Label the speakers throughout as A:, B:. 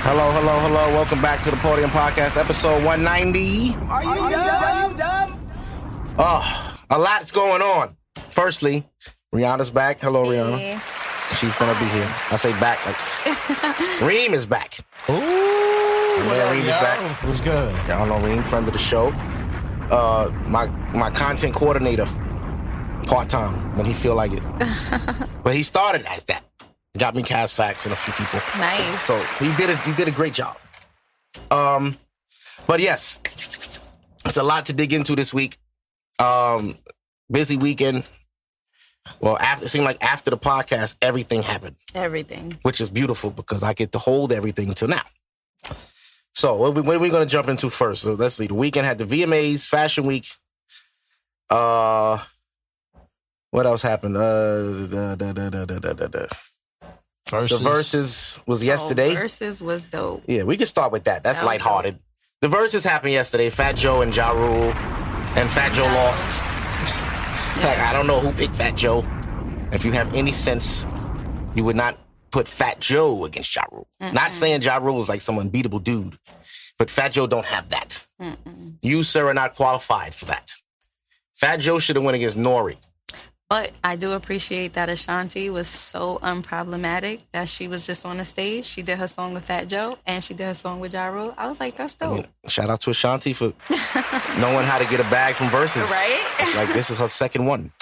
A: Hello, hello, hello. Welcome back to the Podium Podcast, episode 190.
B: Are you, dumb?
A: Oh, a lot's going on. Firstly, Rihanna's back. Hello, Rihanna.
C: Hey.
A: She's going to be here. I say back. Like, Reem is back.
D: Ooh,
A: Yeah,
D: what
A: Reem is back.
D: What's good?
A: Y'all know Reem, friend of the show. Uh, my my content coordinator, part time when he feel like it. but he started as that. Got me cast facts and a few people.
C: Nice.
A: So he did a, he did a great job. Um, but yes, it's a lot to dig into this week. Um, busy weekend. Well, after it seemed like after the podcast, everything happened,
C: Everything.
A: which is beautiful because I get to hold everything till now. So what, we, what are we going to jump into first? So let's see. The weekend had the VMAs, Fashion Week. Uh, what else happened? Uh, da, da, da, da, da, da, da, da.
D: Versus.
A: The verses was yesterday.
C: Oh, versus was dope.
A: Yeah, we can start with that. That's
C: That was
A: lighthearted. The verses happened yesterday. Fat Joe and Ja Rule. And Fat Joe
C: Ja Rule.
A: lost. like, I don't know who picked Fat Joe. If you have any sense, you would not put Fat Joe against Ja Rule. Not saying Ja Rule is like some unbeatable dude, but Fat Joe don't have that. You, sir, are not qualified for that. Fat Joe should have went against Nori.
C: But I do appreciate that Ashanti was so unproblematic that she was just on the stage. She did her song with Fat Joe and she did her song with Ja Rule. I was like, that's dope.
A: Shout out to Ashanti for knowing how to get a bag from verses.
C: Right?
A: like this is her second one.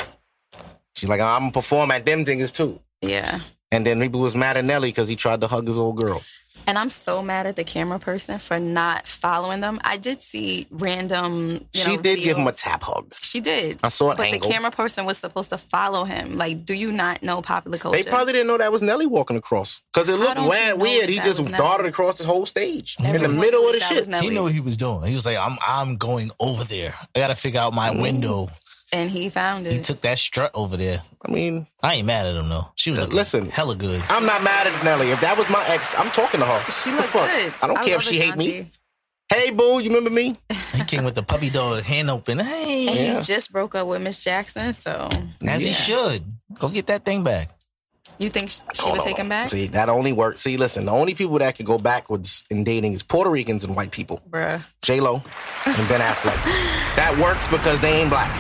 A: She's like, I'm gonna perform at them things too.
C: yeah.
A: And then people was mad at Nelly because he tried to hug his old girl.
C: And I'm so mad at the camera person for not following them. I did see random. You
A: she
C: know,
A: did give him a
C: reels.
A: tap hug.
C: She did.
A: I saw an
C: But
A: angle.
C: the camera person was supposed to follow him. Like, do you not know popular culture?
A: They probably didn't know that was Nelly walking across because it looked
C: don't you
A: weird.
C: know
A: weird.
C: that
A: He just
C: was Nelly?
A: darted across this whole stage in the
C: Everyone
A: middle of the
C: knew that was
A: shit.
C: Nelly.
D: He knew what he was doing. He was like, "I'm, I'm going over there. I gotta figure out
A: Mm.
D: my window."
C: and he found it.
D: He took that strut over there.
A: I mean,
D: I ain't mad at him though. She was looking
A: Listen.
D: hella good.
A: I'm not mad at Nelly. If that was my ex, I'm talking to her.
C: she
A: The
C: looked
A: fuck?
C: good.
A: I don't care if
C: love
A: she hate me.
C: Ashanti.
A: Hey, boo, you remember me?
D: He came with the puppy dog hand open.
C: And
D: Hey,
A: Yeah.
C: he just broke up with Miss Jackson, so
D: as he
A: Yeah.
D: should. Go get that thing back.
C: you think sh- she
A: Hold
C: would
A: on.
C: take him back?
A: Oh, See, that only works. See, listen, the only people that could go backwards in dating is Puerto Ricans and white people.
C: Bruh.
A: J Lo and Ben Affleck. that works because they ain't black.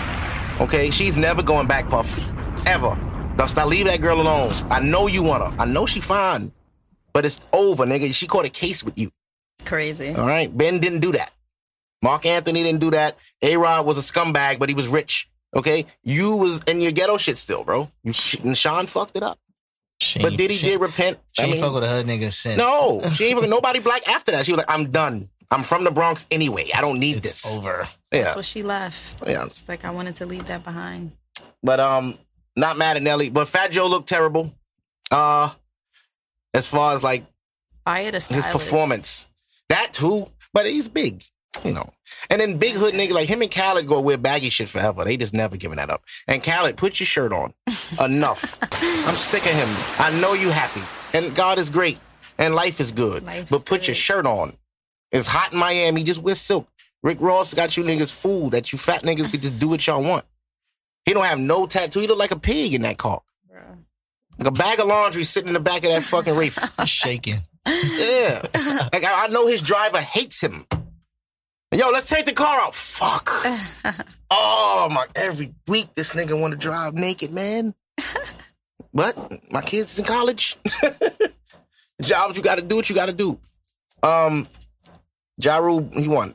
A: Okay, she's never going back, Puff, ever. Thus, I leave that girl alone. I know you want her. I know she fine, but it's over, nigga. She caught a case with you.
C: Crazy.
A: All right, Ben didn't do that. Mark Anthony didn't do that. A Rod was a scumbag, but he was rich. Okay, you was in your ghetto shit still, bro. You sh- and Sean fucked it up,
D: She
A: but
D: ain't-
A: Diddy
D: she,
A: did repent.
D: She
A: I
D: ain't
A: mean-
D: fuck with her nigga since.
A: no, she ain't even nobody black after that. She was like, I'm done. I'm from the Bronx anyway. I don't need
D: it's
A: this.
D: over.
A: Yeah,
C: So she left.
A: yeah.
C: Like I wanted to leave that behind.
A: But um, not mad at Nelly. But Fat Joe looked terrible. Uh, as far as like
C: Fired a
A: his
C: stylist.
A: performance, that too. But he's big, you know. And then big hood nigga like him and Khaled go wear baggy shit forever. They just never giving that up. And Khaled, put your shirt on. Enough. I'm sick of him. I know you happy, and God is great, and life is good.
C: Life
A: but
C: is
A: put your
C: good.
A: shirt on. It's hot in Miami. Just wear silk. Rick Ross got you niggas fooled that you fat niggas could just do what y'all want. He don't have no tattoo. He look like a pig in that car.
C: Bruh.
A: Like a bag of laundry sitting in the back of that fucking Wraith.
D: He's shaking.
A: Yeah. like I, I know his driver hates him. Yo, let's take the car out. Fuck. oh my every week this nigga wanna drive naked, man. What? My kids in college? Jobs, you gotta do what you gotta do. Um Ja Rule, he won.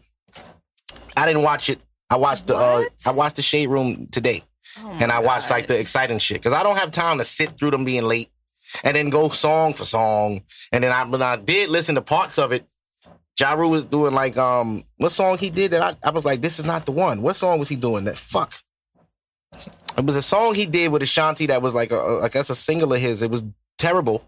A: I didn't watch it. I watched the uh,
C: What?
A: I watched the shade room today.
C: Oh
A: And
C: my
A: I watched like
C: God.
A: the exciting shit because I don't have time to sit through them being late and then go song for song. And then I, when I did listen to parts of it, Ja Rule was doing like, um, what song he did that I, I was like, this is not the one. What song was he doing that? Fuck. It was a song he did with Ashanti that was like, a, a, I guess a single of his. It was terrible.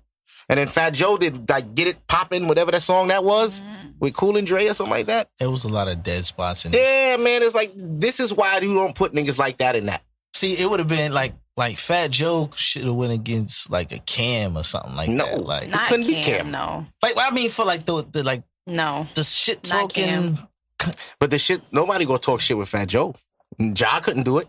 A: And then Fat Joe did like Get It Poppin', whatever that song that was,
C: Mm,
A: with Cool and Dre or something like that.
D: There was a lot of dead spots in there.
A: Yeah, man, it's like, this is why you don't put niggas like that in that.
D: See, it would have been like like Fat Joe should have went against like a Cam or something like
A: No.
D: that. Like,
C: not
A: couldn't
C: Cam,
A: be Cam.
C: No.
D: like I mean, for like the, the like
C: No.
D: the shit
C: Not
D: talking.
A: But the shit, nobody gonna talk shit with Fat Joe. Ja couldn't do it.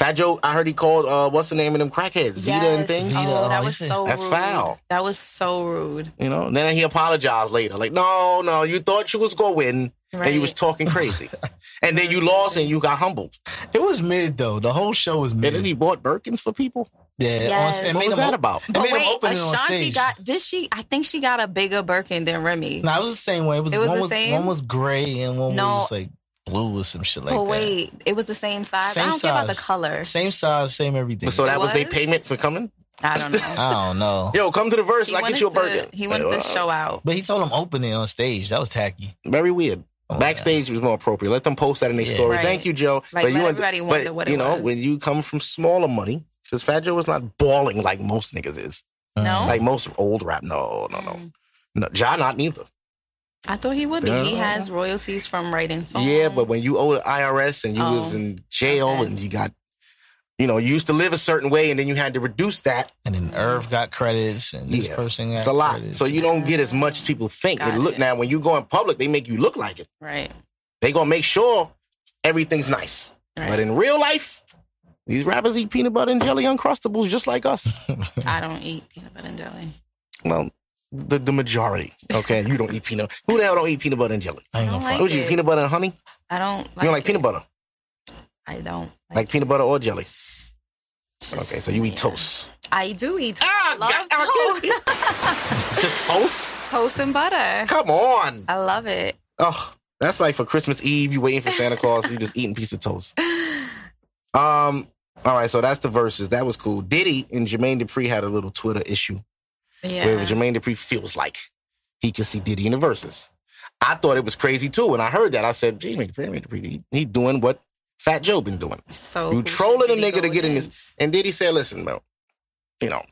A: Fat Joe, I heard he called uh, what's the name of them crackheads, Vita and
C: Yes.
A: things.
D: Vita,
C: Oh, that
D: oh,
C: was
D: he said-
C: so
A: That's
C: rude.
A: foul.
C: That was so rude.
A: You know, and then he apologized later. Like, no, no, you thought you was going to win, and you was
C: Right.
A: talking crazy, and then you lost and you got humbled.
D: It was mid though. The whole show was mid.
A: And then he bought Birkins for people.
D: yeah,
C: Yes.
D: on- it
C: What
A: What
D: made
A: was
D: him
A: that
D: op-
A: about?
D: It
C: But
D: made him
C: wait,
D: open it on
C: Ashanti
D: stage.
C: got did she? I think she got a bigger Birkin than Remy.
D: Nah, it was the same way. It was,
C: It was
D: one
C: the
D: was
C: same?
D: one was gray and one
C: No.
D: was like blue or some shit like
C: but
D: that.
C: wait, it was the same size.
D: Same
C: I don't care about the
D: size.
C: color.
D: Same size, same everything.
A: So
C: It
A: that was, their
C: was?
A: payment for coming.
C: I don't know.
D: I don't know.
A: Yo, come to the verse.
C: He
A: I get
C: wanted
A: you a
C: to-
A: Birkin.
C: He wanted
A: Like, uh,
C: to show out.
D: But he told him open it on stage. That was tacky.
A: Very weird.
D: Oh,
A: Backstage was more appropriate. Let them post that in their
D: Yeah.
A: story.
C: Right.
A: Thank you, Joe.
C: Right, let
A: you want-
C: everybody
A: but,
C: wonder what it
A: you know
C: was.
A: when you come from smaller money because Fat Joe was not balling like most niggas is.
D: yeah.
C: No?
A: Like most old rap. No, no, no,
C: Oh. Mm.
A: no. Ja not neither.
C: I thought he would be. He
A: Yeah.
C: has royalties from writing songs.
A: Yeah, but when you owe the IRS and you was
C: Oh,
A: in jail
C: okay.
A: and you got, you know, you used to live a certain way and then you had to reduce that.
D: And then Irv got credits, and this
A: Yeah.
D: person got
A: It's a lot.
D: credits.
A: So you don't get as much people think.
C: Got
A: it look
C: it.
A: now when you go in public, they make you look like it.
C: right,
A: They gonna make sure everything's nice.
C: right.
A: But in real life, these rappers eat peanut butter and jelly uncrustables just like us.
C: I don't eat peanut butter and jelly.
A: well, the, the majority. Okay, you don't eat peanut. Who the hell don't eat peanut butter and jelly?
D: I ain't gonna
C: I
D: fuck.
C: don't
A: What you
C: it.
A: eat, peanut butter and honey?
C: I don't. Like
A: you don't like
C: it.
A: peanut butter,
C: I don't
A: like peanut butter or jelly.
C: It's just-
A: Okay, so you eat
C: yeah.
A: toast.
C: I do eat. toast.
A: Ah,
C: I love
A: God,
C: toast.
A: Just toast?
C: toast and butter.
A: Come on.
C: I love it.
A: Oh, that's like for Christmas Eve. You waiting for Santa Claus. You just eating piece of toast. Um. All right. So that's the verses. That was cool. Diddy and Jermaine Dupri had a little Twitter issue where
C: Yeah.
A: Jermaine Dupri feels like he can see Diddy in the verses. I thought it was crazy too. When I heard that, I said, Jermaine Dupri, Jermaine Dupri he, he doing what Fat Joe been doing.
C: So
A: You
C: who should
A: trolling a
C: Diddy
A: nigga
C: go
A: to get in
C: against?
A: And Diddy said, listen, bro, you know,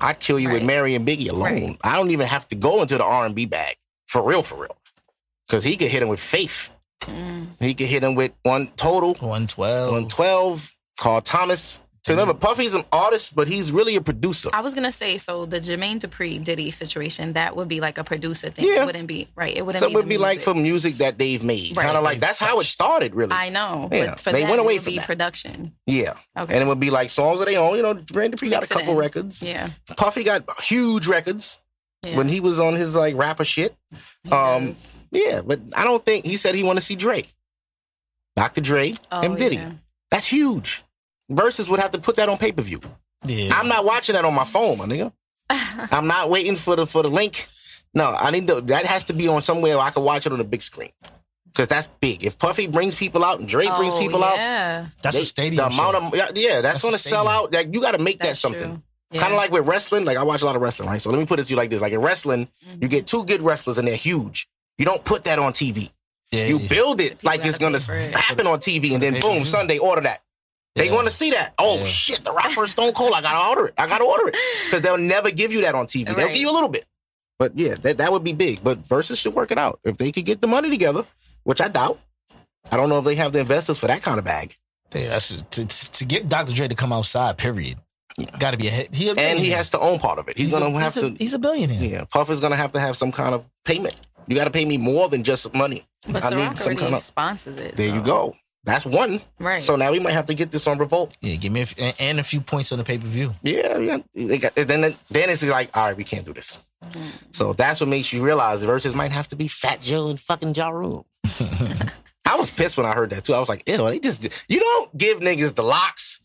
A: I kill you with
C: Right.
A: Mary and Biggie alone.
C: Right.
A: I don't even have to go into the R&B bag. For real, for real. Because he could hit him with Faith.
C: Mm.
A: He could hit him with one total,
D: One
C: Oh.
D: twelve.
A: one twelve. Carl Thomas. So remember, Puffy's an artist, but he's really a producer.
C: Mm-hmm. I was gonna say so the Jermaine Dupri Diddy situation that would be like a producer thing.
A: Yeah.
C: It wouldn't be right. It wouldn't.
A: So
C: be
A: it would
C: the
A: be like
C: music.
A: for music that they've made,
C: Right.
A: kind of like that's how it started, really.
C: I know,
A: Yeah,
C: but for
A: they
C: them,
A: went away
C: it would
A: from
C: be
A: that.
C: production.
A: yeah,
C: Okay.
A: and it would be like songs that they own. You know, Brandon P got
C: Mix
A: a
C: it
A: couple
C: in.
A: records.
C: yeah.
A: Puffy got huge records
C: yeah.
A: when he was on his like rapper shit.
C: He
A: um,
C: does.
A: Yeah, but I don't think he said he want to see Dre, Dr. Dre,
C: Oh,
A: and Diddy.
C: yeah.
A: That's huge. Versus would have to put that on pay per view.
D: Yeah.
A: I'm not watching that on my phone, my nigga. I'm not waiting for the for the link. No, I need to, that has to be on somewhere where I can watch it on the big screen because that's big. If Puffy brings people out and Drake brings
C: Oh,
A: people out,
C: yeah.
D: That's
A: they-
D: a stadium.
A: The amount
D: show.
A: of yeah, yeah that's,
D: That's
A: gonna
D: a stadium.
A: sell out. Like you got to make that
C: That's
A: something.
C: true. Yeah.
A: Kind of like with wrestling. Like I watch a lot of wrestling, right? So let me put it to you like this: like in wrestling,
C: Mm-hmm.
A: you get two good wrestlers and they're huge. You don't put that on TV.
D: Yeah,
A: You
D: yeah.
A: build
C: The
A: it
C: people
A: like it's gonna
C: gotta pay for it.
A: happen on TV, and then
D: the
A: boom,
D: pay-per-view.
A: Sunday order that. They
D: Yeah.
A: gonna see that. Oh
D: Yeah.
A: shit, the rock first Stone Cold. I gotta order it. I gotta order it because they'll never give you that on TV. They'll
C: Right.
A: give you a little bit, but yeah, that that would be big. But versus should work it out if they could get the money together, which I doubt. I don't know if they have the investors for that kind of bag.
D: Yeah, that's just- to, to to get Dr. Dre to come outside. Period. Got to be a hit. He a
A: And he
D: billionaire.
A: has to own part of it. He's,
D: a-
A: gonna have
D: he's a-
A: to.
D: He's a billionaire.
A: yeah, Puff is gonna have to have some kind of payment. You got to pay me more than just money.
C: But
A: I
C: Ciroc
A: need some
C: already
A: kind of.
C: sponsors it.
A: There you
C: so-
A: go. That's one.
C: Right.
A: So now we might have to get this on Revolt.
D: Yeah, give me a f- and, and a few points on the pay per view.
A: Yeah, yeah. They got- then then it's like, all right, we can't do this.
C: Mm.
A: So that's what makes you realize the verses might have to be Fat Joe and fucking Ja Rule. I was pissed when I heard that too. I was like, ew, they just you don't give niggas the locks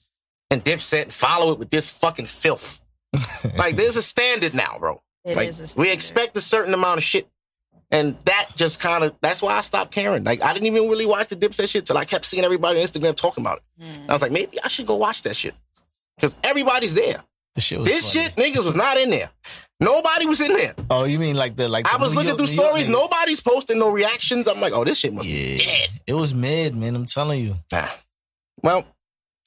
A: and dipset and follow it with this fucking filth. like there's a standard now, bro.
C: It
A: like
C: is a
A: we
C: standard.
A: expect a certain amount of shit. And that just kind of that's why I stopped caring. Like I didn't even really watch the dipset shit till I kept seeing everybody on Instagram talking about it.
C: Mm.
A: I was like, maybe I should go watch that shit. Cause everybody's there.
D: This shit. Was
A: This
D: funny.
A: shit, niggas was not in there. Nobody was in there.
D: Oh, you mean like the like?
A: I
D: the
A: was
D: New
A: looking
D: York-
A: through
D: New York
A: stories.
D: niggas?
A: Nobody's posting no reactions. I'm like, oh, this shit must
D: Yeah,
A: be dead.
D: it was mid, man. I'm telling you,
A: Nah. Well,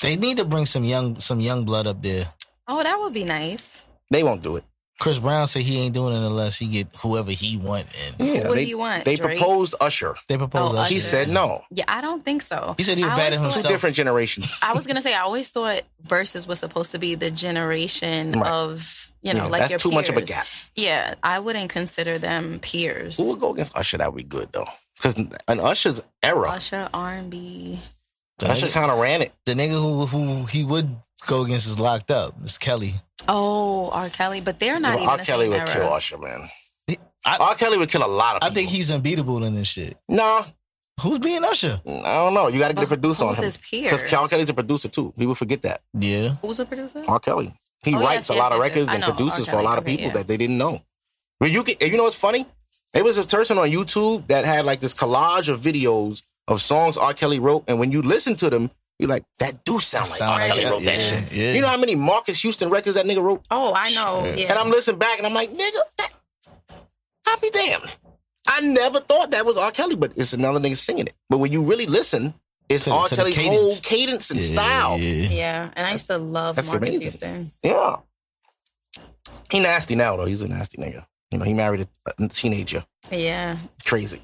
D: they need to bring some young some young blood up there.
C: Oh, that would be nice.
A: they won't do it.
D: Chris Brown said he ain't doing it unless he get whoever he want, and
A: Yeah,
C: What
A: they,
C: do you want,
A: They
C: Drake?
A: proposed Usher.
D: they proposed.
C: Oh,
D: us.
A: He
C: Usher.
A: said no.
C: Yeah, I don't think so.
D: He said he was
C: I
D: bad
C: always
D: at
A: Two
D: himself.
C: thought-
A: different generations.
C: I was gonna say I always thought versus was supposed to be the generation
A: Right.
C: of you know
A: Yeah,
C: like
A: that's
C: your
A: too much of a
C: peers.
A: gap.
C: Yeah, I wouldn't consider them peers.
A: Who would go against Usher? That would be good though, because an Usher's era.
C: Usher R and B.
D: The
A: That shit
D: nigga,
A: kind of ran it.
D: the nigga who who he would go against is locked up. It's Kelly.
C: Oh, R. Kelly, but they're not even
A: R.
C: the
A: Kelly
C: same
A: would
C: era.
A: kill Usher, man.
D: He- I-
A: R. Kelly would kill a lot of
D: I
A: people.
D: think he's unbeatable in this shit.
A: Nah,
D: Who's being Usher?
A: I don't know. You got to get a
C: But
A: producer on
C: who's
A: him.
C: his peer?
A: Because R. Kelly's a producer too. People forget that.
D: Yeah.
C: Who's a producer?
A: R. Kelly. He
C: Oh, yes,
A: writes a
C: yes,
A: lot of
C: yes, yes.
A: records
C: I
A: and
C: know, R.
A: produces for a
C: Kelly.
A: lot of
C: Okay,
A: people
C: yeah.
A: that they didn't know. But you can, and you know what's funny? It was a person on YouTube that had like this collage of videos of songs R. Kelly wrote, and when you listen to them, you're like, that do sound like
D: Sound
A: R.
D: like
A: Kelly
D: it,
A: wrote that
D: yeah,
A: shit.
D: yeah.
A: You know how many Marcus Houston records that nigga wrote?
C: Oh, I know.
D: Shit.
C: Yeah.
A: And I'm listening back, and I'm like, nigga, that, I be damn. I never thought that was R. Kelly, but it's another nigga singing it. But when you really listen, it's
D: To-
A: R.
D: to the
A: Kelly's
D: cadence.
A: whole cadence and style.
D: Yeah.
C: yeah, and I used to love
A: That's
C: Marcus
A: amazing.
C: Houston.
A: Yeah. He nasty now though. He's a nasty nigga. You know, he married a, a teenager.
C: Yeah,
A: Crazy.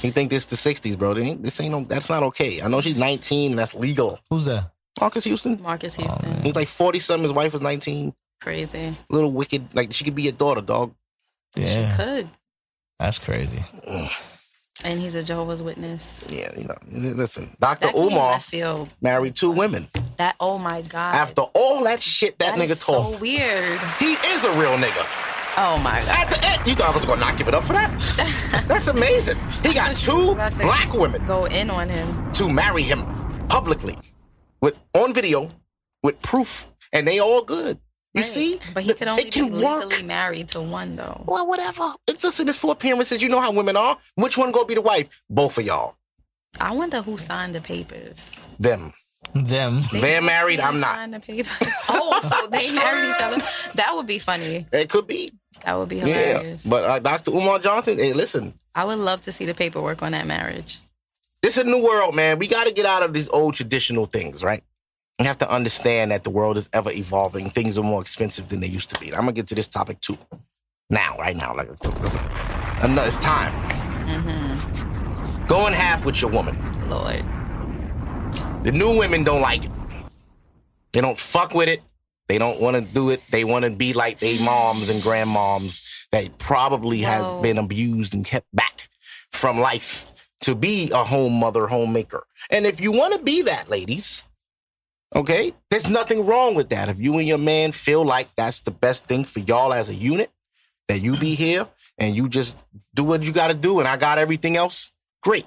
A: He think this the '60s, bro. This ain't, this ain't no. That's not okay. I know she's 19. and That's legal.
D: Who's that?
A: Marcus Houston.
C: Marcus Houston,
A: He's like 40 something. His wife was 19.
C: crazy.
A: Little wicked. Like she could be your daughter, dog.
C: She
D: Yeah.
C: could,
D: That's crazy.
A: Ugh,
C: and he's a Jehovah's Witness.
A: Yeah. You know. Listen, Dr.
C: That came
A: Umar
C: left field.
A: married two women.
C: That oh my god.
A: After all that shit that,
C: is
A: nigga talked,
C: So weird.
A: he is a real nigga.
C: Oh my god.
A: At the end, you thought I was gonna not give it up for that? That's amazing. He got two
C: That's it.
A: black women.
C: Go in on him.
A: to marry him publicly with on video with proof and they all good you
C: Right.
A: see
C: but he could only
A: it can
C: be
A: work
C: legally married to one though.
A: well whatever it, listen it's for appearances you know how women are which one gonna be the wife both of y'all
C: I wonder who signed the papers.
A: them
D: Them.
A: They're married, I'm
C: Who
A: not.
C: signed the papers. Oh, so they married each other. That would be funny.
A: it could be
C: That would be
A: yeah
C: hilarious.
A: but uh, dr umar johnson hey listen
C: I would love to see the paperwork on that marriage.
A: it's a new world man we gotta get out of these old traditional things right we have to understand that the world is ever evolving things are more expensive than they used to be i'm gonna get to this topic too now right now like listen, enough- it's time go in half with your woman
C: Lord.
A: The new women don't like it. They don't fuck with it. They don't want to do it. They want to be like they moms and grandmoms that probably have
C: No.
A: been abused and kept back from life to be a home mother, homemaker. And if you want to be that, ladies, okay, there's nothing wrong with that. If you and your man feel like that's the best thing for y'all as a unit, that you be here and you just do what you got to do and I got everything else, great.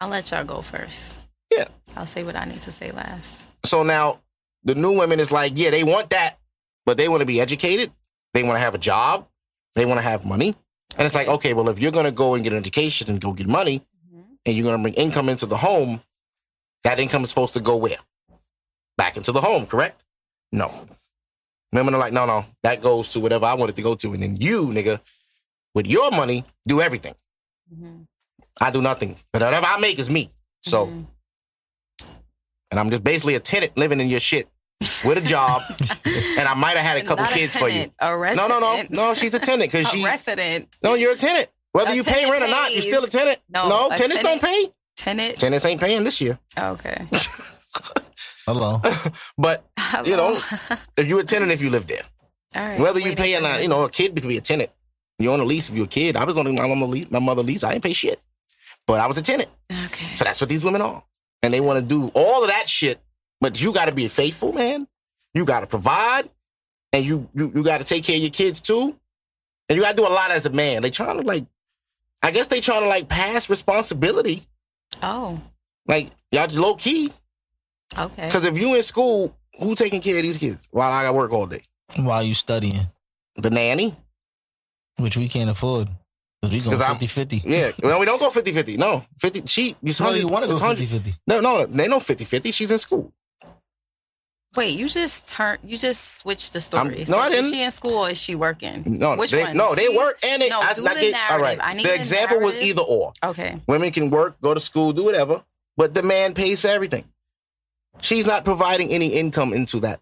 C: I'll let y'all go first.
A: Yeah.
C: I'll say what I need to say last.
A: So now the new women is like, yeah, they want that, but they want to be educated. They want to have a job. They want to have money. And it's like, okay, well, if you're going to go and get an education and go get money and you're going to bring income into the home, that income is supposed to go where? Back into the home, correct? No. Women are like, no, no, that goes to whatever I want it to go to. And then you, nigga, with your money, do everything.
C: Mhm.
A: I do nothing. But whatever I make is me. So,
C: Mhm.
A: and I'm just basically a tenant living in your shit with a job, and I might have had a couple
C: Not
A: kids
C: a
A: for you.
C: tenant, A
A: No,
C: resident.
A: no, no, no. She's a tenant because
C: a
A: she.
C: resident.
A: No, you're a tenant. Whether
C: A
A: you pay
C: tenant
A: rent or not, you're
C: pays.
A: still a tenant.
C: No,
A: no,
C: a
A: tenants don't pay.
C: Tenant.
A: Tenants ain't paying this year.
C: Okay.
D: Hello.
A: But you know,
C: Hello.
A: if you're a tenant, if you live there,
C: All right.
A: whether you
C: Wait,
A: pay or
C: wait,
A: not,
C: wait.
A: you know, a kid could be a tenant. You're on a lease if you're a kid. I was on my mama lease, my mother lease. I didn't pay shit, but I was a tenant.
C: Okay.
A: So that's what these women are. And they want to do all of that shit, but you got to be faithful, man. You got to provide and you you, you got to take care of your kids too. And you got to do a lot as a man. They trying to like I guess they trying to like pass responsibility
C: Oh.
A: like y'all low key
C: Okay.
A: cuz if you in school, who taking care of these kids while I got work all day?
D: While you studying,
A: The nanny?
D: which we can't afford. Because we go
A: 'Cause I'm-
D: 50 50.
A: Yeah. well, we don't go 50-50. No. 50 she you
D: No, you want to go 50 50.
A: No, no, they no 50-50. She's in school.
C: Wait, you just turn. You just switched the
A: I'm-
C: story.
A: no,
C: So
A: I
C: Is
A: didn't.
C: she in school? Or is she working?
A: No,
C: Which
A: they,
C: one?
A: No, they
C: Please-
A: work and they.
C: No, do the
A: all
C: narrative.
A: right.
C: I need
A: the
C: the
A: example was
C: narrative.
A: either or.
C: Okay.
A: Women can work, go to school, do whatever, but the man pays for everything. She's not providing any income into that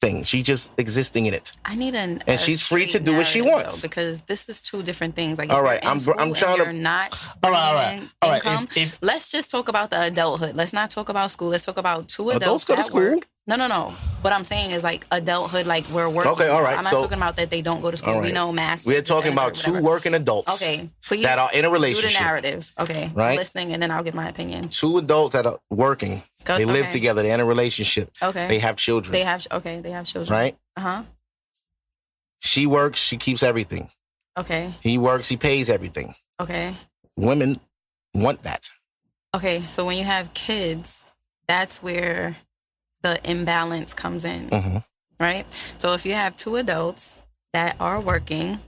A: thing. She's just existing in it.
C: I need an.
A: And
C: a
A: she's free to
C: straight
A: do what she
C: narrative,
A: wants.
C: though, because this is two different things. Like,
A: All
C: if
A: right,
C: you're in
A: I'm-
C: school
A: I'm
C: and
A: trying to-
C: you're Not
D: All right, all right.
C: bringing
D: All right.
C: income,
D: If, if
C: Let's just talk about the adulthood. Let's not talk about school. Let's talk about two adults,
A: Adults go to
C: at
A: school.
C: work No, no, no. What I'm saying is like adulthood, like we're working.
A: Okay, all right,
C: I'm not
A: so-
C: talking about that they don't go to school.
A: All
C: We
A: right.
C: know mass.
A: We're talking about two working adults.
C: Okay, please.
A: That are in a
C: Do the
A: relationship.
C: narrative. Okay,
A: Right?
C: I'm listening, and then I'll give my opinion.
A: Two adults that are working.
C: Go-
A: they live
C: okay.
A: together. They're in a relationship.
C: Okay.
A: They have children.
C: They have okay. They have children.
A: right?
C: Uh huh.
A: She works. She keeps everything.
C: Okay.
A: He works. He pays everything.
C: Okay.
A: Women want that.
C: Okay. So when you have kids, that's where the imbalance comes in.
A: Mhm.
C: right? So if you have two adults that are working,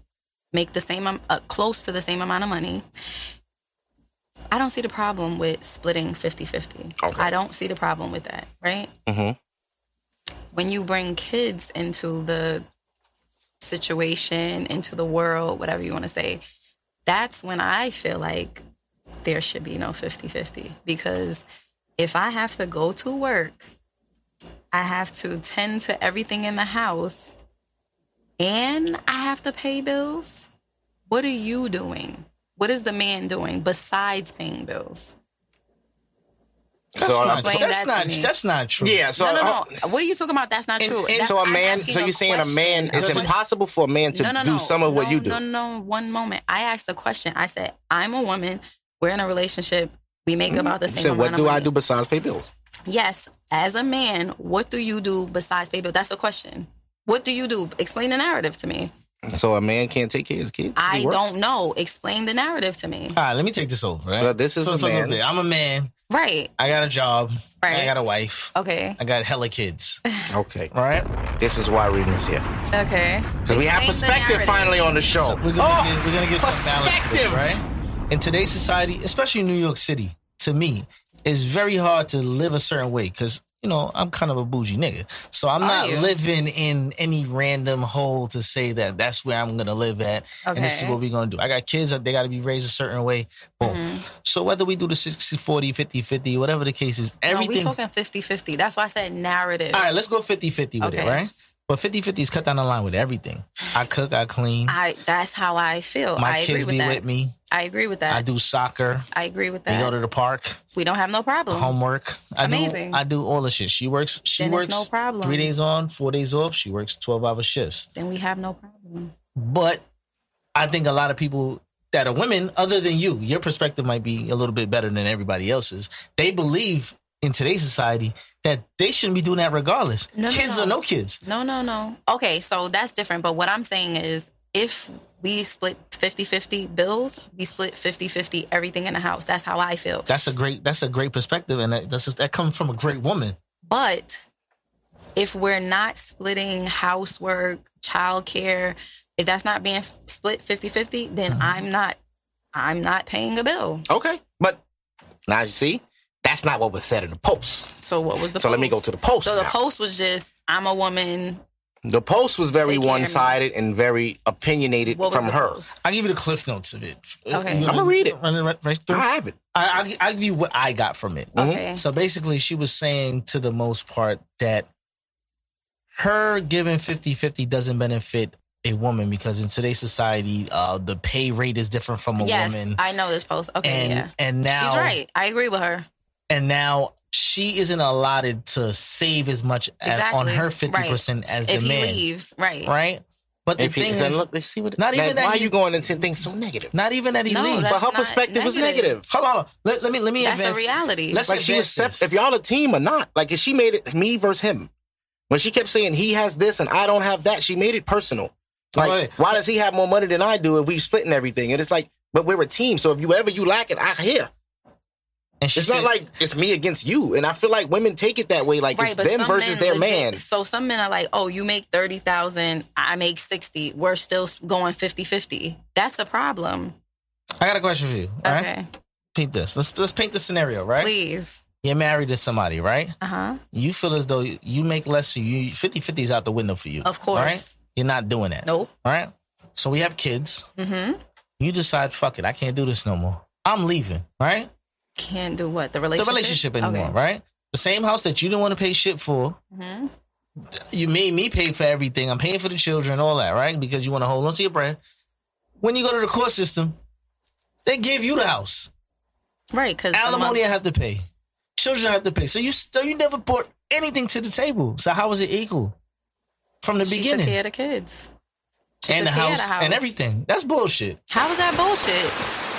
C: make the same am- uh, close to the same amount of money, I don't see the problem with splitting 50-50.
A: Okay.
C: I don't see the problem with that, right?
A: Mhm.
C: When you bring kids into the situation, into the world, whatever you want to say, that's when I feel like there should be no 50-50 because if I have to go to work I have to tend to everything in the house and I have to pay bills. What are you doing? What is the man doing besides paying bills?
D: That's
A: So,
D: not,
A: uh,
C: Explain
D: that's,
C: that to
D: not
C: me.
D: that's not true.
A: yeah. So
C: no, no,
A: uh,
C: no. what are you talking about? That's not
D: and-
C: true.
D: and
C: That's-
A: so a
C: I'm
A: man.
C: asking
A: So you're saying a man? It's
C: question.
A: impossible for a man to
C: No, no,
A: do
C: no.
A: some of what
C: No,
A: you do.
C: No, no, no. One moment. I asked a question. I said, I'm a woman. We're in a relationship. We make about the
A: Mm-hmm. You
C: same
A: said,
C: amount
A: what
C: of
A: do I
C: money."
A: do besides pay bills?
C: Yes, as a man, what do you do besides pay bills? That's the question. What do you do? Explain the narrative to me.
A: So a man can't take care of his kids. 'cause he
C: I
A: works?
C: don't know. Explain the narrative to me.
D: All right, let me take this over. Right?
A: Well, this is
D: So-
A: a
D: so little
A: man.
D: bit. I'm a man.
C: Right.
D: I got a job. I
C: Right.
D: got a wife.
C: Okay.
D: I got hella kids.
A: Okay.
D: Right?
A: This is why Rena's here.
C: Okay.
A: Because we have
C: Explain the
A: perspective
C: narrative.
A: finally on the show.
D: So we're gonna
C: Oh,
D: give, we're gonna give some balance to this,
A: perspective.
D: right? In today's society, especially New York City, to me, it's very hard to live a certain way because you know I'm kind of a bougie nigga, so I'm
C: Are
D: not
C: you?
D: living in any random hole to say that that's where I'm gonna live at, and this is
C: Okay.
D: what we're gonna do. I got kids; they got to be raised a certain way. Boom.
C: Mm-hmm.
D: So whether we do the 60, 40, 50, 50, whatever the case is,
C: No, we
D: everything.
C: talking 50 50. That's why I said narrative.
D: All right, let's go 50 50 with it,
C: Okay.
D: right? But 50 50 is cut down the line with everything. I cook, I clean,
C: I that's how I feel. I
D: my
C: agree
D: kids
C: with
D: be
C: that.
D: with me,
C: I agree with that.
D: I
C: I,
D: do soccer,
C: agree with
D: we
C: that.
D: go to the park,
C: we don't have no problem.
D: homework. I
C: Amazing.
D: Do, I do all the shit. She works, she
C: Then it's
D: works
C: no problem.
D: three days on, four days off. She works 12 hour shifts.
C: Then we have no problem.
D: But I think a lot of people that are women, other than you, your perspective might be a little bit better than everybody else's. They believe in today's society that they shouldn't be doing that regardless.
C: No, no,
D: kids
C: no.
D: or no kids.
C: No, no, no. Okay, so that's different. But what I'm saying is if we split 50 50 bills, we split 50 50 everything in the house. That's how I feel.
D: That's a great that's a great perspective and that, that's just, that comes from a great woman.
C: But if we're not splitting housework, childcare, if that's not being f- split 50-50, then
A: Mm-hmm.
C: I'm not I'm not paying a bill.
A: Okay. But now you see, that's not what was said in the post.
C: So what was the
A: so let me go
C: post?
A: to the post.
C: So the
A: now.
C: post was just I'm a woman.
A: The post was very
C: Take care of me.
A: one sided and very opinionated
C: What was
A: from
C: the
A: her.
C: post?
D: I'll give you the cliff notes of it.
C: Okay.
D: You
A: I'm gonna read it.
D: Run it right, right through.
A: I
D: I,
A: have it.
D: I'll, I'll give you what I got from it.
A: Mm-hmm.
C: Okay.
D: So basically, she was saying to the most part that her giving 50 50 doesn't benefit a woman because in today's society, uh, the pay rate is different from a
C: yes,
D: woman.
C: I know this post. Okay,
D: and,
C: yeah.
D: and now,
C: She's right. I agree with her.
D: and now she isn't allotted to save as much a-
C: Exactly.
D: on her 50% as
C: if
D: the
C: he
D: man,
C: leaves, right.
D: right? But the
A: If
D: thing
A: he
D: is,
A: said, look, let's see what
D: not
A: Like,
D: even that
A: why
D: he-
A: are you going into things so negative?
D: not even that he
C: No,
D: leaves.
C: that's
A: But her
C: not
A: perspective was
C: negative.
A: negative.
D: Hold on, hold on. Let, let me let me
C: That's
D: advance.
C: the reality.
D: Let's
A: Like she was
D: advance
A: sep-
D: this.
A: if y'all a team or not. Like if she made it me versus him. When she kept saying he has this and I don't have that, she made it personal. Like
D: Right.
A: why does he have more money than I do if we splitting everything? And it's like, but we're a team, so if you ever you lacking, I here.
D: And she
A: It's
D: said-
A: not like it's me against you. And I feel like women take it that way, like
C: Right,
A: it's
C: but
A: them
C: some
A: versus
C: men
A: their
C: legit-
A: man.
C: So some men are like, "Oh, you make 30,000, I make 60. We're still s- going 50-50." That's a problem.
D: I got a question for you. All right,
C: Okay.
D: Paint this. Let's let's paint the scenario, right?
C: Please.
D: You're married to somebody, right?
C: Uh-huh.
D: You feel as though you make less, so you 50 50 is out the window for you.
C: Of
D: All
C: course.
D: right? You're not doing that.
C: Nope.
D: All right. So we have kids.
C: Mhm.
D: You decide, fuck it, I can't do this no more. I'm leaving, right?
C: Can't do what? The
D: The
C: relationship.
D: relationship anymore, right? The same house that you didn't want to pay shit for.
C: hmm
D: You made me pay for everything. I'm paying for the children, all that, right? Because you want to hold on to your bread. When you go to the court system, they give you the house.
C: Right, cuz
D: Alimony I have to pay. Children have to pay. So you still you never bought anything to the table. So how was it equal from the
C: she
D: beginning?
C: took care of the kids. She
D: and the
C: took care of
D: house, and everything. That's bullshit.
C: How is that bullshit?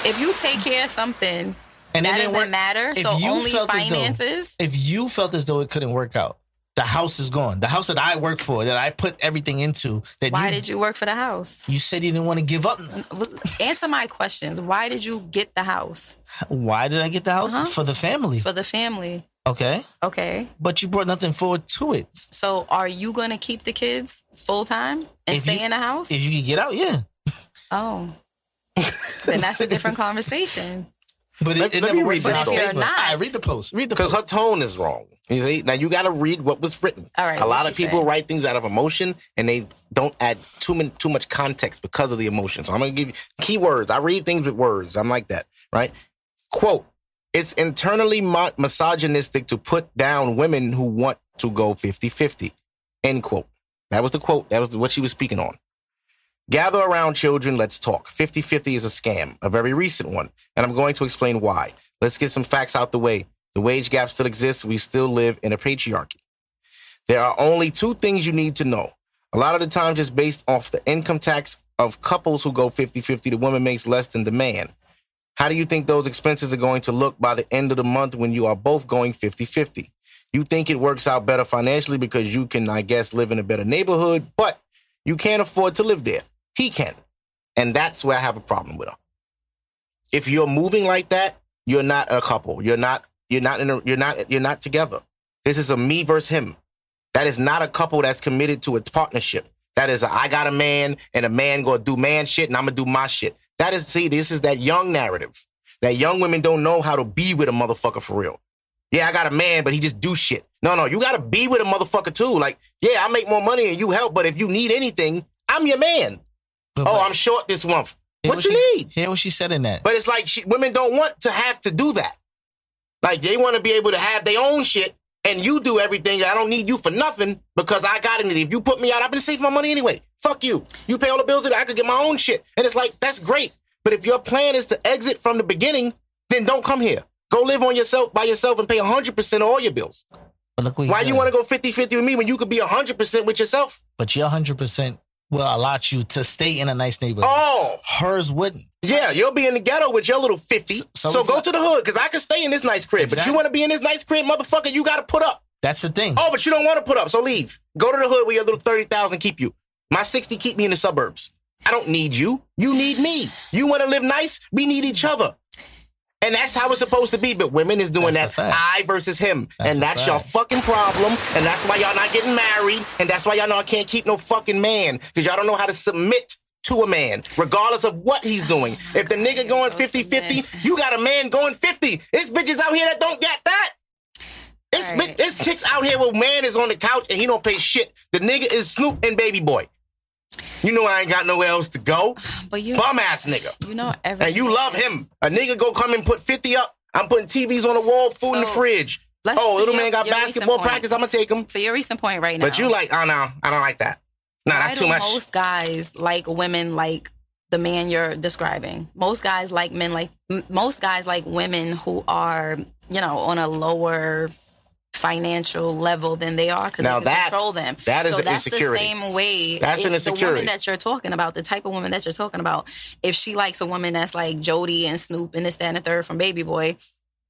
C: If you take care of something,
D: And it
C: that doesn't
D: didn't work.
C: matter.
D: if
C: So
D: you
C: only
D: felt as though-
C: finances.
D: If you felt as though it couldn't work out, the house is gone. The house that I work for, that I put everything into. That
C: Why
D: you,
C: did you work for the house?
D: you said you didn't want to give up?
C: Answer my questions. Why did you get the house
D: Why did I get the house
C: Uh-huh.
D: for the family?
C: for the family?
D: Okay,
C: Okay.
D: but you brought nothing forward to it.
C: So are you going to keep the kids full time and
D: If
C: stay
D: you-
C: in the house?
D: If you could get out, yeah.
C: oh. then that's a different conversation.
D: But it,
A: Let-
D: it
A: let me
D: never
A: read
D: works in
A: this Oh,
D: our
A: though.
D: favor.
C: If you're not-
D: All right, read the post. Read the
A: Because
D: post.
A: her tone is wrong. You see? Now you got to read what was written.
C: All right,
A: A lot
C: what
A: of
C: she
A: people
C: said.
A: write things out of emotion and they don't add too many, too much context because of the emotion. So I'm gonna give you keywords. I read things with words. I'm like that, right? Quote: It's internally mo- misogynistic to put down women who want to go 50-50. End quote. That was the quote. That was what she was speaking on. Gather around, children. Let's talk. 50 50 is a scam, a very recent one, and I'm going to explain why. Let's get some facts out the way. The wage gap still exists. We still live in a patriarchy. There are only two things you need to know. A lot of the times, it's based off the income tax of couples who go 50 50. The woman makes less than the man. How do you think those expenses are going to look by the end of the month when you are both going 50 50? You think it works out better financially because you can, I guess, live in a better neighborhood, but you can't afford to live there. He can. And that's where I have a problem with her. If you're moving like that, you're not a couple. You're not you're not in a, you're not you're not together. This is a me versus him. That is not a couple that's committed to a partnership. That is a, I got a man and a man gonna do man shit and I'm gonna do my shit. That is see, this is that young narrative. That young women don't know how to be with a motherfucker for real. Yeah, I got a man, but he just do shit. No, no, you gotta be with a motherfucker too. Like, yeah, I make more money and you help, but if you need anything, I'm your man.
D: But-
A: Oh,
D: but
A: I'm short this month.
D: hear
A: What you
D: she-
A: need?
D: Hear what she said in that.
A: But it's like she, women don't want to have to do that. Like they want to be able to have their own shit, and you do everything. I don't need you for nothing because I got anything. If you put me out, I've been saving my money anyway. Fuck you. You pay all the bills, and I could get my own shit. And it's like that's great. But if your plan is to exit from the beginning, then don't come here. Go live on yourself by yourself and pay 100% of all your bills.
D: But look what he
A: Why you
D: said.
A: want to go 50-50 with me when you could be 100% with yourself?
D: But your hundred percent will allow you to stay in a nice neighborhood.
A: Oh,
D: Hers wouldn't.
A: Yeah, you'll be in the ghetto with your little 50.
D: S- so
A: So,
D: it's
A: go
D: like-
A: to the hood, because I can stay in this nice crib. But
D: Exactly.
A: you want to be in this nice crib, motherfucker, you got to put up.
D: That's the thing.
A: Oh, but you don't want to put up, so leave. Go to the hood where your little 30,000 keep you. My 60 keep me in the suburbs. I don't need you. You need me. You want to live nice? We need each other. And that's how it's supposed to be. But women is doing
D: That's a
A: that
D: fact.
A: I versus him.
D: That's a
A: and that's your
D: fact.
A: fucking problem. And that's why y'all not getting married. And that's why y'all not can't keep no fucking man. Because y'all don't know how to submit to a man, regardless of what he's doing. If the nigga going
C: Those
A: 50 50,
C: men.
A: you got a man going 50. It's bitches out here that don't get that. It's,
C: All
A: bi-
C: right.
A: it's chicks out here where man is on the couch and he don't pay shit. The nigga is Snoop and Baby Boy. You know I ain't got nowhere else to go.
C: But you,
A: Bum ass nigga.
C: you know everything.
A: And you love him. A nigga go come and put 50 up. I'm putting TVs on the wall, food in the
C: So,
A: fridge.
C: let's
A: Oh,
C: see
A: little
C: your-
A: man got
C: your recent
A: basketball
C: point.
A: practice. I'm gonna take him.
C: To your recent point right now.
A: But you like, oh no, I don't like that. Nah,
C: why
A: that's
C: do
A: too much.
C: Most guys like women like the man you're describing. Most guys like men like m- most guys like women who are you know on a lower financial level than they are because they
A: Now
C: can
A: that-
C: control them.
A: that is
C: so
A: an
C: that's
A: insecurity.
C: the same way.
A: That's
C: if
A: an
C: The
A: insecurity.
C: woman that you're talking about, the type of woman that you're talking about, if she likes a woman that's like Jody and Snoop and this, that, and the third from Baby Boy,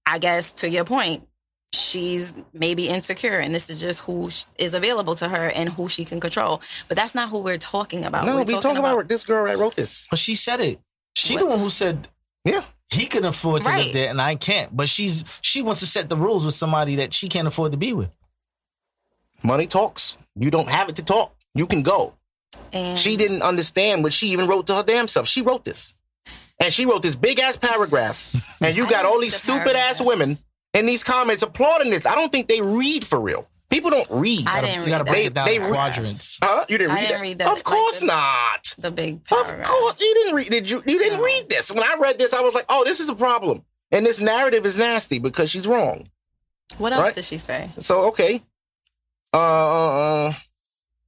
C: I guess to your point, she's maybe insecure and this is just who sh- is available to her and who she can control. But that's not who we're talking about.
A: no,
C: we're
A: we talking, about, this girl that wrote this.
D: But she said it. She the one who said
A: Yeah.
D: he can afford to live
C: Right.
D: there and I can't. But she's she wants to set the rules with somebody that she can't afford to be with.
A: Money talks. You don't have it to talk. You can go.
C: and
A: She didn't understand what she even wrote to her damn self. She wrote this. And she wrote this big ass paragraph. And you
C: I
A: got
C: don't
A: all
C: read
A: these
C: the
A: stupid ass
C: paragraph.
A: women in these comments applauding this. I don't think they read for real. People don't read.
C: I
D: Gotta-
C: didn't
D: you
C: read
D: gotta break
A: that.
D: it down
A: They-
D: in
A: they-
D: quadrants.
A: huh? You didn't
C: I
A: read
C: didn't
A: that?
C: read that,
A: Of
C: like,
A: course
C: the-
A: not.
C: the big
A: Of
C: paragraph.
A: course you didn't read did you you didn't
C: No.
A: read this. When I read this, I was like, oh, this is a problem. And this narrative is nasty because she's wrong.
C: What else
A: Right?
C: did she say?
A: So okay. Uh, uh, uh,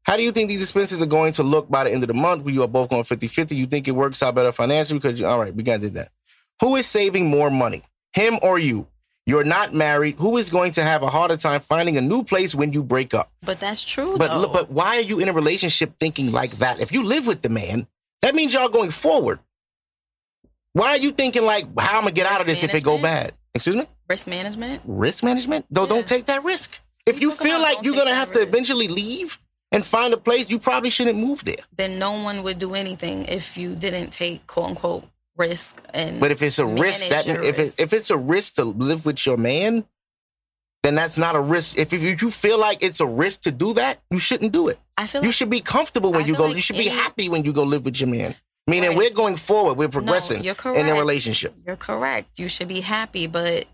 A: how do you think these expenses are going to look by the end of the month when you are both going 50-50? You think it works out better financially because you all right, we gotta do that. Who is saving more money? Him or you? You're not married. Who is going to have a harder time finding a new place when you break up?
C: But that's true.
A: But
C: though.
A: look, but why are you in a relationship thinking like that? If you live with the man, that means y'all going forward. Why are you thinking like how I'm gonna get out of this if it go
C: Management?
A: bad? Excuse me?
C: risk management.
A: Risk management? Though
C: Yeah.
A: don't take that risk. If
C: you
A: you
C: talking
A: feel
C: about?
A: like
C: Don't
A: you're
C: take
A: gonna
C: that
A: have to
C: risk.
A: eventually leave and find a place, you probably shouldn't move there.
C: Then no one would do anything if you didn't take quote unquote risk. And
A: But if it's a risk
C: Manage
A: that
C: your
A: if it,
C: risk.
A: if it's a risk to live with your man, then that's not a risk. If, if you- you feel like it's a risk to do that, you shouldn't do it.
C: I feel
A: You
C: like
A: should be comfortable when
C: I
A: you
C: feel
A: go.
C: like
A: you should be
C: any-
A: happy when you go live with your man. Meaning
C: Right.
A: we're going forward. We're
C: No,
A: progressing
C: you're
A: in
C: correct.
A: a relationship.
C: You're correct. You should be happy, but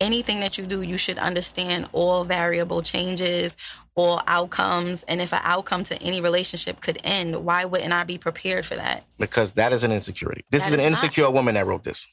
C: anything that you do, you should understand all variable changes, all outcomes. And if an outcome to any relationship could end, why wouldn't I be prepared for that?
A: Because that is an insecurity. This
C: That
A: is an
C: is not-
A: insecure woman that wrote this.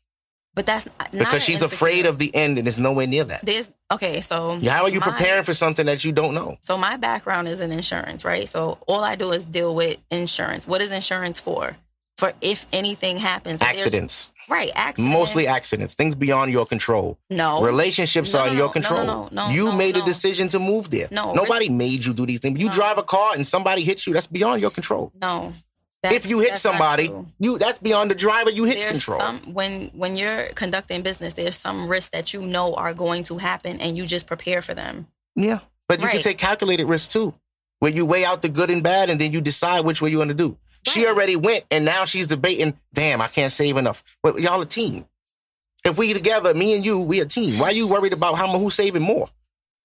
C: But that's not
A: Because she's afraid of the end and it's nowhere near that.
C: this. Okay, so
A: Yeah, How are you
C: my-
A: preparing for something that you don't know?
C: So my background is in insurance, right? So all I do is deal with insurance. What is insurance for? For if anything happens, If there's-
A: Accidents.
C: right? Accidents,
A: Mostly accidents. Things beyond your control.
C: No,
A: Relationships
C: No,
A: are
C: no,
A: in
C: no,
A: your
C: no,
A: control.
C: no, no,
A: you
C: no,
A: made
C: no.
A: a decision to move there.
C: No,
A: Nobody made you do these things. You
C: No.
A: drive a car and somebody hits you. That's beyond your control.
C: no.
A: if you hit
C: that's not
A: somebody,
C: true.
A: you that's beyond the driver. You hit
C: there's
A: control.
C: some when when you're conducting business, there's some risks that you know are going to happen, and you just prepare for them.
A: Yeah. But you can
C: Right.
A: take calculated risks too, where you weigh out the good and bad and then you decide which way you're going to do. She
C: Right.
A: already went and now she's debating, damn, I can't save enough. But y'all a team. If we together, me and you, we a team. Why you worried about how mu- who's saving more?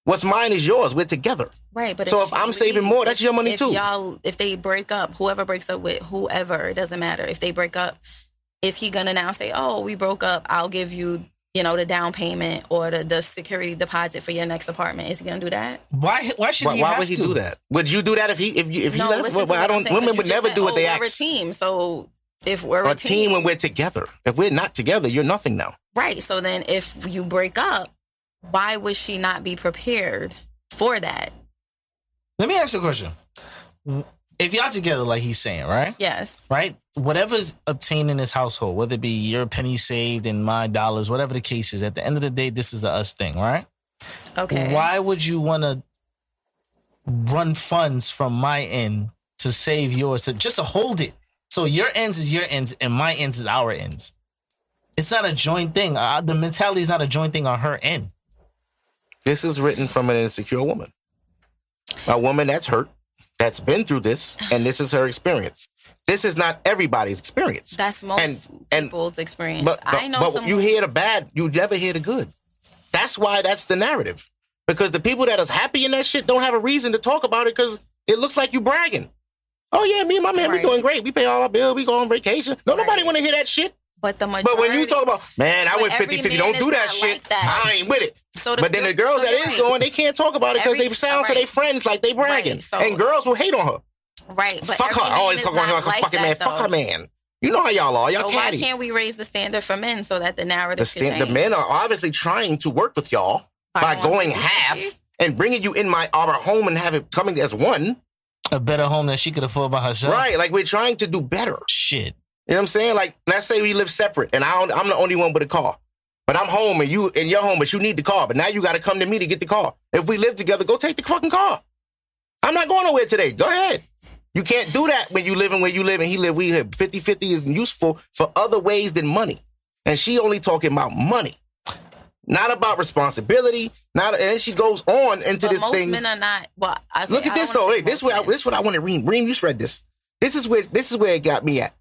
A: What's mine is yours. We're together.
C: Right, but
A: So if
C: she
A: I'm saving
C: leaves-
A: more, that's your money
C: if
A: too.
C: Y'all, if they break up, whoever breaks up with whoever, it doesn't matter. If they break up, is he gonna now say, "Oh, we broke up. I'll give you, you know, the down payment or the, the security deposit for your next apartment"? Is he gonna do that?
D: Why? Why should
A: Why,
D: he?
A: why
D: have
A: would he
D: to?
A: do that? Would you do that if he if you if he left?
C: listen
A: Well,
C: to
A: well, I
C: what I'm
A: don't.
C: saying, but
A: Women would
C: you just
A: never
C: said,
A: do what
C: "Oh,
A: they
C: We're a
A: ask.
C: team, so if we're
A: A team when we're together. If we're not together, you're nothing now.
C: Right. So then if you break up, why would she not be prepared for that?
D: Let me ask you a question. If y'all together, like he's saying, right?
C: Yes.
D: Right? Whatever's obtained in this household, whether it be your penny saved and my dollars, whatever the case is, at the end of the day, this is a us thing, right?
C: Okay.
D: Why would you want to run funds from my end to save yours to just to hold it? So your ends is your ends and my ends is our ends. It's not a joint thing. Uh, the mentality is not a joint thing on her end.
A: This is written from an insecure woman. A woman that's hurt, that's been through this, and this is her experience. This is not everybody's experience.
C: That's most
A: And- and-
C: people's experience.
A: but but,
C: I know
A: but
C: someone,
A: you hear the bad, you never hear the good. That's why that's the narrative. Because the people that is happy in that shit don't have a reason to talk about it because it looks like you bragging. Oh yeah, me and my man,
C: Right.
A: we doing great. We pay all our bills. We go on vacation. No, nobody
C: Right.
A: want to hear that shit.
C: but the majority,
A: But when you talk about, man, I
C: But
A: went
C: every
A: 50 50,
C: man
A: don't
C: is
A: do that
C: not
A: shit.
C: like that.
A: I ain't with it.
C: So the
A: but then the
C: girl-
A: girls
C: so
A: that
C: you're
A: is
C: right.
A: going, they can't talk about it because
C: Every-
A: they sound to
C: right.
A: their friends like they bragging.
C: Right, so-
A: and girls will hate on her.
C: right? But
A: fuck her.
C: every
A: I
C: man
A: always
C: is
A: talk about her
C: not
A: like a
C: like
A: fucking
C: that,
A: man. Fuck
C: though.
A: her man. You know how y'all are. Y'all
C: So why
A: catty.
C: can't we raise the standard for men so that the narrative
A: the,
C: could
A: stand, the
C: change?
A: men are obviously trying to work with y'all
C: I
A: by
C: don't want
A: going
C: to be
A: half
C: picky.
A: and bringing you in my our home and have it coming as one.
D: A better home than she could afford by herself.
A: Right. Like we're trying to do better.
D: Shit.
A: You know what I'm saying? Like, let's say we live separate, and I don't, I'm the only one with a car, but I'm home, and you in your home, but you need the car. But now you got to come to me to get the car. If we live together, go take the fucking car. I'm not going nowhere today. Go ahead. You can't do that when you live and where you live, and he live. We live. 50 50 is useful for other ways than money, and she only talking about money. Not about responsibility. Not and then she goes on into
C: But
A: this
C: most
A: thing.
C: men are not. Well, I say,
A: Look
C: I
A: at this
C: don't
A: though.
C: wanna
A: Wait,
C: say
A: this
C: most
A: way. I,
C: men.
A: this is what I want to read. Reem, you just read this. This is where this is where it got me at.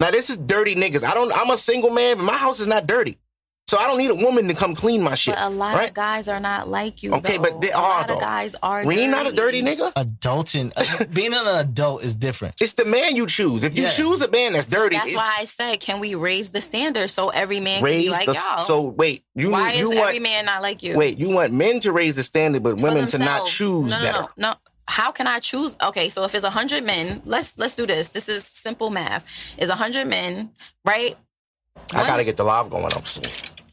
A: Now this is dirty niggas. I don't. I'm a single man, but my house is not dirty, so I don't need a woman to come clean my shit.
C: But a lot
A: right?
C: of guys are not like you.
A: Okay, but
C: though.
A: they
C: a
A: are,
C: lot
A: though.
C: of guys are.
A: Reem not a dirty nigga.
D: Adulting. Being an adult is different.
A: It's the man you choose. If you
D: Yeah.
A: choose a man that's dirty,
C: That's
A: it's
C: why I said, can we raise the standard so every man can be
A: raise
C: like
A: the.
C: y'all?
A: So wait, you
C: why is
A: you
C: every
A: want
C: man not like you?
A: wait you want men to raise the standard, but
C: For
A: women to not
C: themselves.
A: choose
C: no, no,
A: better.
C: No, no, How can I choose? Okay, so if it's hundred men, let's let's do this. This is simple math. Is hundred men right?
A: I gotta get the live going up soon.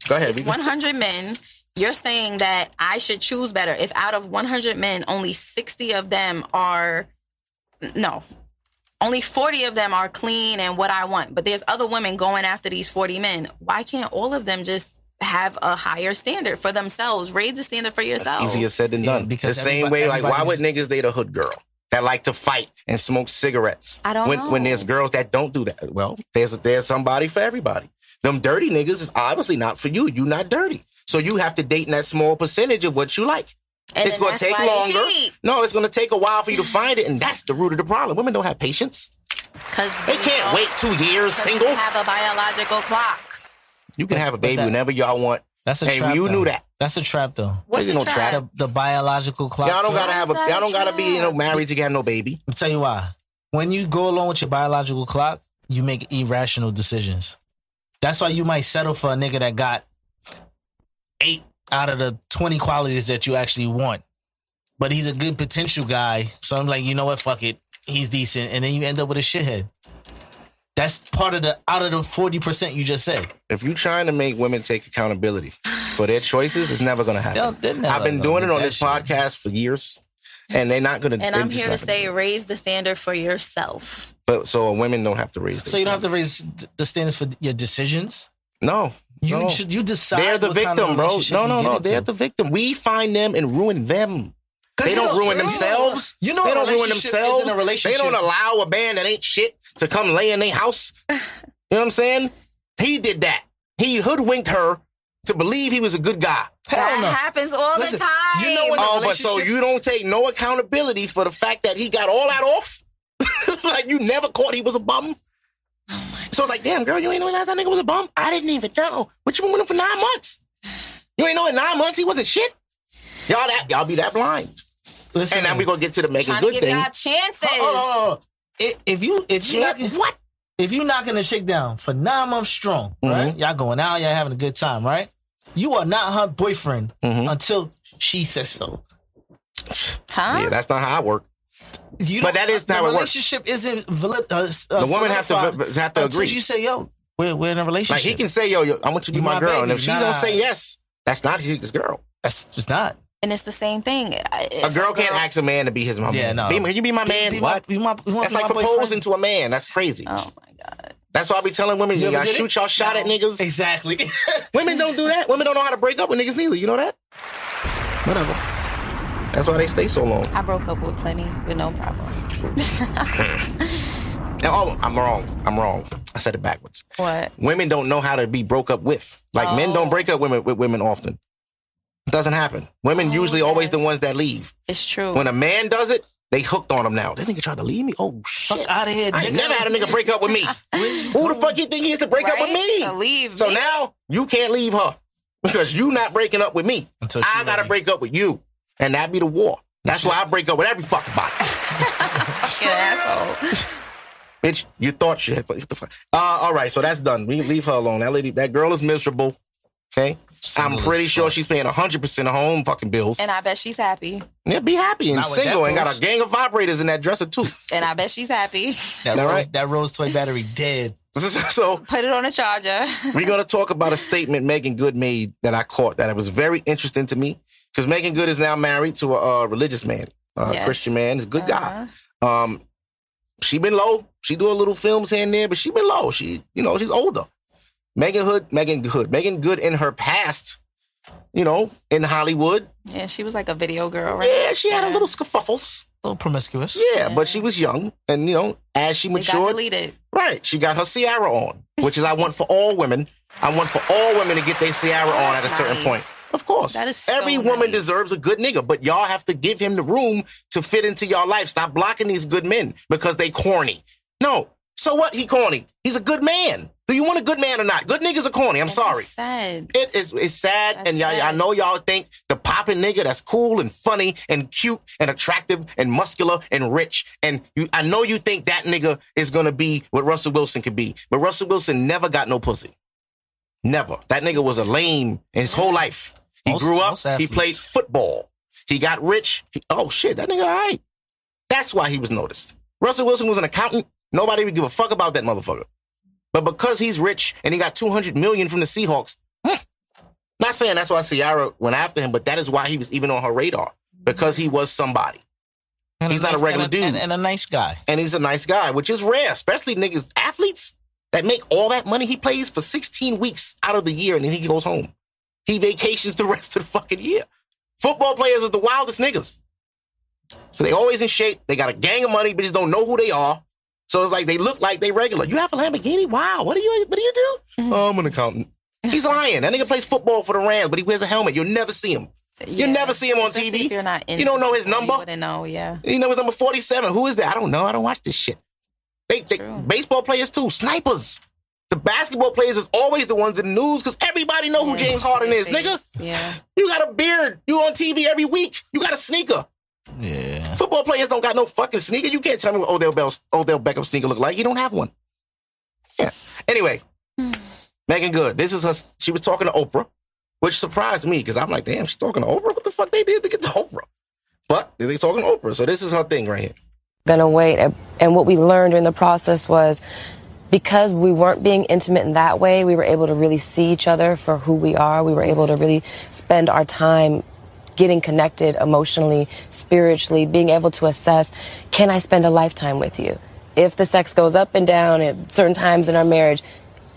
A: Go ahead. we can-
C: One hundred men. You're saying that I should choose better. If out of one hundred men, only sixty of them are no. Only 40 of them are clean and what I want, but there's other women going after these 40 men. Why can't all of them just have a higher standard for themselves. Raise the standard for yourself.
A: Easier said than done.
D: Yeah, because
A: the same
D: everybo-
A: way, like, why would
D: everybody's-
A: niggas date a hood girl that like to fight and smoke cigarettes?
C: I don't
A: when,
C: know.
A: When there's girls that don't do that, well, there's there's somebody for everybody. Them dirty niggas is obviously not for you. You not dirty, so you have to date in that small percentage of what you like.
C: And
A: it's
C: then
A: gonna
C: that's
A: take
C: why they
A: longer.
C: cheat.
A: No, it's gonna take a while for you to find it, and that's the root of the problem. Women don't have patience.
C: Because
A: They can't wait two years single.
C: Have a biological clock.
A: You can have a
D: But
A: baby
D: that-
A: whenever y'all want.
D: That's a
A: Hey,
D: trap.
A: you
D: though.
A: knew that.
D: That's a trap, though.
C: What's
A: There's no
C: the trap?
A: trap.
D: The, the biological clock.
A: Y'all don't
D: to it.
A: gotta have a.
C: Why is that
A: Y'all don't gotta be you know
C: trap?
A: married to have no baby.
D: I'll tell you why. When you go along with your biological clock, you make irrational decisions. That's why you might settle for a nigga that got eight out of the 20 qualities that you actually want. But he's a good potential guy. So I'm like, you know what? Fuck it. He's decent. And then you end up with a shithead. That's part of the out of the 40% you just said.
A: if you're trying to make women take accountability for their choices, it's never gonna happen.
D: Yo, they're never
A: I've been
D: gonna
A: doing it
D: get
A: on
D: that
A: this
D: shit.
A: podcast for years, and they're not gonna.
C: And
A: they're
C: I'm
A: just
C: here to
A: not gonna
C: say,
A: do it.
C: raise the standard for yourself.
A: but so women don't have to raise.
D: So you don't have to raise th- the standards for your decisions.
A: No,
D: You
A: no.
D: should you decide.
A: they're the
D: what kind of
A: victim, bro.
D: relationship
A: No,
D: you
A: no,
D: get
A: no.
D: into.
A: They're the victim. We find them and ruin them.
D: 'Cause
A: They
D: you
A: don't
D: know-
A: ruin
D: you know-
A: themselves.
D: You know,
A: they
D: a
A: don't ruin
D: relationship
A: themselves.
D: Isn't a relationship.
A: They don't allow a man that ain't shit to come lay in their house. you know what I'm saying? He did that. He hoodwinked her to believe he was a good guy.
D: Hell
C: That
D: no.
C: happens all
D: Listen,
C: the time.
D: you know when-
A: Oh,
D: a
A: but so
D: relationship-
A: you don't take no accountability for the fact that he got all that off? like you never caught he was a bum?
D: Oh,
A: So it's like, damn, girl, you ain't know that nigga was a bum? I didn't even know. What you been with him for nine months? You ain't know in nine months he wasn't shit? Y'all that y'all be that blind.
D: Listen,
A: And now we gonna get to the making
C: trying to
A: good
C: give
A: thing.
C: y'all chances.
D: Hold on, hold on, hold on. I- If you if you
A: Shit,
D: knocking,
A: what?
D: if you knocking the chick down for nine months strong,
A: Mm-hmm.
D: right? Y'all going out, y'all having a good time, right? You are not her boyfriend
A: Mm-hmm.
D: until she says so.
C: Huh?
A: Yeah, that's not how I work.
D: You
A: But
D: don't-
A: that is
D: the
A: how it works.
D: relationship isn't valid. Uh, uh,
A: The woman have to-
D: solidified
A: have to
D: until
A: agree.
D: You say, "Yo, we're we're in a relationship."
A: Like he can say, yo, yo I want you to be
D: You
A: my,
D: my
A: girl.
D: baby.
A: and if she
D: Nah.
A: don't say yes, that's not his girl.
D: That's just not.
C: And it's the same thing.
A: A girl can't ask a man to be his my
D: Yeah,
A: man.
D: no.
A: Be- can you be my man?
D: Be my-
A: what?
D: be my- you wanna
A: That's
D: be
A: like
D: my boyfriend?
A: proposing to a man. That's crazy.
C: Oh my god.
A: That's why I be telling women,
D: You
A: y'all
D: ever did
A: shoot
D: it?
A: y'all shot at niggas.
D: Exactly.
A: Women don't do that. Women don't know how to break up with niggas neither. You know that? Whatever. That's why they stay so long.
C: I broke up with plenty with no problem.
A: And, oh, I'm wrong. I'm wrong. I said it backwards.
C: What?
A: Women don't know how to be broke up with. Like men
D: Oh.
A: don't break up women with women often. It doesn't happen.
D: Oh,
A: Women usually always the ones that leave.
C: It's true.
A: When a man does it, they hooked on him now. That nigga tried to leave me. Oh shit.
D: Out of here.
A: I ain't
D: nigga.
A: never had a nigga break up with me. Who the fuck you think he is to break up with
C: Right?
A: me?
C: To leave
A: so
C: me.
A: now you can't leave her because you not breaking up with me.
D: Until she
A: I gotta
D: ready.
A: break up with you, and that be the war. That's why I break up with every fucking body,
C: Fucking asshole.
A: bitch. You thought she had what the fuck? Uh, all right, so that's done. We leave her alone. That lady, that girl is miserable. Okay,
D: Single
A: I'm
D: as
A: pretty sure
D: fuck.
A: she's paying hundred percent of her own fucking bills.
C: And I bet she's happy.
A: yeah, be happy and
D: Not with
A: single,
D: that
A: and got
D: boost.
A: a gang of vibrators in that dresser too.
C: And I bet she's happy.
D: That,
A: All
D: rose,
A: right.
D: that rose toy battery dead.
A: so
C: Put it on a charger.
A: We're going to talk about a statement Megan Good made that I caught that it was very interesting to me because Megan Good is now married to a, uh religious man, a
C: Yes. Uh-huh.
A: Christian man. He's a good guy. Um, she been low. She do a little films here and there, but she been low. She, you know, she's older. Megan Hood, Megan Good, Megan Good in her past, you know, in Hollywood.
C: Yeah, she was like a video girl, right?
A: Yeah, she had a little scuffles.
D: A little promiscuous.
A: Yeah, but she was young, and you know, as she
C: It got
A: matured,
C: deleted.
A: Right. She got her Ciara on, which is I want for all women. I want for all women to get their Ciara on at a certain
C: Nice.
A: point. Of course.
C: That is so
A: Every woman
C: nice.
A: deserves a good nigga, but y'all have to give him the room to fit into y'all life. Stop blocking these good men because they corny. No. So what? He corny. He's a good man. Do you want a good man or not? Good niggas are corny. I'm sorry.
C: It's sad.
A: It is it's sad,
C: That's
A: and y'all, I
C: sad.
A: know y'all think the poppin' nigga that's cool and funny and cute and attractive and muscular and rich, and you, I know you think that nigga is gonna be what Russell Wilson could be, but Russell Wilson never got no pussy, never. That nigga was a lame in his whole life. He
D: Most-
A: grew up,
D: most
A: he
D: athletes.
A: played football, he got rich. He, oh shit, that nigga all right. That's why he was noticed. Russell Wilson was an accountant. Nobody would give a fuck about that motherfucker. But because he's rich and he got 200 million from the Seahawks, hmm, not saying that's why Ciara went after him, but that is why he was even on her radar because he was somebody.
D: And
A: He's not a
D: nice-
A: regular
D: and and-
A: dude.
D: and a nice guy.
A: And he's a nice guy, which is rare, especially niggas, athletes that make all that money. He plays for 16 weeks out of the year and then he goes home. He vacations the rest of the fucking year. Football players are the wildest niggas. So they always in shape. They got a gang of money, but just don't know who they are. So it's like they look like they regular. You have a Lamborghini? Wow. What do you what do you do? Oh, I'm an accountant. He's lying. That nigga plays football for the Rams, but he wears a helmet. You'll never see him.
C: Yeah.
A: You'll never see him on
C: Especially
A: TV.
C: If you're not in
A: You don't know his
C: it, you
A: number?
C: wouldn't know, yeah.
A: You know, it's number 47. Who is that? I don't know. I don't watch this shit. They, they
C: True.
A: baseball players too, snipers. The basketball players is always the ones in the news because everybody know who
C: Yeah,
A: James Harden
C: your
A: is,
C: face.
A: nigga.
C: Yeah.
A: You got a beard. You on TV every week. You got a sneaker.
D: Yeah.
A: Football players don't got no fucking sneaker. You can't tell me what Odell Bell's Odell Beckham sneaker look like. You don't have one. Yeah. Anyway,
C: Hmm.
A: Megan Good. This is her. She was talking to Oprah, which surprised me because I'm like, damn, she's talking to Oprah. What the fuck they did to get to Oprah? But they talking to Oprah, so this is her thing right here.
B: going to wait. And what we learned in the process was because we weren't being intimate in that way, we were able to really see each other for who we are. We were able to really spend our time getting connected emotionally, spiritually, being able to assess can I spend a lifetime with you? If the sex goes up and down at certain times in our marriage,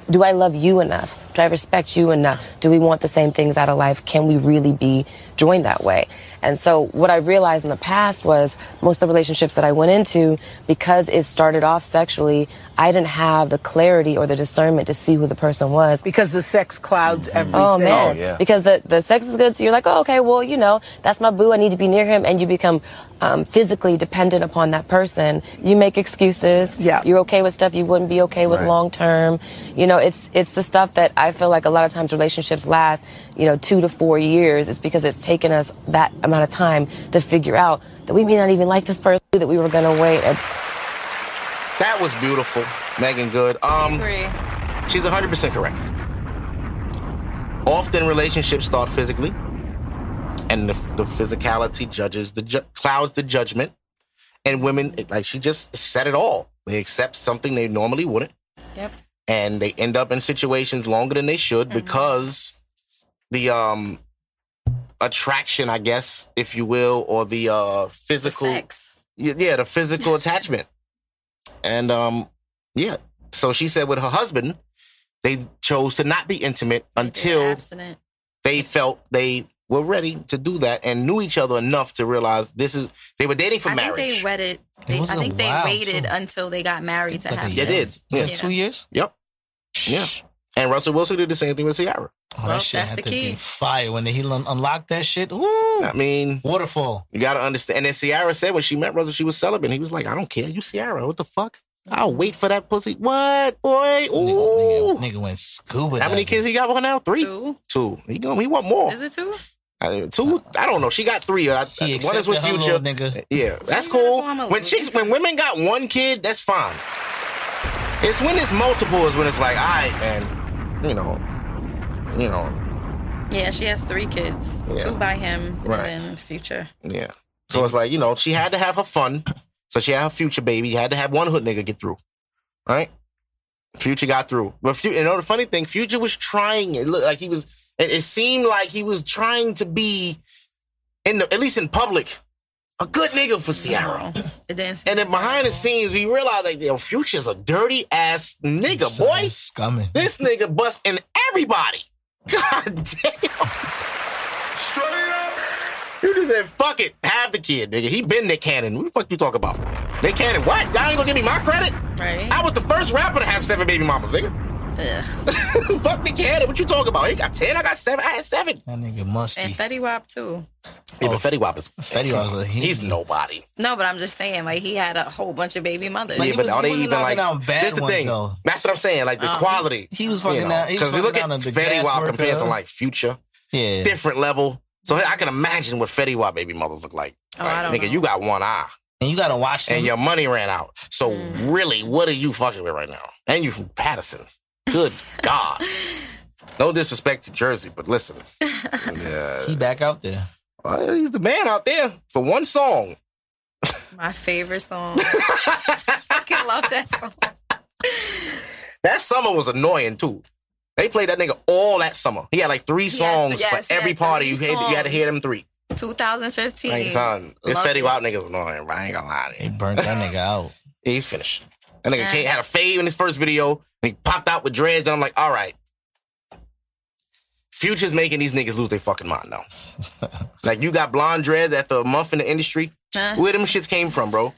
B: do I love you enough? Do I respect you enough? Do we want the same things out of life? Can we really be joined that way? And so, what I realized in the past was most of the relationships that I went into, because it started off sexually, I didn't have the clarity or the discernment to see who the person was.
E: because the sex clouds everything.
B: Oh man, because the the sex is good, so you're like, oh okay, well you know that's my boo. I need to be near him, and you become um, physically dependent upon that person. You make excuses.
E: Yeah.
B: you're okay with stuff you wouldn't be okay with long term. You know, it's it's the stuff that I feel like a lot of times relationships last, you know, two to four years. It's because it's taken us that amount of time to figure out that we may not even like this person that we were gonna wait. A-
A: That was beautiful, Megan Good. Um,
C: Agree.
A: she's 100% correct. Often relationships start physically, and the, the physicality judges the ju- clouds the judgment. And women, it- like she just said it all. They accept something they normally wouldn't,
C: Yep. Mm-hmm.
A: and they end up in situations longer than they should because the um attraction, I guess, if you will, or the uh physical
C: Sex.
A: Y- yeah, the physical attachment. And um, yeah. So she said with her husband, they chose to not be intimate until
C: Abstinent.
A: they felt they were ready to do that and knew each other enough to realize this is they were dating for
C: I
A: marriage.
C: think they wed it. They, I
D: wasn't a
C: think they
D: while,
C: waited
D: too.
C: until they got married to
D: Like a
C: have
D: year.
A: They did.
C: sex.
D: It's
A: Yeah.
D: like
C: Yeah.
D: two years?
A: yep. Yeah. And Russell Wilson did the same thing with Ciara.
D: Oh,
C: Well,
D: that shit
C: that's
D: had
C: the
D: to
C: key.
D: be fire when he un- unlocked that shit. Ooh,
A: I mean,
D: waterfall.
A: you gotta understand. And then Ciara said when she met Russell, she was celibate. He was like, I don't care, you Ciara, what the fuck? I'll wait for that pussy. What, boy? Ooh.
D: Nigga, nigga, nigga went scuba.
A: How many
D: diving.
A: kids he got right now? Three.
C: Two?
A: Two. He going. He want more.
C: Is it two?
A: I, two. I don't know. She got three. I,
D: He
A: I- one is
D: accepted
A: with
D: her
A: Future.
D: little nigga.
A: Yeah, that's
C: Yeah,
A: cool.
C: I'm a
A: When
C: little-
A: chicks, when women got one kid, that's fine. It's when it's multiple is when it's like, all right, man, you know, you know,
C: Yeah, she has three kids.
A: Yeah.
C: Two by him
A: Right.
C: and then future.
A: yeah. So it's like, you know, she had to have her fun. So she had her future baby. Had to have one hood nigga get through, right? Future got through, but Fu- you know the funny thing, Future was trying. It looked like he was. It, it seemed like he was trying to be in the, at least in public, a good nigga for Ciara.
C: Girl. It didn't seem
A: And then behind the
C: normal.
A: scenes, we realize like, yo, Future's a dirty ass nigga,
D: Son
A: boy.
D: was scumming.
A: This nigga busting everybody. God damn. You just said, fuck it, have the kid, nigga. He been Nick Cannon. What the fuck you talk about? Nick Cannon, what? Y'all ain't gonna give me my credit?
C: Right?
A: I was the first rapper to have seven baby mamas, nigga.
C: Ugh.
A: fuck Nick Cannon, what you talking about? He got ten, I got seven, I had seven.
D: That nigga musty.
C: And Fetty Wap too.
A: Yeah, but Fetty Wap is,
D: Oh, Fetty Wap is a- he-
A: he's nobody.
C: No, but I'm just saying, like he had a whole bunch of baby mothers.
A: Yeah,
D: he
A: but
D: was-
A: are
D: he
A: they
D: wasn't
A: even like?
D: knocking down bad
A: That's the
D: ones,
A: thing.
D: though.
A: That's what I'm saying. Like the
C: Um,
A: quality.
D: Uh, he was fucking down- he was
A: Because you
D: fucking
A: look at
D: down on the
A: Fetty
D: gas
A: Wap
D: worker.
A: compared to like Future,
D: yeah.
A: different level. So I can imagine what Fetty Wap baby mothers look like.
C: Oh,
A: Like,
C: I don't
A: nigga,
C: know.
A: you got one eye,
D: And you gotta watch him.
A: and your money ran out. So
C: Hmm.
A: really, what are you fucking with right now? And you from Patterson. Good God. No disrespect to Jersey, but listen, yeah,
D: he back out there.
A: well, he's the man out there for one song.
C: My favorite song. I fucking love that song.
A: That summer was annoying too. They played that nigga all that summer. He had like three songs
C: yes,
A: for
C: he
A: every
C: had
A: party. You
C: three
A: had, you had to hear them
C: songs.
A: three.
C: 2015.
A: Like, son, this
C: Love
A: Fetty
C: it.
A: Wap nigga was annoying, bro. I ain't gonna lie to
D: He
A: you.
D: burnt that nigga out.
A: He's finished. That nigga
C: Yeah.
A: came, had a fade in his first video, and he popped out with dreads, and I'm like, all right. Future's making these niggas lose their fucking mind now. like you got blonde dreads after a month in the industry.
C: Huh?
A: Where them shits came from, bro?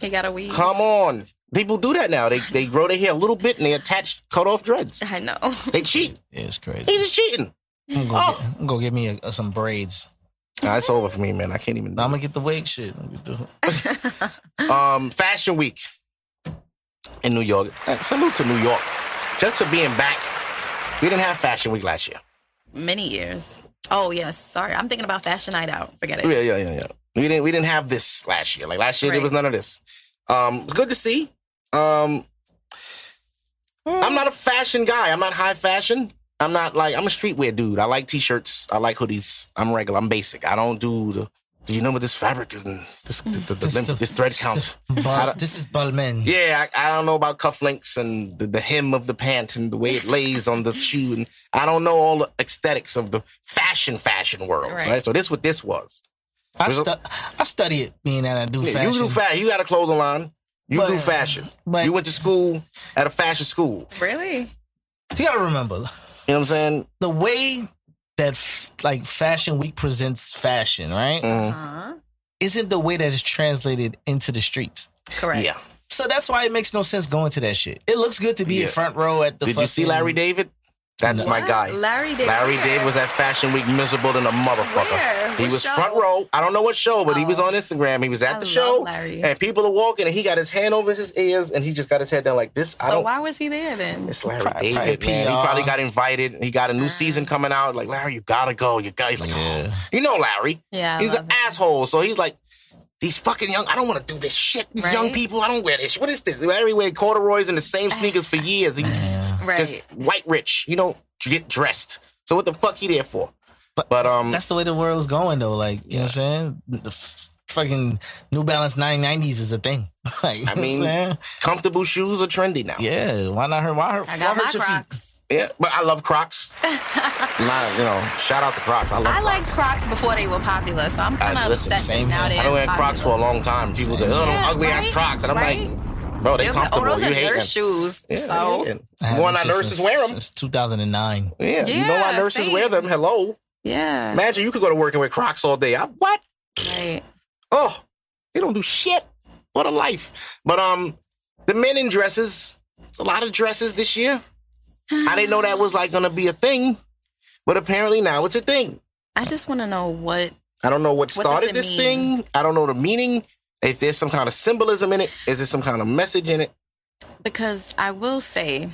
C: He got a weed.
A: Come on. People do that now. They they grow their hair a little bit and they attach cut off dreads.
C: I know.
A: They cheat.
D: It's crazy.
A: He's just cheating. Oh.
D: I'm gonna, go, get, I'm gonna get me a, some braids.
A: Nah, it's over for me, man. I can't even.
D: Now I'm gonna get the wig shit. I'm gonna get the-
A: Um, Fashion Week in New York. Uh, Salute to New York just for being back. We didn't have Fashion Week last year.
C: Many years. Oh yes. Sorry, I'm thinking about Fashion Night Out. Forget it.
A: Yeah, yeah, yeah, yeah. We didn't we didn't have this last year. Like last year, there
C: Right.
A: was none of this. Um, it's good to see. Um, I'm not a fashion guy. I'm not high fashion. I'm not like I'm a streetwear dude. I like t-shirts. I like hoodies. I'm regular. I'm basic. I don't do the. Do you know what this fabric is? And this the, the, the, lim- this thread count.
D: Bal- this is Balmain.
A: Yeah, I, I don't know about cufflinks and the, the hem of the pant and the way it lays on the shoe, and I don't know all the aesthetics of the fashion fashion world. Right.
C: Right.
A: So this what this was.
D: I, stu- I study it, being that I do
A: Yeah,
D: fashion.
A: You do fashion. You got a clothing line. You
D: But-
A: do fashion.
D: but-
A: you went to school at a fashion school.
C: Really?
D: you gotta remember
A: You know what I'm saying?
D: the way that f- like Fashion Week presents fashion, right?
A: Mm-hmm.
C: Uh-huh.
D: Isn't the way that it's translated into the streets.
C: Correct.
A: Yeah.
D: So that's why it makes no sense going to that shit. It looks good to be
A: Yeah.
D: in front row at the.
A: Did you see
D: fucking-
A: Larry David? That's my
C: What?
A: guy.
C: Ah, Larry David.
A: Larry David was at Fashion Week miserable than a motherfucker.
C: Where?
A: He
C: What
A: was
C: show?
A: front row. I don't know what show, but he was
C: Oh.
A: on Instagram. He was at
C: I
A: the
C: love
A: show.
C: Larry.
A: And people are walking and he got his hand over his ears and he just got his head down like this. I
C: So
A: don't
C: why was he there then?
A: It's Larry
D: Probably-
A: David,
D: probably
A: man. He
D: PR.
A: probably got invited. He got a new season coming out. Like Larry, you gotta go. You got. He's like,
D: Yeah.
A: "Oh." you know, Larry.
C: Yeah, I
A: he's an
C: love him.
A: asshole. So he's like, these fucking young. I don't want to do this shit. These
C: Right?
A: Young people, I don't wear this. What is this? Larry wear corduroys and the same sneakers for years. He's
C: Right.
A: just white rich. You know, to get dressed. So what the fuck he there for? But,
D: But-
A: um,
D: That's the way the world's going though. Like you know what I'm saying? The f- fucking New Balance 990s is a thing. like
A: I mean,
D: yeah.
A: comfortable shoes are trendy now. Yeah,
D: yeah. Why not hurt? Why hurt?
C: I got
D: why
C: my
D: hurt your feet?
C: Crocs.
A: but I love Crocs. Not you know, shout out to Crocs. I love.
C: I
A: Crocs.
C: liked Crocs before they were popular, so I'm kind
A: I-
C: of
A: listen,
C: upset that
D: same
C: now
D: here.
C: they're
A: I don't wear
C: popular.
A: Crocs for a long time. People say, "Oh, them
C: Yeah,
A: ugly ass
C: right,
A: Crocs," and I'm like, "Bro, they
C: Those are, oh,
A: comfortable.
C: those
A: you
C: are
A: hate
C: your
A: them."
C: shoes.
A: Yeah,
C: so
A: yeah.
D: I haven't
A: One our
D: since-
A: nurses
D: since-
A: wear them.
D: since 2009.
A: Yeah, you know our
C: Yeah,
A: nurses
C: same.
A: wear them. Hello,
C: yeah.
A: imagine you could go to work and wear Crocs all day. I, what?
C: Right.
A: Oh, they don't do shit. What a life. But um, the men in dresses. It's a lot of dresses this year. I didn't know that was like gonna be a thing, but apparently now it's a thing.
C: I just want to know what.
A: I don't know what
C: What does
A: started
C: it
A: this
C: mean?
A: thing. I don't know the meaning. If there's some kind of symbolism in it, is there some kind of message in it?
C: because I will say,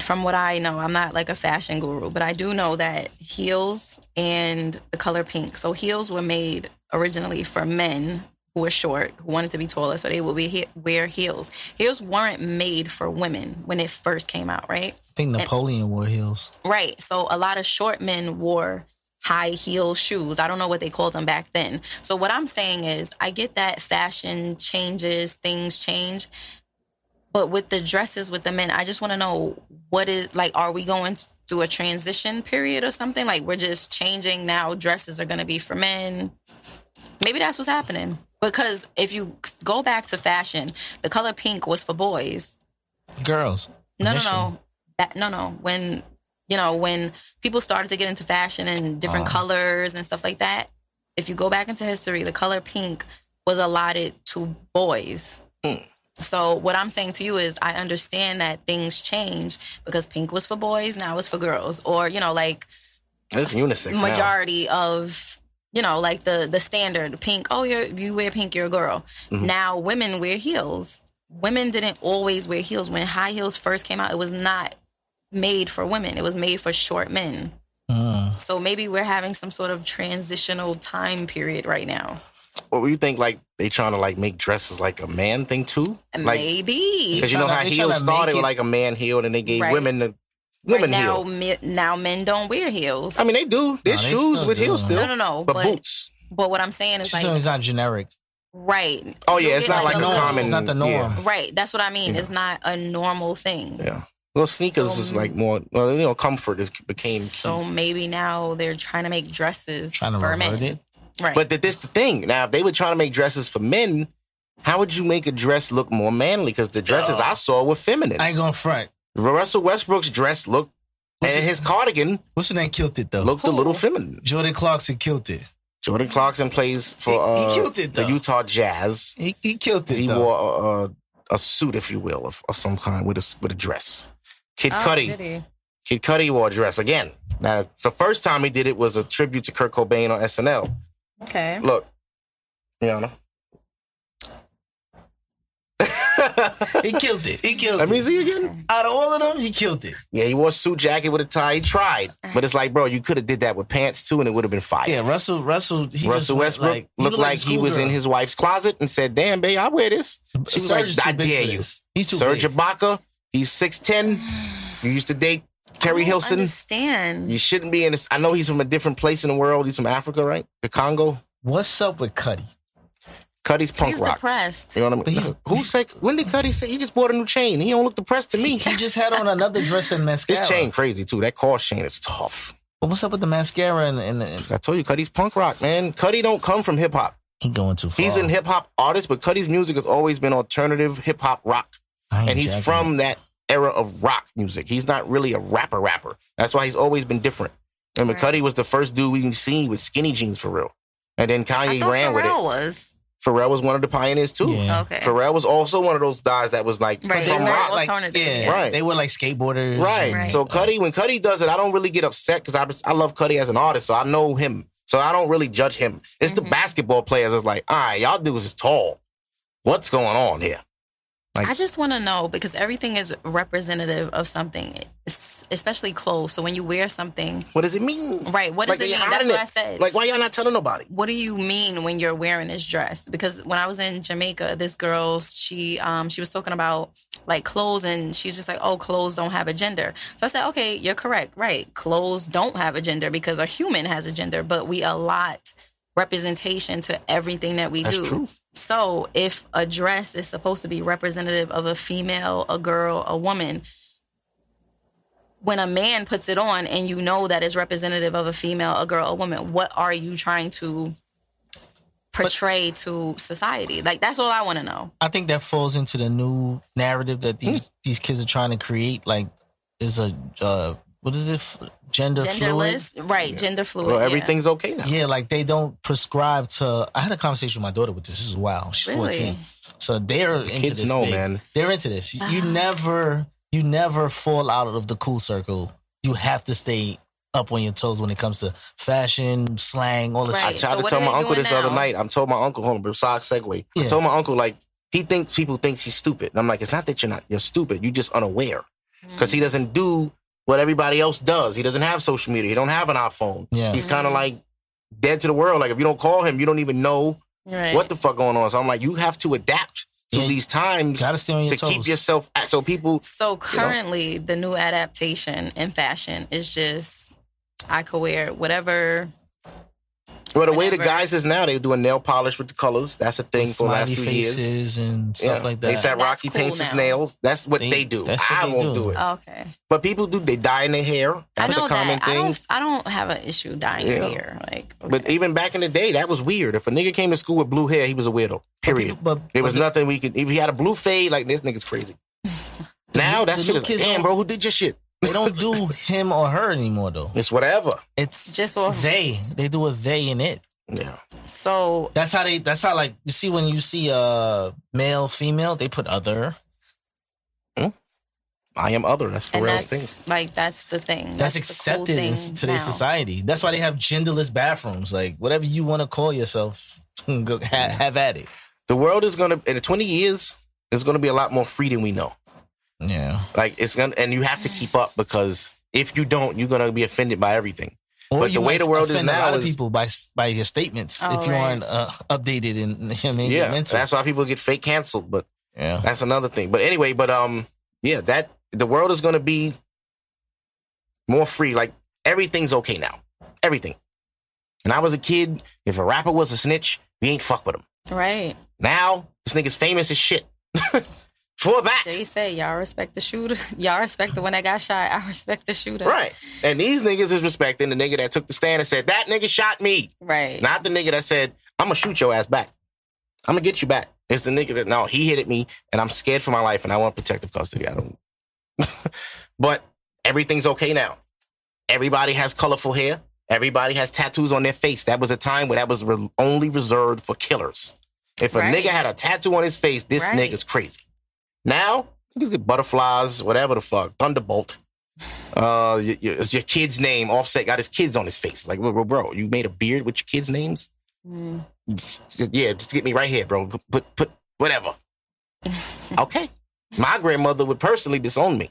C: from what I know, I'm not like a fashion guru, but I do know that heels and the color pink. So heels were made originally for men who were short, who wanted to be taller, so they would be he- wear heels. Heels weren't made for women when it first came out, right?
D: I think Napoleon wore heels.
C: Right. So a lot of short men wore high heel shoes. I don't know what they called them back then. So what I'm saying is, I get that fashion changes, things change. But with the dresses with the men, I just want to know what is like are we going through a transition period or something? Like we're just changing now dresses are going to be for men. Maybe that's what's happening. Because if you go back to fashion, the color pink was for boys.
D: Girls.
C: No, no,
D: initially.
C: no. That no, no. When you know when people started to get into fashion and different colors and stuff like that. If you go back into history, the color pink was allotted to boys. So what I'm saying to you is, I understand that things change because pink was for boys, now it's for girls, or you know, like
A: It's unisex. now.
C: majority of you know like the the standard pink oh you're you wear pink you're a girl
A: Mm-hmm.
C: now women wear heels women didn't always wear heels when high heels first came out it was not made for women it was made for short men
A: Mm.
C: so maybe we're having some sort of transitional time period right now
A: What do you think? Like they trying to like make dresses like a man thing too? Like
C: maybe
A: because you know
D: Tryna-
A: how
D: they
A: heels
D: tryna
A: started
D: make
A: with
D: it-
A: like a man heel, and then they gave
C: Right.
A: women the
C: Right
A: woman
C: now
A: heel.
C: me- now men don't wear heels
A: I mean, they do. There's
D: they
A: shoes
D: still
A: with
D: do.
A: heels still.
C: No, no, no,
A: But,
C: but-
A: boots.
C: but what i'm saying is
D: She's
C: like
D: saying it's not generic.
C: right
A: Oh yeah,
C: You'll
A: it's
C: get,
A: not like a
D: norm.
A: common.
D: It's not the
A: Yeah.
D: norm.
C: right that's what i mean it's not a normal thing
A: yeah. Well, sneakers is like more. Well, you know, comfort is became. key.
C: So maybe now they're trying to make dresses
D: Trying to
C: for
D: revert
C: men.
D: it.
C: Right.
A: But that this the thing. Now, if they were trying to make dresses for men, how would you make a dress look more manly? Because the dresses I saw were feminine.
D: I ain't going front.
A: Russell Westbrook's dress looked and his cardigan
D: What's the name? Killed it though.
A: looked a
D: Oh.
A: little feminine.
D: Jordan Clarkson killed it.
A: Jordan Clarkson plays for
D: He- he
A: uh,
D: killed it,
A: the
D: though.
A: Utah Jazz.
D: He, he killed it.
A: He
D: though.
A: wore a, a, a suit, if you will, of, of some kind with a with a dress. Kid
C: Oh,
A: Cudi.
C: did he?
A: Kid Cudi wore a dress again. Now, the first time he did it was a tribute to Kurt Cobain on SNL.
C: Okay.
A: Look, you know.
D: He killed it. He killed
A: Let me
D: it.
A: see again.
D: Out of all of them, he killed it.
A: Yeah, he wore a suit jacket with a tie. He tried, but it's like, bro, you could have did that with pants too, and it would have been fire.
D: Uh-huh. Yeah, Russell. Russell. He just
A: Russell
D: went
A: Westbrook
D: like-
A: looked, like,
D: a
A: he was in
D: schoolgirl.
A: his wife's closet and said, "Damn, babe, I wear this." She was
D: Serge is
A: like,
D: too
A: "I
D: big
A: dare
D: for
A: you."
D: this. He's too
A: Serge
D: big.
A: Ibaka, he's six ten. You used to date Kerry
C: I don't
A: Hilson.
C: Understand?
A: You shouldn't be in this. I know he's from a different place in the world. He's from Africa, right? The Congo.
D: What's up with Cuddy?
A: Cuddy's punk
C: He's
A: rock.
C: depressed.
A: You know what I
D: But
A: mean?
D: he's-
A: Who said? When did Cuddy say he just bought a new chain? He don't look depressed to me.
D: He just had on another dress and mascara.
A: This chain crazy too. That car chain is tough.
D: But what's up with the mascara and, and, and
A: I told you, Cuddy's punk rock, man. Cuddy don't come from hip hop.
D: he going too far?
A: He's an hip hop artist, but Cuddy's music has always been alternative hip hop rock.
D: I ain't
A: and he's
D: jacking it.
A: from that era of rock music. He's not really a rapper rapper. That's why he's always been different. And
C: Right.
A: McCuddy was the first dude we seen with skinny jeans for real. And then
C: I
A: Kanye
C: thought
A: ran with
C: Pharrell
A: it.
C: was.
A: Pharrell was one of the pioneers too.
D: Yeah.
C: Okay.
A: Pharrell was also one of those guys that was like
C: Right.
A: from
C: They were
A: rock.
C: all- alternative,
D: Yeah,
C: yeah.
A: Right.
D: They were like skateboarders.
A: Right.
D: and-
C: Right.
A: So Cuddy, when Cuddy does it, I don't really get upset because I just- I love Cuddy as an artist, so I know him. So I don't really judge him. It's
C: Mm-hmm.
A: the basketball players that's like, all right, y'all dudes is tall. What's going on here?
C: I just want to know because everything is representative of something, es- especially clothes. So when you wear something,
A: What does it mean?
C: Right, what does it
A: you're
C: mean? That's
A: hiding
C: what I said.
A: Like, why y'all not telling nobody?
C: what do you mean when you're wearing this dress? Because when I was in Jamaica, this girl, she um she was talking about like clothes and she's just like, "Oh, clothes don't have a gender." So I said, "Okay, you're correct. Right. Clothes don't have a gender because a human has a gender, but we allot representation to everything that we
A: That's
C: do."
A: true.
C: So, if a dress is supposed to be representative of a female, a girl, a woman, when a man puts it on and you know that it's representative of a female, a girl, a woman, what are you trying to portray to society? Like that's all I want to know.
D: I think that falls into the new narrative that these
A: Hmm.
D: these kids are trying to create. Like, is a uh, what is it? F- Gender fluid.
C: Genderless, right? Gender fluid.
A: Well,
C: yeah.
A: everything's okay now.
D: Yeah, like they don't prescribe to. I had a conversation with my daughter with this. This is wow. She's
C: Really?
D: fourteen, so they're into
A: kids
D: this.
A: know,
D: big.
A: man.
D: They're into this. You,
C: Ah.
D: you never, you never fall out of the cool circle. You have to stay up on your toes when it comes to fashion, slang, all this.
A: I
C: Right.
D: shit.
A: tried
C: So
A: to
C: what
A: tell
C: are
A: my
C: they
A: uncle
C: doing
A: this other
C: now?
A: night. I'm told my uncle, hold on, but side segue. I
D: Yeah.
A: told my uncle like he thinks people thinks he's stupid, and I'm like, it's not that you're not you're stupid. You're just unaware because
C: Mm.
A: he doesn't do what everybody else does. He doesn't have social media. He don't have an iPhone.
D: Yeah.
A: He's
C: Mm.
A: kind of like dead to the world. Like if you don't call him, you don't even know
C: Right.
A: what the fuck going on. So I'm like, you have to adapt to
D: Yeah,
A: these times
D: Gotta stay on your
A: to
D: toes.
A: keep yourself. At, so people
C: So currently, the new adaptation in fashion is just I could wear whatever.
A: Well, the way the
C: Whenever-
A: guys is now, they doing nail polish with the colors. That's a thing for the last
D: smiley
A: few
D: faces
A: years.
D: and stuff like that.
A: They said
C: That's
A: Rocky
C: cool
A: paints his
C: now.
A: nails. That's what
D: They-
A: they, do.
D: that's what
A: I
D: they
A: won't
D: do.
A: do, it.
C: Okay.
A: But people do. They dye in their hair.
C: I
A: That's
C: know
A: a common
C: that. I
A: thing.
C: don't. I don't have an issue dying
A: Yeah.
C: here. Like,
A: But even back in the day, that was weird. If a nigga came to school with blue hair, he was a weirdo. Period.
D: people- but-
A: there
D: but
A: was
D: the-
A: nothing we could. If he had a blue fade, like this nigga's crazy. now that
D: the
A: shit
D: new
A: is like,
D: kids
A: damn,
D: don't-
A: bro. Who did your shit?
D: they don't do him or her anymore though.
A: It's whatever.
D: It's
C: Just off-
D: they. They do a they and it.
A: Yeah.
C: so
D: That's how they. That's how like you see when you see uh male female they put other.
A: I am other. That's the
C: and
A: real
C: that's
A: thing.
C: like that's the thing.
D: That's,
C: the cool
D: accepted in
C: thing
D: today's
C: now.
D: society. That's why they have genderless bathrooms. Like whatever you want to call yourself, go ha- have at it.
A: The world is gonna in 20 years. There's gonna be a lot more free than we know.
D: Yeah.
A: Like it's gonna, and you have
C: Mm.
A: to keep up because if you don't, you're gonna be offended by everything.
D: Or
A: But the way
D: might
A: the world is
D: offend a lot
A: now
D: of
A: is-
D: people by s- by your statements
C: Oh,
D: if you
C: right.
D: aren't uh, updated and you know, what I mean,
A: yeah,
D: your mental.
A: that's why people get fake canceled. But
D: yeah.
A: that's another thing. But anyway, but um, yeah, that the world is gonna be more free. Like everything's okay now, everything. When I was a kid, if a rapper was a snitch, we ain't fuck with him.
C: Right.
A: Now this nigga's famous as shit. For that,
C: They say y'all respect the shooter. Y'all respect the one that got shot. I respect the shooter.
A: right? And these niggas is respecting the nigga that took the stand and said that nigga shot me.
C: Right.
A: Not the nigga that said, I'm gonna shoot your ass back. I'm gonna get you back. It's the nigga that no, he hit at me and I'm scared for my life and I want protective custody. I don't but everything's okay now. Everybody has colorful hair. Everybody has tattoos on their face. That was a time where that was re- only reserved for killers. If a
C: Right.
A: nigga had a tattoo on his face, this
C: Right.
A: nigga's crazy. Now, niggas get butterflies, whatever the fuck, thunderbolt. Uh, your, your, it's your kid's name. Offset got his kids on his face. Like, bro, bro, bro, you made a beard with your kids' names.
C: Mm.
A: Just- just- yeah, just get me right here, bro. Put put, put whatever. okay. My grandmother would personally disown me,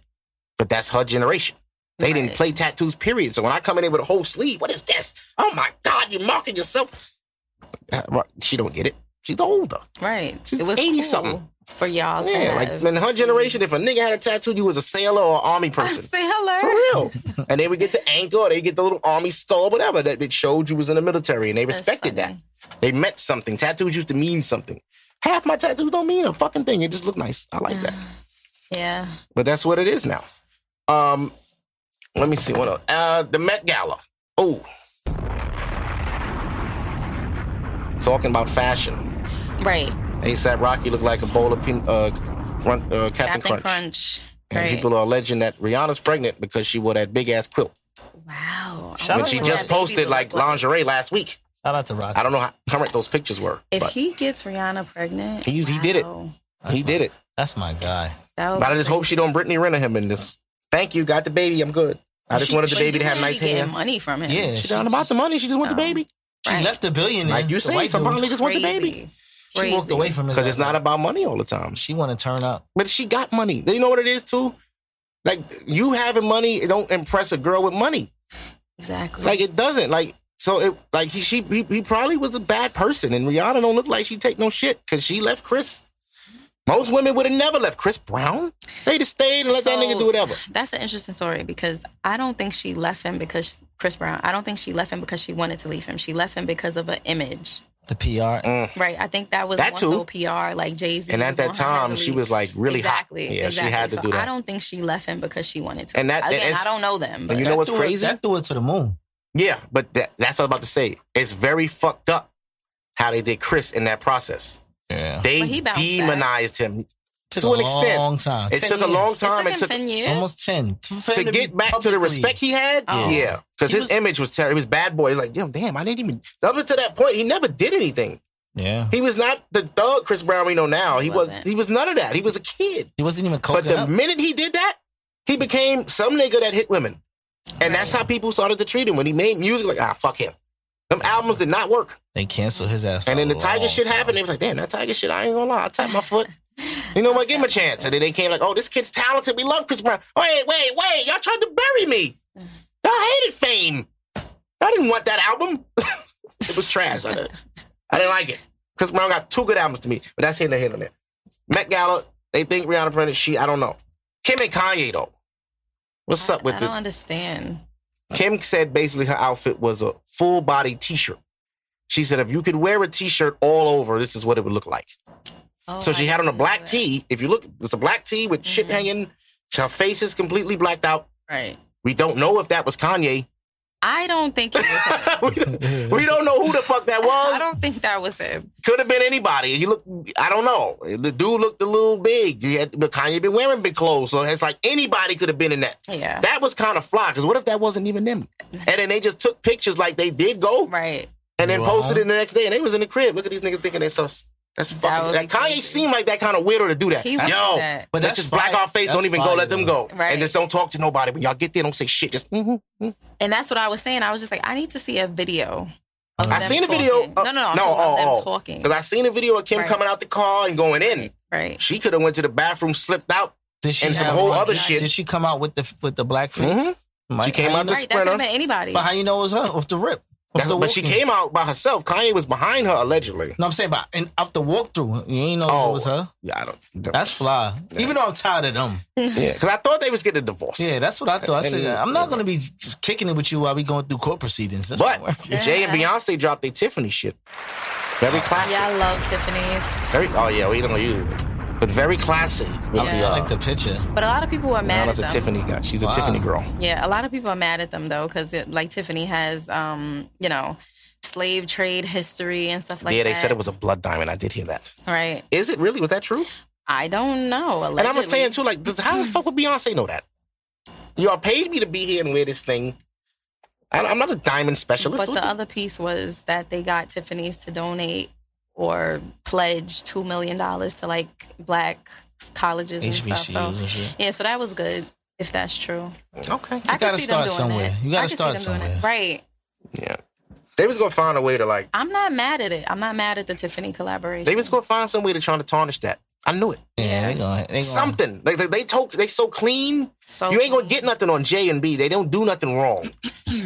A: but that's her generation. They didn't
C: Right.
A: play tattoos, period. So when I come in there with a whole sleeve, what is this? Oh my God, you're marking yourself. Uh, right, She don't get it. She's older.
C: Right.
A: She's
C: it was
A: 80
C: cool
A: something.
C: for y'all. to
A: Yeah,
C: have
A: like in her
C: seen-
A: generation, if a nigga had a tattoo, you was a sailor or an army
C: I
A: person.
C: say
A: For
C: hello.
A: real. and they would get the anchor, or they get the little army skull, whatever, that, that showed you was in the military, and they
C: That's
A: respected that.
C: funny.
A: They meant something. Tattoos used to mean something. Half my tattoos don't mean a fucking thing. It just look nice. I like that.
C: Yeah.
A: But that's what it is now. Um, let me see what else. Uh, the Met Gala. Oh, talking about fashion.
C: Right.
A: ASAP Rocky looked like a bowl of pin, uh, crunch, uh, Captain,
C: Captain
A: Crunch.
C: Crunch.
A: And
C: Right.
A: people are alleging that Rihanna's pregnant because she wore that big ass quilt.
C: wow.
D: Shout
A: But
D: out
A: she
D: to
A: just
D: Rihanna.
A: posted like lingerie last week.
D: Shout out to Rock.
A: I don't know how current those pictures were.
C: If
A: but
C: he gets Rihanna pregnant,
A: He's- he did it.
C: wow.
A: he did it.
D: That's my guy.
C: That would
A: But I
C: be
A: just
C: great.
A: hope she don't Brittany Renner him in this. Thank you, got the baby. I'm good. I just
D: She-
A: wanted the
C: But
A: baby
C: she
A: to have
C: really
A: nice
C: getting
A: hair.
C: money Oh. from him.
D: Yeah,
A: She not about the money. She just want the
C: No.
A: baby.
D: She
C: Right.
D: left the billionaire.
A: Like you
D: the
A: say,
D: white
A: some
D: dude.
A: probably just want the baby
C: Crazy.
D: She walked
C: Crazy.
D: away from it
A: because it's not about money all the time.
D: She want to turn up.
A: But she got money. You know what it is too. Like you having money, it don't impress a girl with money.
C: Exactly.
A: Like it doesn't. Like so, it like he she he, he probably was a bad person, and Rihanna don't look like she take no shit because she left Chris. Most women would have never left Chris Brown. They just stayed and let that
C: So,
A: nigga do whatever.
C: That's an interesting story because I don't think she left him because Chris Brown. I don't think she left him because she wanted to leave him. She left him because of an image,
D: The PR.
A: Mm,
C: right? I think that was
A: That
C: one
A: too.
C: little PR, like Jay Z.
A: And at that time, she was like really
C: exactly,
A: hot. Yeah,
C: exactly.
A: she had to
C: so
A: do that.
C: I don't think she left him because she wanted to.
A: And that- and
C: again,
A: it's-
C: I don't know them.
A: and you
C: but-
A: know what's
D: Threw her-
A: crazy?
D: That threw it to the moon.
A: Yeah, but that, that's what I was about to say. It's very fucked up how they did Chris in that process.
D: Yeah.
A: They
C: Uh-huh. But he bounced back. Uh,
A: demonized him.
D: Took
A: To
D: a
A: an extent.
D: long time.
A: It
D: 10
A: took a long
D: years.
C: it
A: time.
C: took him ten years.
D: Almost ten. For
A: to
D: him be
A: get back to the
D: publicly-
A: respect he had.
C: Oh.
A: Yeah, because
D: He
A: his
D: was-
A: image was terrible. He was bad boy. He was like, damn, damn, I didn't even. Up until that point, he never did anything.
D: Yeah.
A: He was not the thug Chris Brown we know now. He,
C: He
A: was
C: wasn't.
A: he was none of that. He was a kid.
D: He wasn't even
A: But
D: coking
A: the
D: up.
A: minute he did that, he became some nigga that hit women, and that's how people started to treat him. When he made music, like ah, fuck him. Them albums did not work.
D: They canceled his ass.
A: And
D: for
A: then the
D: a
A: Tiger
D: long
A: shit
D: time.
A: happened. They was like, damn, that Tiger shit, I ain't gonna lie. I tapped my foot. You know what? Give him a chance. And then they came like, oh, this kid's talented. We love Chris Brown. Wait, wait, wait. Y'all tried to bury me. Y'all hated fame. I didn't want that album. it was trash. I didn't, I didn't like it. Chris Brown got two good albums to me, but that's hitting the hit on it. Met Gala, they think Rihanna pregnant. She, I don't know. Kim and Kanye, though. What's up with
C: I
A: the
C: don't understand.
A: Kim said basically her outfit was a full body t shirt. She said if you could wear a t shirt all over, this is what it would look like.
C: Oh,
A: so she
C: I
A: had on a
C: didn't know
A: black
C: that. Mm-hmm.
A: tee. If you look, it's a black tee with shit hanging. Her face is completely blacked out.
C: Right.
A: We don't know if that was Kanye.
C: I don't think it was
A: we,
C: him.
A: don't, we don't know who the fuck that
C: I
A: was.
C: don't think that was him.
A: Could have been anybody. He looked, I don't know. The dude looked a little big. He had, but Kanye been wearing big clothes. So it's like anybody could have been in that.
C: Yeah. Mm-hmm.
A: That was kind of fly. Because what if that wasn't even them? And then they just took pictures like they did go.
C: Right.
A: and then
D: You
A: posted
D: home?
A: it the next day, and they was in the crib. Look at these niggas thinking they sus. That's fucking.
C: would
A: Like,
C: be
A: Kanye
C: crazy.
A: seemed like that kind of weirdo to do that.
C: He
A: Yo,
C: would do that.
A: but
D: But
A: that's
D: that's
A: just black
D: fire.
A: our face.
D: That's
A: don't even go.
D: fire,
A: Let them go,
D: though.
C: Right.
A: and just don't talk to nobody. When y'all get there, don't say shit. Just mm-hmm.
C: And that's what I was saying. I was just like, I need to see a video. Of
A: I
C: them
A: seen a video.
C: talking. no, no, no. I'm
A: no,
C: talking about
A: oh,
C: them
A: oh.
C: talking.
A: Because I seen a video of Kim
C: Right.
A: coming out the car and going in.
C: right.
A: She could have went to the bathroom, slipped out.
D: Did she
A: and some
D: have
A: whole
D: one-
A: other
D: did-
A: shit.
D: Did she come out with the with the black face?
A: Mhm.
D: Mike,
A: She came
D: how
A: out the
D: you know-
C: Right. That could
A: sprinter.
C: have been anybody.
D: But how you know it was her? Off the rip. Off
A: That's,
D: the
A: but she
D: walking.
A: came out by herself. Kanye was behind her allegedly.
D: No, I'm saying, but and off the walkthrough, you ain't know
A: Oh.
D: it was her.
A: Yeah, I don't.
D: That's fly. Even though I'm tired of them.
A: yeah. Because I thought they was getting a divorce.
D: Yeah, that's what I thought. I said,
A: And-
D: I'm not going to be kicking it with you while we going through court proceedings. That's not
A: But
D: working.
A: Jay and Beyonce dropped their Tiffany shit. Very classic.
C: Oh, yeah, I love Tiffany's.
A: Very, oh yeah, we don't use it, but very classy. With
D: I
A: the, uh,
D: like the picture.
C: But a lot of people are mad at
A: Rihanna's a
C: them.
A: Tiffany guy. She's a
D: Wow.
A: Tiffany girl.
C: Yeah, a lot of people are mad at them though, because like Tiffany has, um, you know, slave trade history and stuff like
A: yeah,
C: that.
A: they said it was a blood diamond. I did hear that.
C: right.
A: Is it really? Was that true?
C: I don't know. Allegedly.
A: And I'm just saying too, like, this, how the fuck would Beyonce know that? Y'all paid me to be here and wear this thing. I, I'm not a diamond specialist.
C: But the other piece was that they got Tiffany's to donate or pledge two million dollars to like black colleges and stuff.
D: HBCUs
C: So
D: and shit.
C: yeah, so that was good if that's true.
A: okay.
C: I
D: You
C: could
D: gotta
C: see them
D: start
C: doing
D: somewhere.
C: that.
D: You gotta
C: I could see
D: start
C: them doing
D: somewhere.
C: That. Right.
A: Yeah. They was gonna find a way to like.
C: I'm not mad at it. I'm not mad at the Tiffany collaboration.
A: They was gonna find some way to try to tarnish that. I knew it.
D: Yeah, they going. They going.
A: Something like they they, to- they so clean.
C: So
A: you ain't gonna get nothing on J and B. They don't do nothing wrong.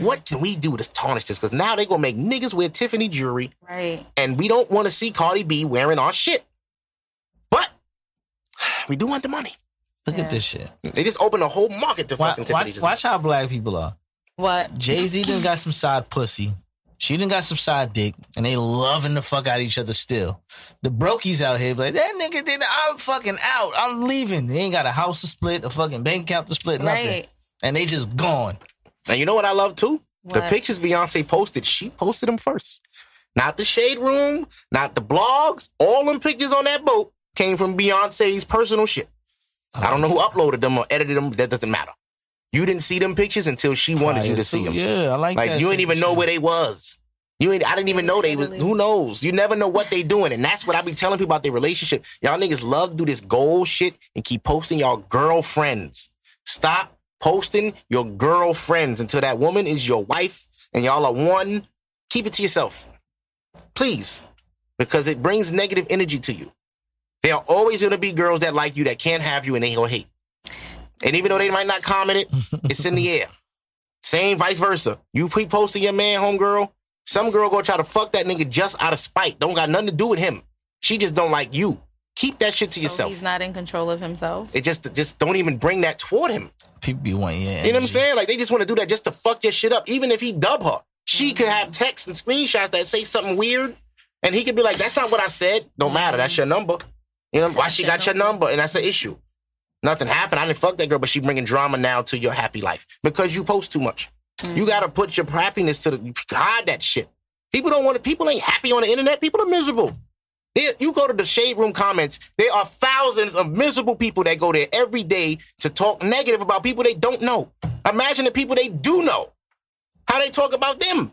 A: what can we do to tarnish this? Because now they gonna make niggas wear Tiffany jewelry,
C: right.
A: and we don't want to see Cardi B wearing our shit. But we do want the money.
D: Look at this shit.
A: They just opened a whole market to
D: Wa-
A: fucking Tiffany.
D: Watch,
A: Just,
D: watch how black people are.
C: What?
D: Jay Z done got some side pussy. She done got some side dick, and they loving the fuck out of each other still. The brokies out here be like that nigga did. I'm fucking out. I'm leaving. They ain't got a house to split, a fucking bank account to split, nothing,
C: Right.
D: and they just gone.
A: And you know what I love too? The
C: What?
A: pictures Beyonce posted, she posted them first. Not the shade room, not the blogs. All them pictures on that boat came from Beyonce's personal shit. I don't know who uploaded them or edited them. That doesn't matter. You didn't see them pictures until she wanted you
D: Prior
A: to see them.
D: Yeah, I like,
A: Like
D: that.
A: you
D: type
A: ain't even
D: of
A: know
D: shit.
A: where they was. You ain't. I didn't even know they was.
C: Literally.
A: Who knows? You never know what they doing, and that's what I be telling people about their relationship. Y'all niggas love to do this gold shit and keep posting y'all girlfriends. Stop posting your girlfriends until that woman is your wife and y'all are one. Keep it to yourself, please, because it brings negative energy to you. There are always gonna be girls that like you that can't have you and they gonna hate. And even though they might not comment it, it's in the air. Same vice versa. You pre posting your man, homegirl. Some girl gonna try to fuck that nigga just out of spite. Don't got nothing to do with him. She just don't like you. Keep that shit to
C: So
A: yourself.
C: Oh, he's not in control of himself.
A: it just just don't even bring that toward him.
D: people be wanting. Yeah,
A: You know what I'm saying? Like they just want to do that just to fuck your shit up. Even if he dub her, she could have texts and screenshots that say something weird, and he could be like, "That's not what I said. Don't matter. That's your number. You know why she got Mm-hmm. your number, and that's the issue. Nothing happened. I didn't fuck that girl, but she bringing drama now to your happy life because you post too much. You gotta put your happiness to the you hide that shit. People don't want to. People ain't happy on the internet. People are miserable. There, you go to the shade room comments. There are thousands of miserable people that go there every day to talk negative about people they don't know. Imagine the people they do know, how they talk about them.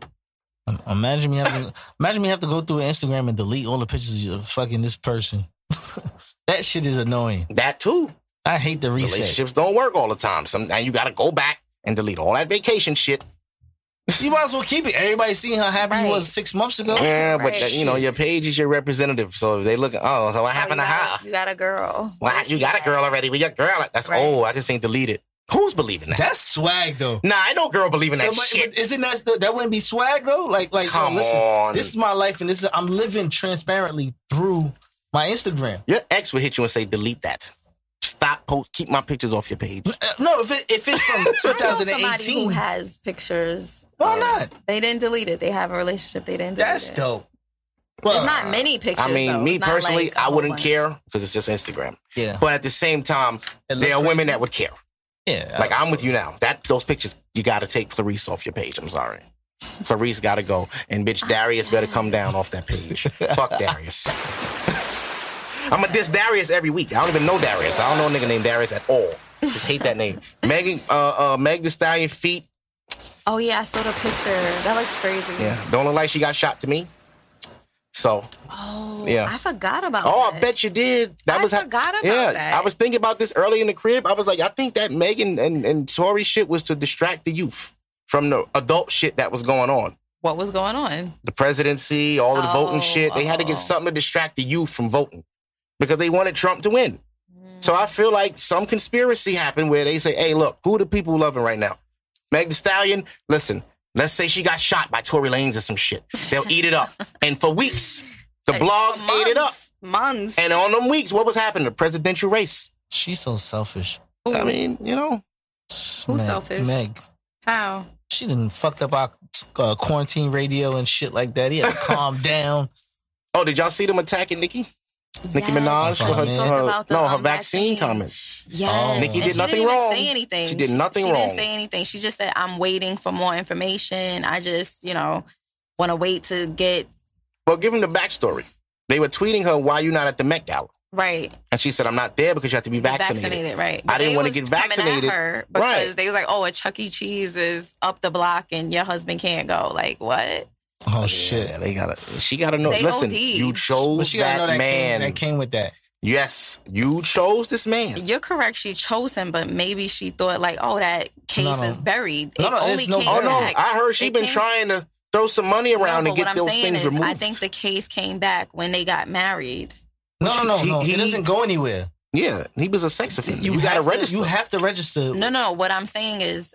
D: Um, Imagine me having, imagine me have to go through Instagram and delete all the pictures of fucking this person. that shit is annoying.
A: That too.
D: I hate the reset.
A: Relationships don't work all the time. Sometimes you got to go back and delete all that vacation shit.
D: You might as well keep it. Everybody seen how happy you was six months ago.
A: Yeah, but
C: Right.
A: that- you know your page is your representative, so they look. Oh, so what happened
C: you,
A: to her?
C: got, you got a girl.
A: Well, you got a girl already with your girl. That's
C: Right.
A: oh, I just ain't deleted. Who's believing that?
D: That's swag though.
A: nah, I know girl believing that
D: But my-
A: shit.
D: but Isn't that that wouldn't be swag though? Like, like, yo,
A: Come
D: listen,
A: on.
D: this is my life, and this is I'm living transparently through my Instagram.
A: Your ex would hit you and say, "Delete that. Stop post. Keep my pictures off your page."
D: Uh, No, if it, if it's from
C: I know somebody who
D: 2018,
C: has pictures.
D: why not?
C: They didn't delete it. They have a relationship. They didn't delete
D: That's
C: it.
D: dope. Well,
C: It's not many pictures.
A: I mean,
C: though.
A: me
C: It's not
A: personally,
C: like a
A: I
C: whole
A: wouldn't
C: bunch.
A: care because it's just Instagram.
D: Yeah.
A: But at the same time,
D: It look
A: there are women
D: crazy.
A: that would care.
D: yeah,
A: Like I'm with you now. That those pictures, you got to take Clarice off your page. I'm sorry. Clarice got to go, and bitch Darius better come down off that page. Fuck Darius. I'm a diss Darius every week. I don't even know Darius. I don't know a nigga named Darius at all. Just hate that name. Megan, uh, uh, Meg the Stallion feet.
C: Oh yeah, I saw the picture. That looks crazy.
A: Yeah, don't look like she got shot to me. So
C: Oh,
A: Yeah.
C: I forgot about.
A: Oh, I
C: that.
A: bet you did. That
C: I
A: was how-
C: forgot about
A: yeah,
C: that.
A: I was thinking about this early in the crib. I was like, I think that Megan and and Tory shit was to distract the youth from the adult shit that was going on.
C: What was going on?
A: The presidency, all the voting
C: Oh,
A: shit. They had to get
C: oh.
A: something to distract the youth from voting because they wanted Trump to win. So
C: Mm.
A: I feel like some conspiracy happened where they say, "Hey, look, who are the people loving right now? Meg The Stallion. Listen, let's say she got shot by Tory Lanez or some shit. They'll eat it up, and for weeks, the blogs
C: For
A: ate it up."
C: months, Months.
A: And on them weeks, what was happening? The presidential race.
D: she's so selfish.
A: I mean, you know,
D: Who's
C: selfish?
D: Meg.
C: How?
D: She done fucked up our uh, quarantine radio and shit like that. He had to calm down.
A: Oh, did y'all see them attacking Nicki? Nicki
C: Yes,
A: Minaj
D: and
A: for her,
D: she
C: talked
A: her-
C: about the,
A: no her
C: um,
A: vaccine
C: vaccine.
A: comments.
C: Yes.
D: Oh. Nikki
C: And
D: did
C: she
A: nothing
C: didn't even
A: wrong.
C: say anything.
A: She did nothing
C: she
A: wrong.
C: didn't say anything. She just said, "I'm waiting for more information. I just, you know, want to wait to get
A: Well, give them the backstory. They were tweeting her, "Why you not at the Met Gala?"
C: Right.
A: And she said, I'm not there because you have to be vaccinated.
C: Vaccinated, right.
A: I didn't
C: they
A: wanna
C: was
A: get
C: coming at
A: vaccinated.
C: her because
A: Right.
C: they was like, oh, a Chuck E. Cheese is up the block and your husband can't go. Like, what?
D: Oh
A: Yeah,
D: shit!
A: they gotta. She gotta know.
C: They
A: Listen,
C: OD'd.
A: you
D: But
A: chose
D: she
A: that,
D: gotta know that
A: man.
D: came, that came with that.
A: Yes, you chose this man.
C: You're correct. She chose him, but maybe she thought, like, oh, that case
D: no.
C: is buried.
D: No,
C: it
D: no,
C: only
D: it's no-
C: came
A: Oh
D: Yeah.
A: no,
C: back.
A: I heard she
C: It
A: been
C: came-
A: trying to throw some money around to
C: No, but what
A: get
C: I'm
A: those
C: saying
A: things
C: is,
A: removed.
C: I think the case came back when they got married.
D: No, no, no,
A: He-
D: no.
A: he-
D: it doesn't go anywhere.
A: yeah, he was a sex offender. You, gotta
D: have to-
A: register.
D: You have to register.
C: No, no. What I'm saying is,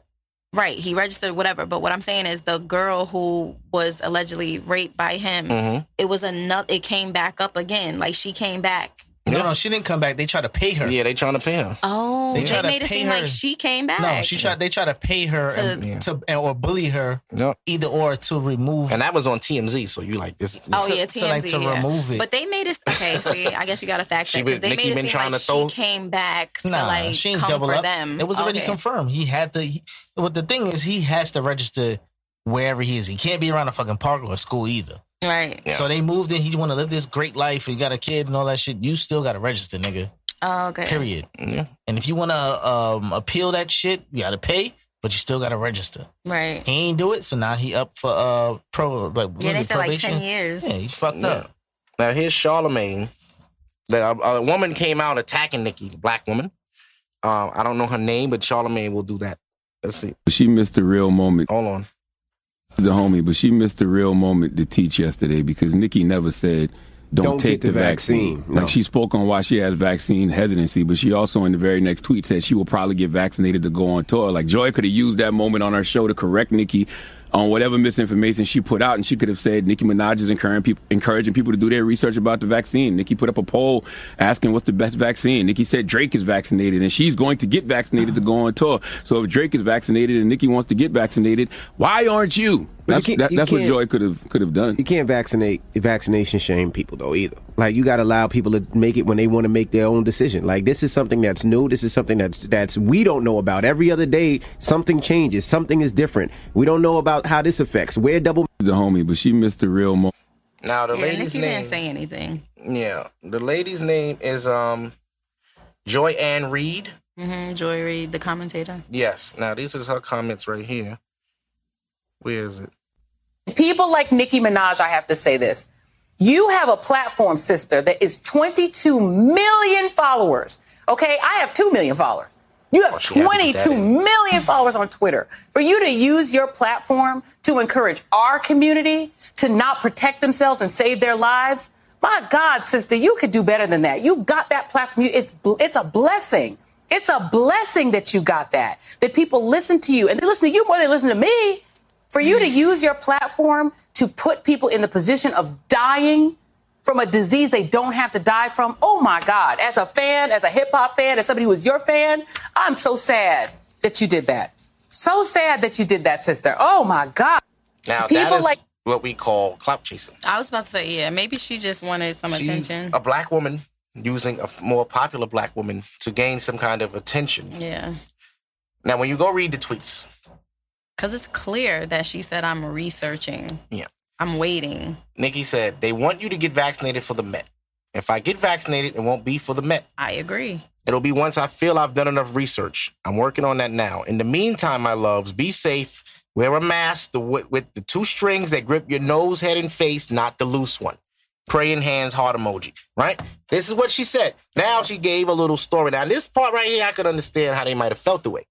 C: right? He registered whatever, but what I'm saying is the girl who was allegedly raped by him.
A: Mhm.
C: It was another. It came back up again. Like she came back.
D: No, no, she didn't come back. They tried to pay her.
A: Yeah, they trying to pay him.
C: Oh,
D: They
C: they,
D: tried to
C: made it
D: pay
C: seem
D: her-
C: like she came back.
D: No, she tried. They tried to pay her
C: To-
D: and, to and, or bully her,
A: Yep.
D: either or to remove.
A: And that was on TMZ. So you like this?
C: Oh
D: to-
C: yeah,
D: to,
C: TMZ.
D: like, to
C: yeah.
D: remove it.
C: But they made it okay. See, I guess you got to fact
A: She
C: check
A: been-
C: because they
A: Nicki
C: made it
A: been
C: seem
A: trying
C: like
A: to throw-
C: she came back to
D: nah,
C: like
D: she ain't
C: come
D: double
C: for
D: up.
C: them.
D: It was already
C: Okay.
D: confirmed. He had to. He, but the thing is, he has to register wherever he is. He can't be around a fucking park or a school either.
C: right.
A: Yeah.
D: So they moved in. He want to live this great life. He got a kid and all that shit. You still got to register, nigga.
C: Oh, okay.
D: Period.
A: Yeah.
D: And if you want to um, appeal that shit, you got to pay, but you still got to register.
C: Right.
D: He ain't do it, so now he up for uh pro like what
C: Yeah,
D: is
C: they
D: it,
C: said like
D: probation.
C: ten years.
D: Yeah, he fucked
A: Yeah.
D: up.
A: Now here's Charlemagne. That uh, a, a woman came out attacking Nikki, black woman. Um, I don't know her name, but Charlemagne will do that. Let's see.
F: She missed the real moment,
A: Hold on.
F: the homie, but she missed the real moment to teach yesterday because Nikki never said, don't,
G: Don't
F: take
G: get the
F: the vaccine.
G: vaccine, no.
F: Like she spoke on why she has vaccine hesitancy, but she also in the very next tweet said she will probably get vaccinated to go on tour. Like Joy could have used that moment on her show to correct Nikki on whatever misinformation she put out, and she could have said Nicki Minaj is encouraging people, encouraging people to do their research about the vaccine. Nikki put up a poll asking what's the best vaccine. Nikki said Drake is vaccinated, and she's going to get vaccinated to go on tour. So if Drake is vaccinated and Nikki wants to get vaccinated, why aren't you?
G: But you
F: That's,
G: can't-
F: that,
G: you
F: that's what
G: can't-
F: Joy could have could have done.
G: You can't vaccinate vaccination shame people though either. Like you got to allow people to make it when they want to make their own decision. Like this is something that's new. This is something that's that's we don't know about. Every other day something changes. Something is different. We don't know about how this affects. We're double
F: the homie, but she missed the real moment.
A: Now the
C: Yeah,
A: lady's
C: Nikki
A: name.
C: didn't say anything.
A: Yeah, the lady's name is um Joy Ann Reed.
C: Mm-hmm. Joy Reid, the commentator.
A: Yes. Now these is her comments right here. Where is it?
E: People like Nicki Minaj, I have to say this. You have a platform, sister, that is 22 million followers. Okay, I have 2 million followers. You have
A: she had to put that
E: 22
A: in.
E: million followers on Twitter. For you to use your platform to encourage our community to not protect themselves and save their lives, my God, sister, you could do better than that. You got that platform. You- It's bl- it's a blessing. It's a blessing that you got that. That people listen to you and they listen to you more than they listen to me. For you to use your platform to put people in the position of dying from a disease they don't have to die from. Oh my God. As a fan, as a hip hop fan, as somebody who was your fan, I'm so sad that you did that. So sad that you did that, sister. Oh my God.
A: Now that
E: People
A: is
E: like-
A: what we call clout chasing.
C: I was about to say, yeah, maybe she just wanted some
A: She's
C: attention.
A: a black woman using a f- more popular black woman to gain some kind of attention.
C: yeah.
A: Now when you go read the tweets,
C: Because it's clear that she said, I'm researching.
A: Yeah.
C: I'm waiting.
A: Nikki said they want you to get vaccinated for the Met. If I get vaccinated, it won't be for the Met.
C: I agree.
A: It'll be once I feel I've done enough research. I'm working on that now. In the meantime, my loves, be safe. Wear a mask the, with, with the two strings that grip your nose, head, and face, not the loose one. Praying hands, heart emoji, right? This is what she said. Now she gave a little story. Now, this part right here, I could understand how they might have felt the way.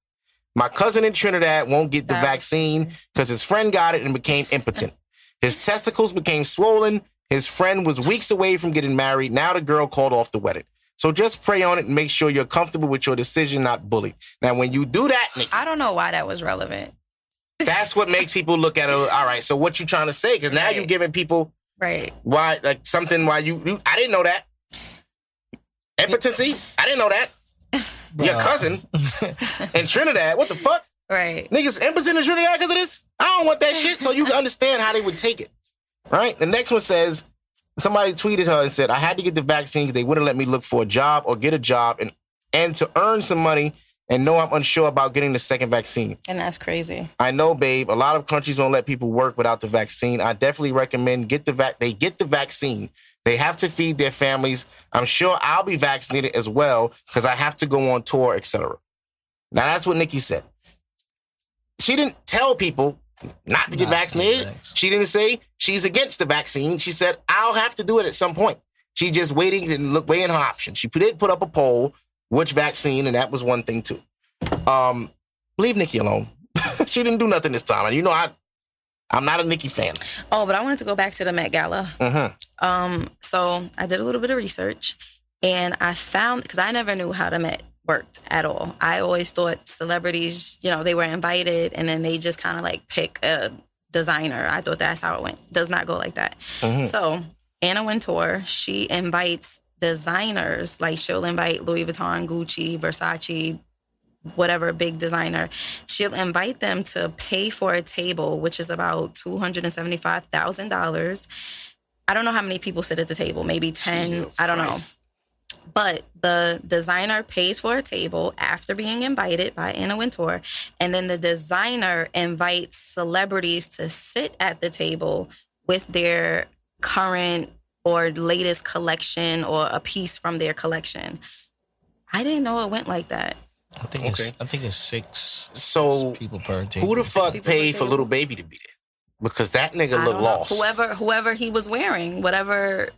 A: My cousin in Trinidad won't get the
C: That was-
A: vaccine because his friend got it and became impotent. His testicles became swollen. His friend was weeks away from getting married. Now the girl called off the wedding. So just pray on it and make sure you're comfortable with your decision, not bullied. Now, when you do that, Nikki,
C: I don't know why that was relevant.
A: that's what makes people look at it. All right, so what you trying to say? Because now you're
C: Right.
A: giving people
C: Right.
A: why like something why you, you I didn't know that impotency. I didn't know that your
D: Bruh.
A: cousin in Trinidad. What the fuck?
C: Right.
A: Niggas impotent in Trinidad because of this? I don't want that shit. So you can understand how they would take it. Right? The next one says somebody tweeted her and said, I had to get the vaccine because they wouldn't let me look for a job or get a job and, and to earn some money and know I'm unsure about getting the second vaccine.
C: And that's crazy.
A: I know, babe, a lot of countries don't let people work without the vaccine. I definitely recommend get the vac they get the vaccine. They have to feed their families. I'm sure I'll be vaccinated as well because I have to go on tour, etc. Now that's what Nikki said. She didn't tell people not to get
D: Not to get
A: vaccinated.
D: vaccinated.
A: She didn't say she's against the vaccine. She said I'll have to do it at some point. She just waiting and look weighing her options. She did put up a poll which vaccine, and that was one thing too. Um, leave Nikki alone. she didn't do nothing this time, and you know I, I'm not a Nikki fan.
C: Oh, but I wanted to go back to the Met Gala.
A: Mhm.
C: Um, so I did a little bit of research, and I found because I never knew how the Met worked at all. I always thought celebrities, you know, they were invited and then they just kind of like pick a designer. I thought that's how it went. Does not go like that. So Anna Wintour, she invites designers. Like she'll invite Louis Vuitton, Gucci, Versace, whatever big designer, she'll invite them to pay for a table, which is about two hundred and seventy-five thousand dollars. I don't know how many people sit at the table, maybe ten.
A: Jesus
C: I don't
A: Christ.
C: know. But the designer pays for a table after being invited by Anna Wintour, and then the designer invites celebrities to sit at the table with their current or latest collection or a piece from their collection. I didn't know it went like that.
D: I think
A: Okay.
D: it's I think it's six
A: So
D: people per table.
A: who the fuck
C: People
A: paid for
C: table.
A: little baby to be there? Because that nigga looked
C: I don't know.
A: lost.
C: Whoever whoever he was wearing, whatever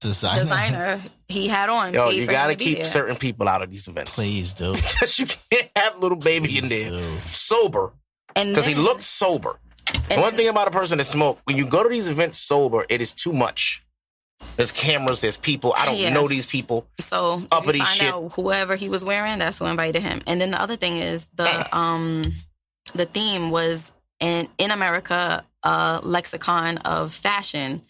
D: designer?
C: designer he had on.
A: Yo,
C: paid
A: you
C: for him
A: gotta
C: to be
A: keep
C: there.
A: certain people out of these events.
D: Please do.
A: Because you can't have little baby in
D: Please
A: there
D: do.
A: sober.
C: And
A: Because he
C: then-
A: looked sober.
C: and
A: One
C: then-
A: thing about a person that smoke, when you go to these events sober, it is too much. There's cameras, there's people. I don't
C: Yeah.
A: know these people.
C: So we
A: uppity
C: find
A: shit.
C: out whoever he was wearing, that's who invited him. And then the other thing is the um the theme was in in America a lexicon of fashion.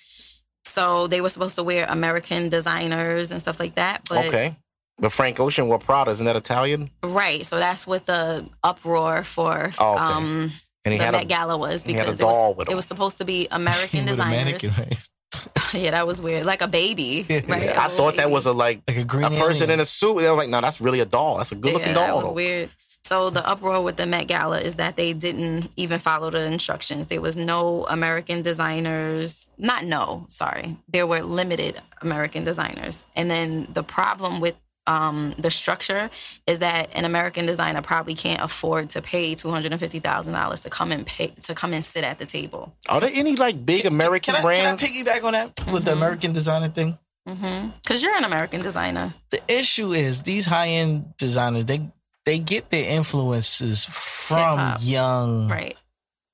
C: So they were supposed to wear American designers and stuff like that. But
A: okay. But Frank Ocean wore Prada, isn't that Italian?
C: right, so that's what the uproar for
A: Oh, okay.
C: um
A: And he
C: the
A: had
C: Met
A: a
C: Gala was
A: he had a
C: because
A: doll
C: it, was,
A: with
C: it
A: him.
C: was supposed to be
D: With
C: American
D: a
C: designers.
D: mannequin, right?
C: Yeah, that was weird. Like a baby. Right? Oh,
A: I thought that was a like
D: Like a green
A: a person in
D: alien.
A: a suit. They were like, no, that's really a doll. That's a good looking
C: yeah,
A: doll.
C: That was
A: though.
C: weird. So the uproar with the Met Gala is that they didn't even follow the instructions. There was no American designers. Not no, sorry. There were limited American designers. And then the problem with um, the structure is that an American designer probably can't afford to pay two hundred and fifty thousand dollars to come and pay to come and sit at the table.
A: Are there any like big American
D: Can I, can I
A: brands?
D: piggyback on that with
C: Mm-hmm.
D: the American designer thing?
C: Because you're an American designer,
D: The issue is these high end designers they they get their influences from
C: Hip-hop.
D: young
C: right?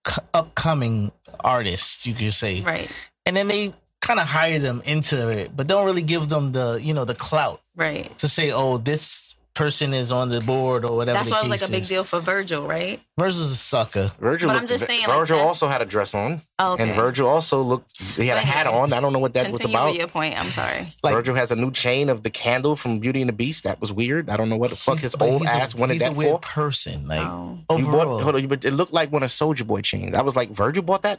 D: c- upcoming artists, you could say,
C: Right.
D: and then they kind of hire them into it, but don't really give them the you know the clout
C: Right.
D: to say, oh, this person is on the board or whatever.
C: That's
D: the
C: why it was
D: case
C: like a big
D: is.
C: deal for Virgil, right?
D: Versus a sucker.
A: Virgil
C: But I'm
A: looked,
C: just saying, like,
A: Virgil
C: that's-
A: also had a dress on.
C: Oh, okay.
A: And Virgil also looked he had a
C: But
A: hat
C: anyway,
A: on. I don't know what that was
C: Continue
A: about.
C: with your point. I'm sorry.
D: Like-
A: Virgil has a new chain of the candle from Beauty and the Beast. That was weird. I don't know what the fuck his
D: But
A: old
D: he's a-
A: ass wanted
D: he's
A: that
D: a weird
A: for.
D: person. Like
C: Oh.
A: You
D: overall,
A: bought, hold on, you- but it looked like one of Soldier Boy chains. I was like, Virgil bought that?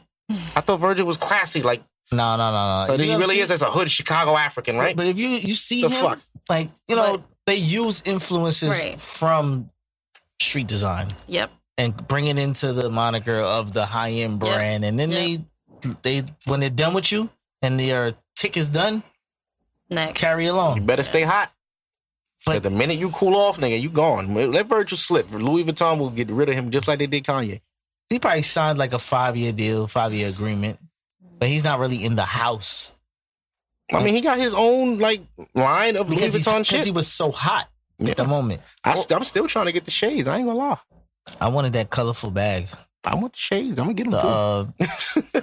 A: I thought Virgil was classy. Like,
D: no, no, no,
C: Uh,
D: no.
A: so
D: You
A: he
D: ever
A: really
D: see-
A: is as a hood Chicago African, right?
D: But if you you see
A: The
D: him,
A: fuck?
D: like you know,
C: But-
D: they use influences
C: Right.
D: from street design
C: Yep.
D: and bring it into the moniker of the high end brand, and then
C: Yep.
D: they they when they're done with you and their tick is done,
C: Next.
D: carry
A: you
D: along.
A: better stay hot.
D: But-
A: 'Cause the minute you cool off, nigga, you gone. Let Virgil slip. Louis Vuitton will get rid of him just like they did Kanye.
D: He probably signed like a five year deal, five year agreement, but he's not really in the house
A: I mean, he got his own like line of
D: because
A: Louis
D: he's,
A: Vuitton
D: because
A: shit.
D: he was so hot
A: Yeah.
D: at the moment.
A: I, I'm still trying to get the shades. I ain't gonna lie.
D: I wanted that colorful bag.
A: I want the shades. I'm gonna get them
D: The,
A: too.
D: uh,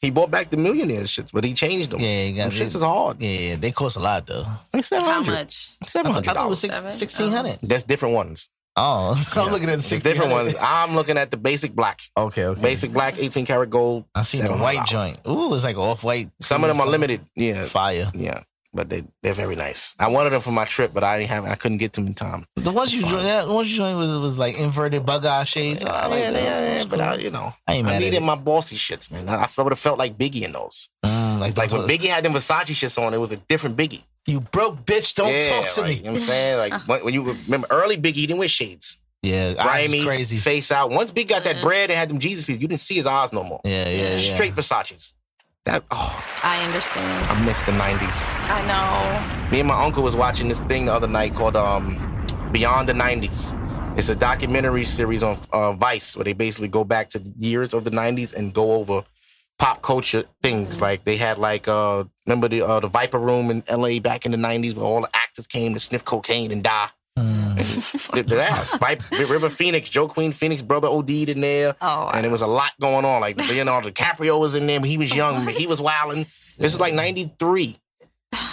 A: He bought back the millionaire shits, but he changed them.
D: Yeah, you got
A: them shits
D: it.
A: is hard.
D: yeah, they cost a lot though.
A: Like
C: How
A: 700
C: much?
D: I thought it
A: $700.
D: was six,
C: Seven?
D: 1600
A: That's different ones.
D: Oh, I'm looking at
A: It's different ones. I'm looking at the basic black.
D: Okay, okay.
A: Basic black, 18 karat gold.
D: I seen the white
A: $700.
D: joint. Ooh, it's like off white.
A: Some of them are limited. Yeah.
D: Fire.
A: Yeah. But they, they're very nice. I wanted them for my trip, but I didn't have I couldn't get them in time.
D: The ones you joined, yeah, the ones you joined was, was like inverted bug eye shades. Oh, I like
A: yeah,
D: that.
A: yeah, yeah,
D: That's
A: but I,
D: cool.
A: you know,
D: I ain't mad
A: I
D: at
A: needed
D: it.
A: my bossy shits, man. I, I would have felt like Biggie in those.
D: Mm, like,
A: Like
D: the,
A: when Biggie had them Versace shits on, it was a different Biggie.
D: you broke bitch, don't
A: yeah,
D: talk to
A: like, You know
D: me.
A: what I'm saying? Like when, when you remember early Biggie, he didn't wear shades.
D: Yeah, eyes
A: grimy,
D: is crazy.
A: face out. Once Big got that bread and had them Jesus pieces, you didn't see his eyes no more.
D: Yeah, yeah, yeah.
A: Straight Versace's. That oh,
C: I understand.
A: I missed the nineties.
C: I know.
A: Me and my uncle was watching this thing the other night called um, Beyond the 90s. It's a documentary series on uh, Vice where they basically go back to years of the 90s and go over pop culture things. Like they had like uh, remember the uh, the Viper Room in LA back in the 90s where all the actors came to sniff cocaine and die. Did that Viper, River Phoenix, Joe Queen Phoenix, brother OD in there,
C: Oh,
A: and it was a lot going on. Like Leonardo DiCaprio was in there; when he was young, he was wilding. This was like '93.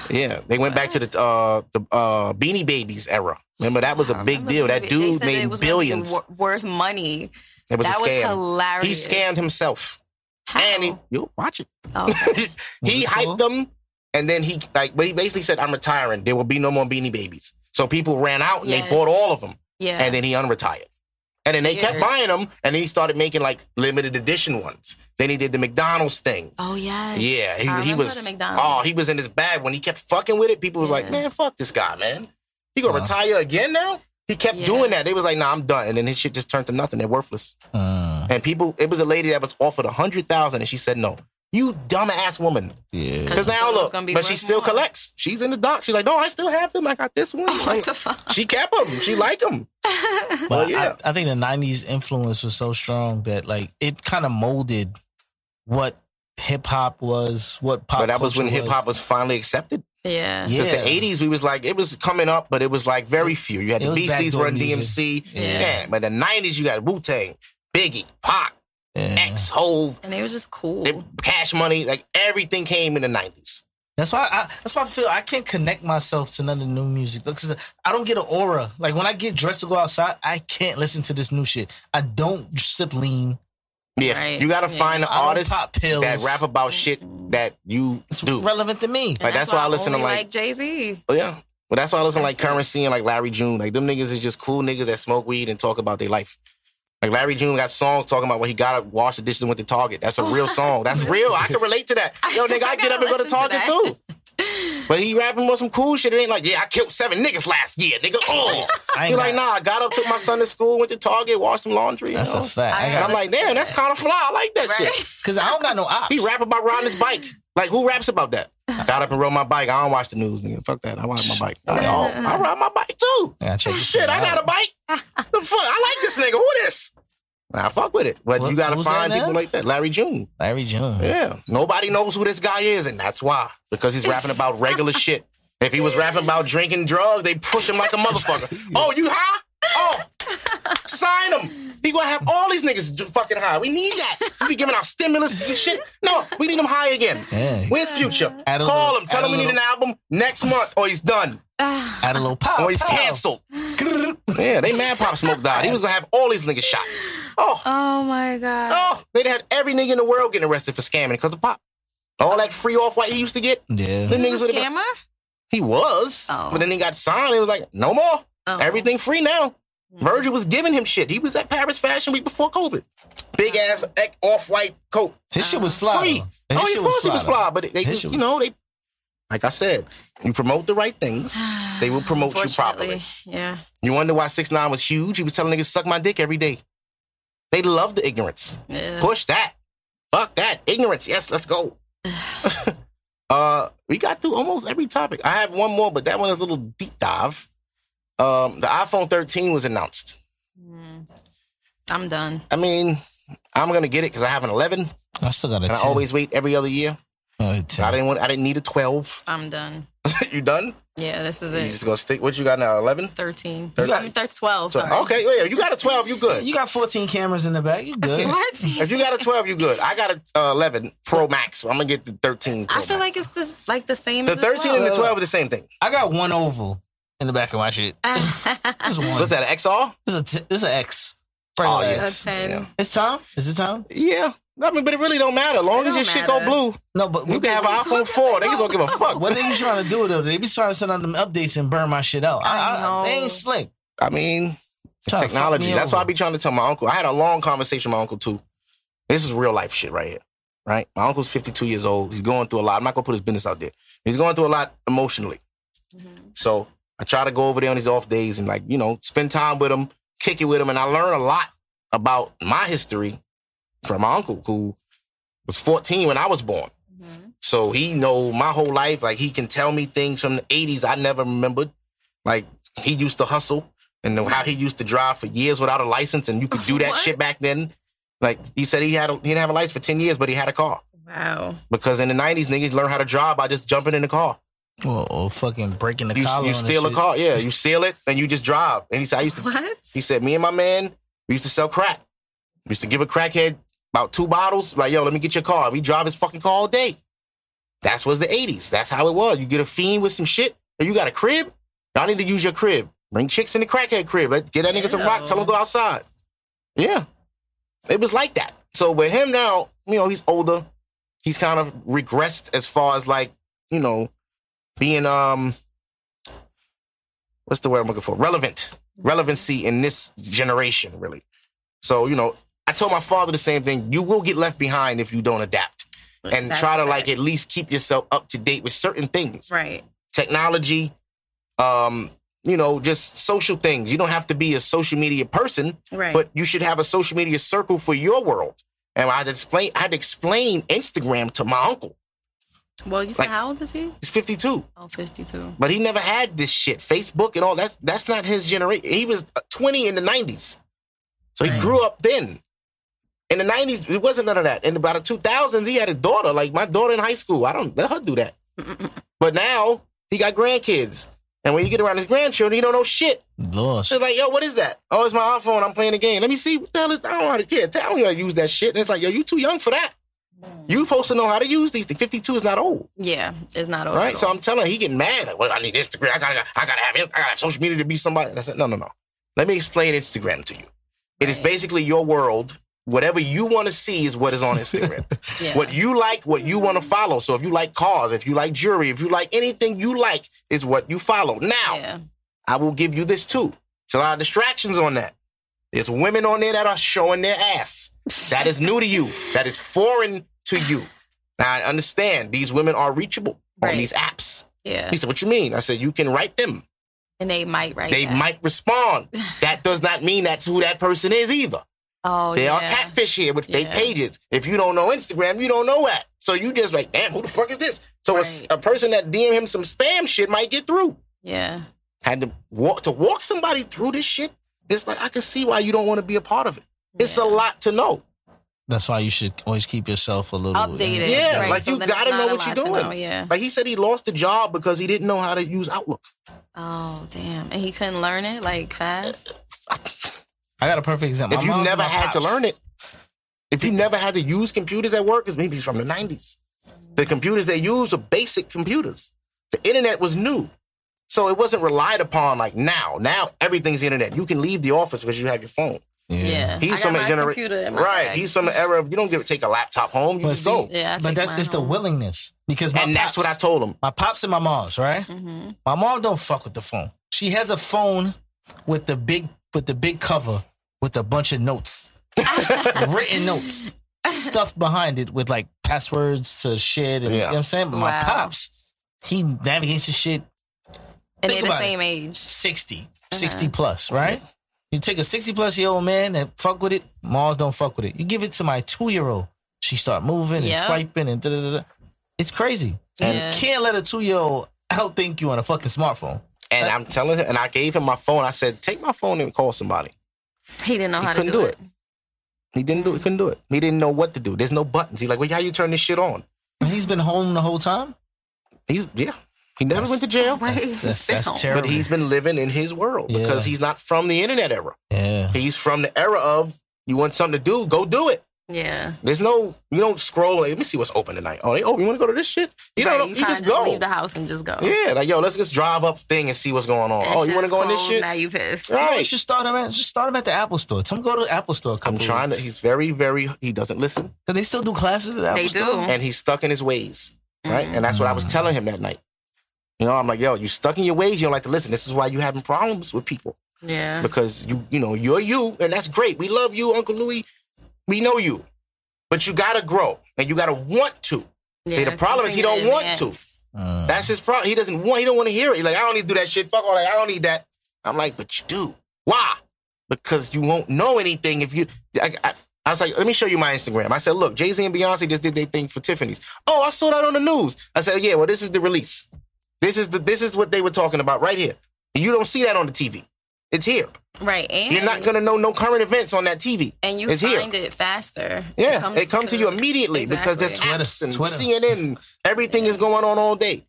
A: Yeah, they went back to the uh, the uh, Beanie Babies era. Remember that was a big deal. That
C: They
A: dude
C: said
A: made
C: it was gonna be
A: billions.
C: wor- worth money.
A: it was
C: that
A: a
C: was
A: scam.
C: hilarious.
A: He scammed himself,
C: How?
A: and he you watch it.
C: Oh, okay.
A: he
D: it cool?
A: hyped them, and then he like, but he basically said, "I'm retiring. There will be no more Beanie Babies." So people ran out and
C: Yes.
A: they bought all of them,
C: yeah.
A: and then he unretired. And then they kept
C: Weird.
A: buying them, and then he started making like limited edition ones. Then he did the McDonald's thing.
C: oh yes.
A: Yeah,
C: I
A: he, he
C: remember
A: was.
C: the McDonald's.
A: Oh, he was in his bag when he kept fucking with it. People was like,
C: Yeah.
A: "Man, fuck this guy, man. He gonna retire again now." He kept
C: Yeah.
A: doing that. They was like, "Nah, I'm done." And then his shit just turned to nothing. They're worthless.
D: Mm,
A: And people, it was a lady that was offered a hundred thousand, and she said no. You dumbass woman.
D: Yeah.
A: Because
C: she thought
A: now
C: it was
A: look,
C: gonna be
A: but she
C: worth
A: still
C: more.
A: collects. She's in the dock. She's like, no, I still have them. I got this one.
C: What the fuck?
A: she kept them. She liked them.
D: But
A: Well,
D: I-
A: yeah.
D: I, think the '90s influence was so strong that like it kind of molded what hip hop was, what pop.
A: but that was when
D: culture
A: hip hop was finally accepted.
C: Yeah.
D: Yeah.
A: Because the '80s, we was like, it was coming up, but it was like very few. You had
D: It
A: the
D: was
A: Beasties,
D: backdoor
A: Run
D: music.
A: DMC,
D: Yeah.
A: yeah. But the '90s, you got Wu Tang, Biggie, Pac,
D: Yeah.
A: X, Hove,
C: And they were just cool.
A: it- Cash Money. Like everything came in the '90s.
D: That's why I that's why I feel I can't connect myself to none of the new music because I don't get an aura. Like when I get dressed to go outside, I can't listen to this new shit. I don't sip lean.
A: Yeah,
C: Right.
A: you got to
C: Yeah.
A: find the
D: I don't
A: artists
D: pop pills.
A: that rap about shit that you do.
D: Relevant to me.
A: Like that's, why I listen to
C: only
A: like
C: Jay Z.
A: Oh yeah. Well, that's why I listen to like Currency and like Larry June. Like them niggas is just cool niggas that smoke weed and talk about their life. Like Larry June got songs talking about when he got to wash the dishes and went to Target. That's a real song. That's real. I can relate to that. Yo, nigga, I get up and go to
C: gotta
A: Target
C: listen
A: too. But he rapping about some cool shit. It ain't like, yeah, I killed seven niggas last year, nigga. Oh,
D: I ain't
A: you like,
D: got-
A: nah, I got up, took my son to school, went to Target, washed some laundry. you
D: That's a
A: know?
D: fact. I
C: I
A: And
D: got
A: I'm like, damn, that's kind of fly. I like that
C: Right.
A: shit.
D: because I don't got no ops.
A: He rap about riding his bike. Like who raps about that? Got up and rode my bike. I don't watch the news, nigga. Fuck that. I ride my bike. I'm like, oh, I ride my bike too. Oh,
D: Yeah, check this
A: Shit,
D: thing
A: I got a
D: out.
A: bike. The fuck? I like this nigga. Who this? Nah, fuck with it. But
D: What-
A: you gotta
D: who's that
A: find people
D: now?
A: like that. Larry June.
D: Larry June.
A: Yeah. Nobody knows who this guy is, and that's why. Because he's rapping about regular shit. If he was rapping about drinking drugs, they push him like a motherfucker. Oh, you high? Oh, sign him. He gonna have all these niggas j- fucking high. We need that. We be giving out stimulus and shit. No, we need him high again.
D: Yeah.
A: Where's Future?
D: Add a
A: Call
D: little-
A: him. Tell
D: add
A: him
D: a
A: we need an
D: little- Oh,
A: album next month, or he's done,
D: Add a little pop.
A: or he's
D: pop.
A: canceled. yeah, they mad Pop Smoke died. He was gonna have all these niggas shot. Oh,
C: Oh my god.
A: Oh, they'd had every nigga in the world getting arrested for scamming because of pop. All that free off white he used to get,
D: Yeah.
A: them
C: He
A: niggas
C: was
A: would
C: a
A: have been.
C: scammer?
A: He was,
C: Oh.
A: but then he got signed. It was like, no more.
C: Oh. Hmm.
A: Everything free now. Virgil was giving him shit. He was at Paris Fashion Week before COVID. Big ass off white coat,
D: His shit was fly.
A: Uh-huh. free.
D: though. His
A: oh,
D: shit
A: of course he was
D: though.
A: fly, but they,
D: His
A: was-
D: shit
A: you
D: was-
A: know, they. Like I said, you promote the right things, they will promote you properly.
C: Fortunately, Yeah.
A: You wonder why Six Nine was huge? He was telling niggas suck my dick every day. They love the ignorance.
C: Yeah.
A: Push that. Fuck that. Ignorance. Yes, let's go. uh, we got through almost every topic. I have one more, but that one is a little deep dive. Um, the iPhone 13 was announced.
C: I'm done.
A: I mean, I'm gonna get it because I have an 11, and
D: I still got a 10.
A: I always wait every other year.
D: got a 10.
A: I didn't want. I didn't need a 12.
C: I'm done.
A: you done?
C: Yeah, this is
A: You
C: it.
A: just gonna stick? What you got now? 11.
C: 13.
A: Thirteen?
C: I mean, thir- 12,
A: So,
C: sorry.
A: okay, yeah, you got a 12. You good.
D: You got 14 cameras in the back. You good?
C: What?
A: If you got a 12, you good. I got a uh, 11 Pro Max. I'm gonna get the 13. Pro
C: I feel
A: Max.
C: like it's this, like the same
A: the
C: as
A: 13 and the
D: 12.
A: 12 are the same thing.
D: I got one oval in the back of my shit. Just one.
A: What's that? An XR?
D: This is a t- this is an X.
A: Oh,
D: Regular
A: yeah.
C: A
D: X.
C: 10.
A: Yeah.
D: It's time. Is it time?
A: Yeah. I mean, but it really don't matter. As long
C: It
A: as your
C: don't
A: shit go
C: matter.
A: blue,
D: No, but
A: you can have an iPhone 4. Niggas don't give a fuck.
D: What they be trying to do though? They be trying to send out them updates and burn my shit out. I,
C: I
D: I, they
C: know.
D: ain't slick.
A: I mean, it's
D: Tryna fuck
A: technology.
D: me
A: That's why I
D: over.
A: be trying to tell my uncle. I had a long conversation with my uncle, too. This is real life shit right here. Right? My uncle's 52 years old. He's going through a lot. I'm not going to put his business out there. He's going through a lot emotionally. So I try to go over there on his off days and, like, you know, spend time with him, kick it with him. And I learn a lot about my history from my uncle, who was 14 when I was born. So he know my whole life. Like he can tell me things from the 80s I never remembered. Like he used to hustle and how he used to drive for years without a license and you could do that
C: What?
A: shit back then. Like he said he had a, he didn't have a license for 10 years, but he had a car.
C: Wow.
A: Because in the 90s, niggas learned how to drive by just jumping in the car.
D: Well, or fucking breaking the
A: You,
D: collar.
A: you
D: on and
A: steal a
D: shit.
A: car. Yeah, you steal it and you just drive. And he said, I used to
C: What?
A: he said, me and my man, we used to sell crack. We used to give a crackhead about two bottles. Like, yo, let me get your car. We drive his fucking car all day. That's was the 80s. That's how it was. You get a fiend with some shit, and you got a crib. Y'all need to use your crib. Bring chicks in the crackhead crib. Let get that nigga some rock. Tell him to go outside. Yeah. It was like that. So with him now, you know, he's older. He's kind of regressed as far as like, you know, being um what's the word I'm looking for? Relevant. Relevancy in this generation, really. So, you know, I told my father the same thing. You will get left behind if you don't adapt and
C: That's
A: try to
C: a
A: like
C: fact.
A: at least keep yourself up to date with certain things.
C: Right.
A: Technology, um, you know, just social things. You don't have to be a social media person,
C: Right.
A: but you should have a social media circle for your world. And I had to explain I had to explain Instagram to my uncle.
C: well, you said
A: like-
C: how old is he?
A: He's 52.
C: Oh, 52.
A: But he never had this shit. Facebook and all that's that's not his generation. He was 20 in the 90s. So he grew up then. In the 90s, it wasn't none of that. In about the 2000s, he had a daughter, like my daughter in high school. I don't let her do that. But now he got grandkids. And when you get around his grandchildren, you don't know shit.
D: Lost.
A: It's like, yo, what is that? Oh, it's my iPhone. I'm playing a game. Let me see. What the hell is I don't know how to yeah, tell me how to use that shit. And it's like, yo, you too young for that. You supposed to know how to use these things. 52 is not old.
C: Yeah, it's not old.
A: Right,
C: at
A: so
C: all.
A: I'm telling her, he getting mad. Like, well, I need Instagram. I gotta, I gotta have, I gotta have social media to be somebody. And I said, no, no, no. Let me explain Instagram to you. It is
C: Right.
A: basically your world. Whatever you want to see is what is on Instagram.
C: Yeah.
A: What you like, what you want to follow. So if you like cars, if you like jewelry, if you like anything you like, is what you follow. Now,
C: Yeah.
A: I will give you this too. There's a lot of distractions on that. There's women on there that are showing their ass. That is new to you. That is foreign to you. Now I understand these women are reachable on
C: Right.
A: these apps.
C: Yeah.
A: He said, "What you mean?" I said, "You can write them.
C: And they might write.
A: They
C: that.
A: might respond. That does not mean that's who that person is either.
C: Oh,
A: there
C: yeah.
A: are catfish here with fake
C: Yeah.
A: pages. If you don't know Instagram, you don't know that. So you just like, damn, who the fuck is this? So a s-
C: Right.
A: a, person that DM him some spam shit might get through.
C: Yeah.
A: Had to walk to walk somebody through this shit. It's like I can see why you don't want to be a part of it. It's a lot to know.
D: That's why you should always keep yourself a little
C: Updated.
A: Yeah,
C: Right,
A: like
C: so
A: you
C: then it's
A: gotta
C: not
A: know
C: a
A: what you're
C: lot to
A: doing.
C: know, yeah.
A: Like he said, he lost the job because he didn't know how to use Outlook.
C: Oh, damn. And he couldn't learn it like fast.
D: I got a perfect example.
A: if
D: My
A: you
D: mom's
A: never
D: my
A: had to
D: pops.
A: learn it, if you never had to use computers at work, because maybe it's from the 90s. The computers they used were basic computers. The internet was new. So it wasn't relied upon like now. Now everything's internet. You can leave the office because you have your phone.
C: Yeah. I
A: He's
C: got
A: from a
C: my
A: generation.
C: computer in my
A: Right.
C: bag.
A: He's from an era of you don't give take a laptop home, you
D: But
A: just
D: see,
A: go.
C: Yeah. I
D: but
C: take
D: that's
C: mine
D: it's the
C: home.
D: willingness because my
A: And that's
D: pops-
A: what I told him.
D: my pops and my mom's right.
C: Mm-hmm.
D: My mom don't fuck with the phone. She has a phone with the big with the big cover with a bunch of notes, written notes, stuff behind it with like passwords to shit. And, You know
A: Yeah.
D: what I'm saying? But my
C: Wow.
D: pops, he navigates the shit
C: And
D: Think
C: they're the
D: about it.
C: same age.
D: 60,
C: Uh-huh.
D: 60 plus, right? You take a 60 plus year old man and fuck with it, Mars don't fuck with it. You give it to my two year old, she start moving and
C: Yeah.
D: swiping and da da da. It's crazy. And
C: Yeah.
D: can't let a two year old outthink you on a fucking smartphone.
A: And I'm telling him, and I gave him my phone. I said, take my phone and call somebody.
C: He didn't know
A: He
C: how to
A: couldn't
C: do,
A: do it. He didn't do it. Couldn't do it. He didn't know what to do. There's no buttons. He's like, well, how you turn this shit on?
D: And he's been home the whole time.
A: He's yeah. He never went to jail,
C: Right.
D: That's, that's terrible.
A: but he's been living in his world because
D: Yeah.
A: he's not from the internet era.
D: yeah.
A: He's from the era of you want something to do, go do it.
C: Yeah.
A: There's no you don't scroll. Like, Let me see what's open tonight. Oh, they open. You want to go to this shit? You
C: Right,
A: don't. know. You
C: kinda
A: just go.
C: leave the house and just go.
A: yeah, like yo, let's just drive up thing and see what's going on.
C: That
A: oh, you want to
C: shit's
A: go in this
C: cold,
A: shit?
C: Now you pissed.
D: We
A: Right.
D: should start him at just start him at the Apple store. Tell him to go to the Apple store. a
A: I'm
D: couple
A: trying to.
D: weeks.
A: He's very, very. He doesn't listen,
D: Do they still do classes at the Apple
C: They
D: store?
C: do.
A: and he's stuck in his ways. Right, and that's what I was telling him that night. You know, I'm like, yo, you stuck in your ways. You don't like to listen. This is why you having problems with people.
C: Yeah.
A: because you you know you're you and that's great. We love you, Uncle Louis. We know you, but you gotta grow and you gotta want to.
C: yeah.
A: the problem is he don't
C: continue
A: want to.
C: advance.
A: That's his problem. He doesn't want. He don't want to hear it. He's like I don't need to do that shit. Fuck all that. I don't need that. I'm like, but you do. Why? Because you won't know anything if you. I, I, I was like, let me show you my Instagram. I said, look, Jay Z and Beyonce just did their thing for Tiffany's. Oh, I saw that on the news. I said, yeah, well, this is the release. This is the this is what they were talking about right here. And you don't see that on the TV. It's here.
C: Right. And
A: You're not gonna know no current events on that TV.
C: and you
A: it's here.
C: find it faster.
A: Yeah, it comes to you immediately because there's
C: Exactly.
A: Twitter,
D: Twitter,
A: apps and
D: Twitter.
A: CNN. Everything is going on all day.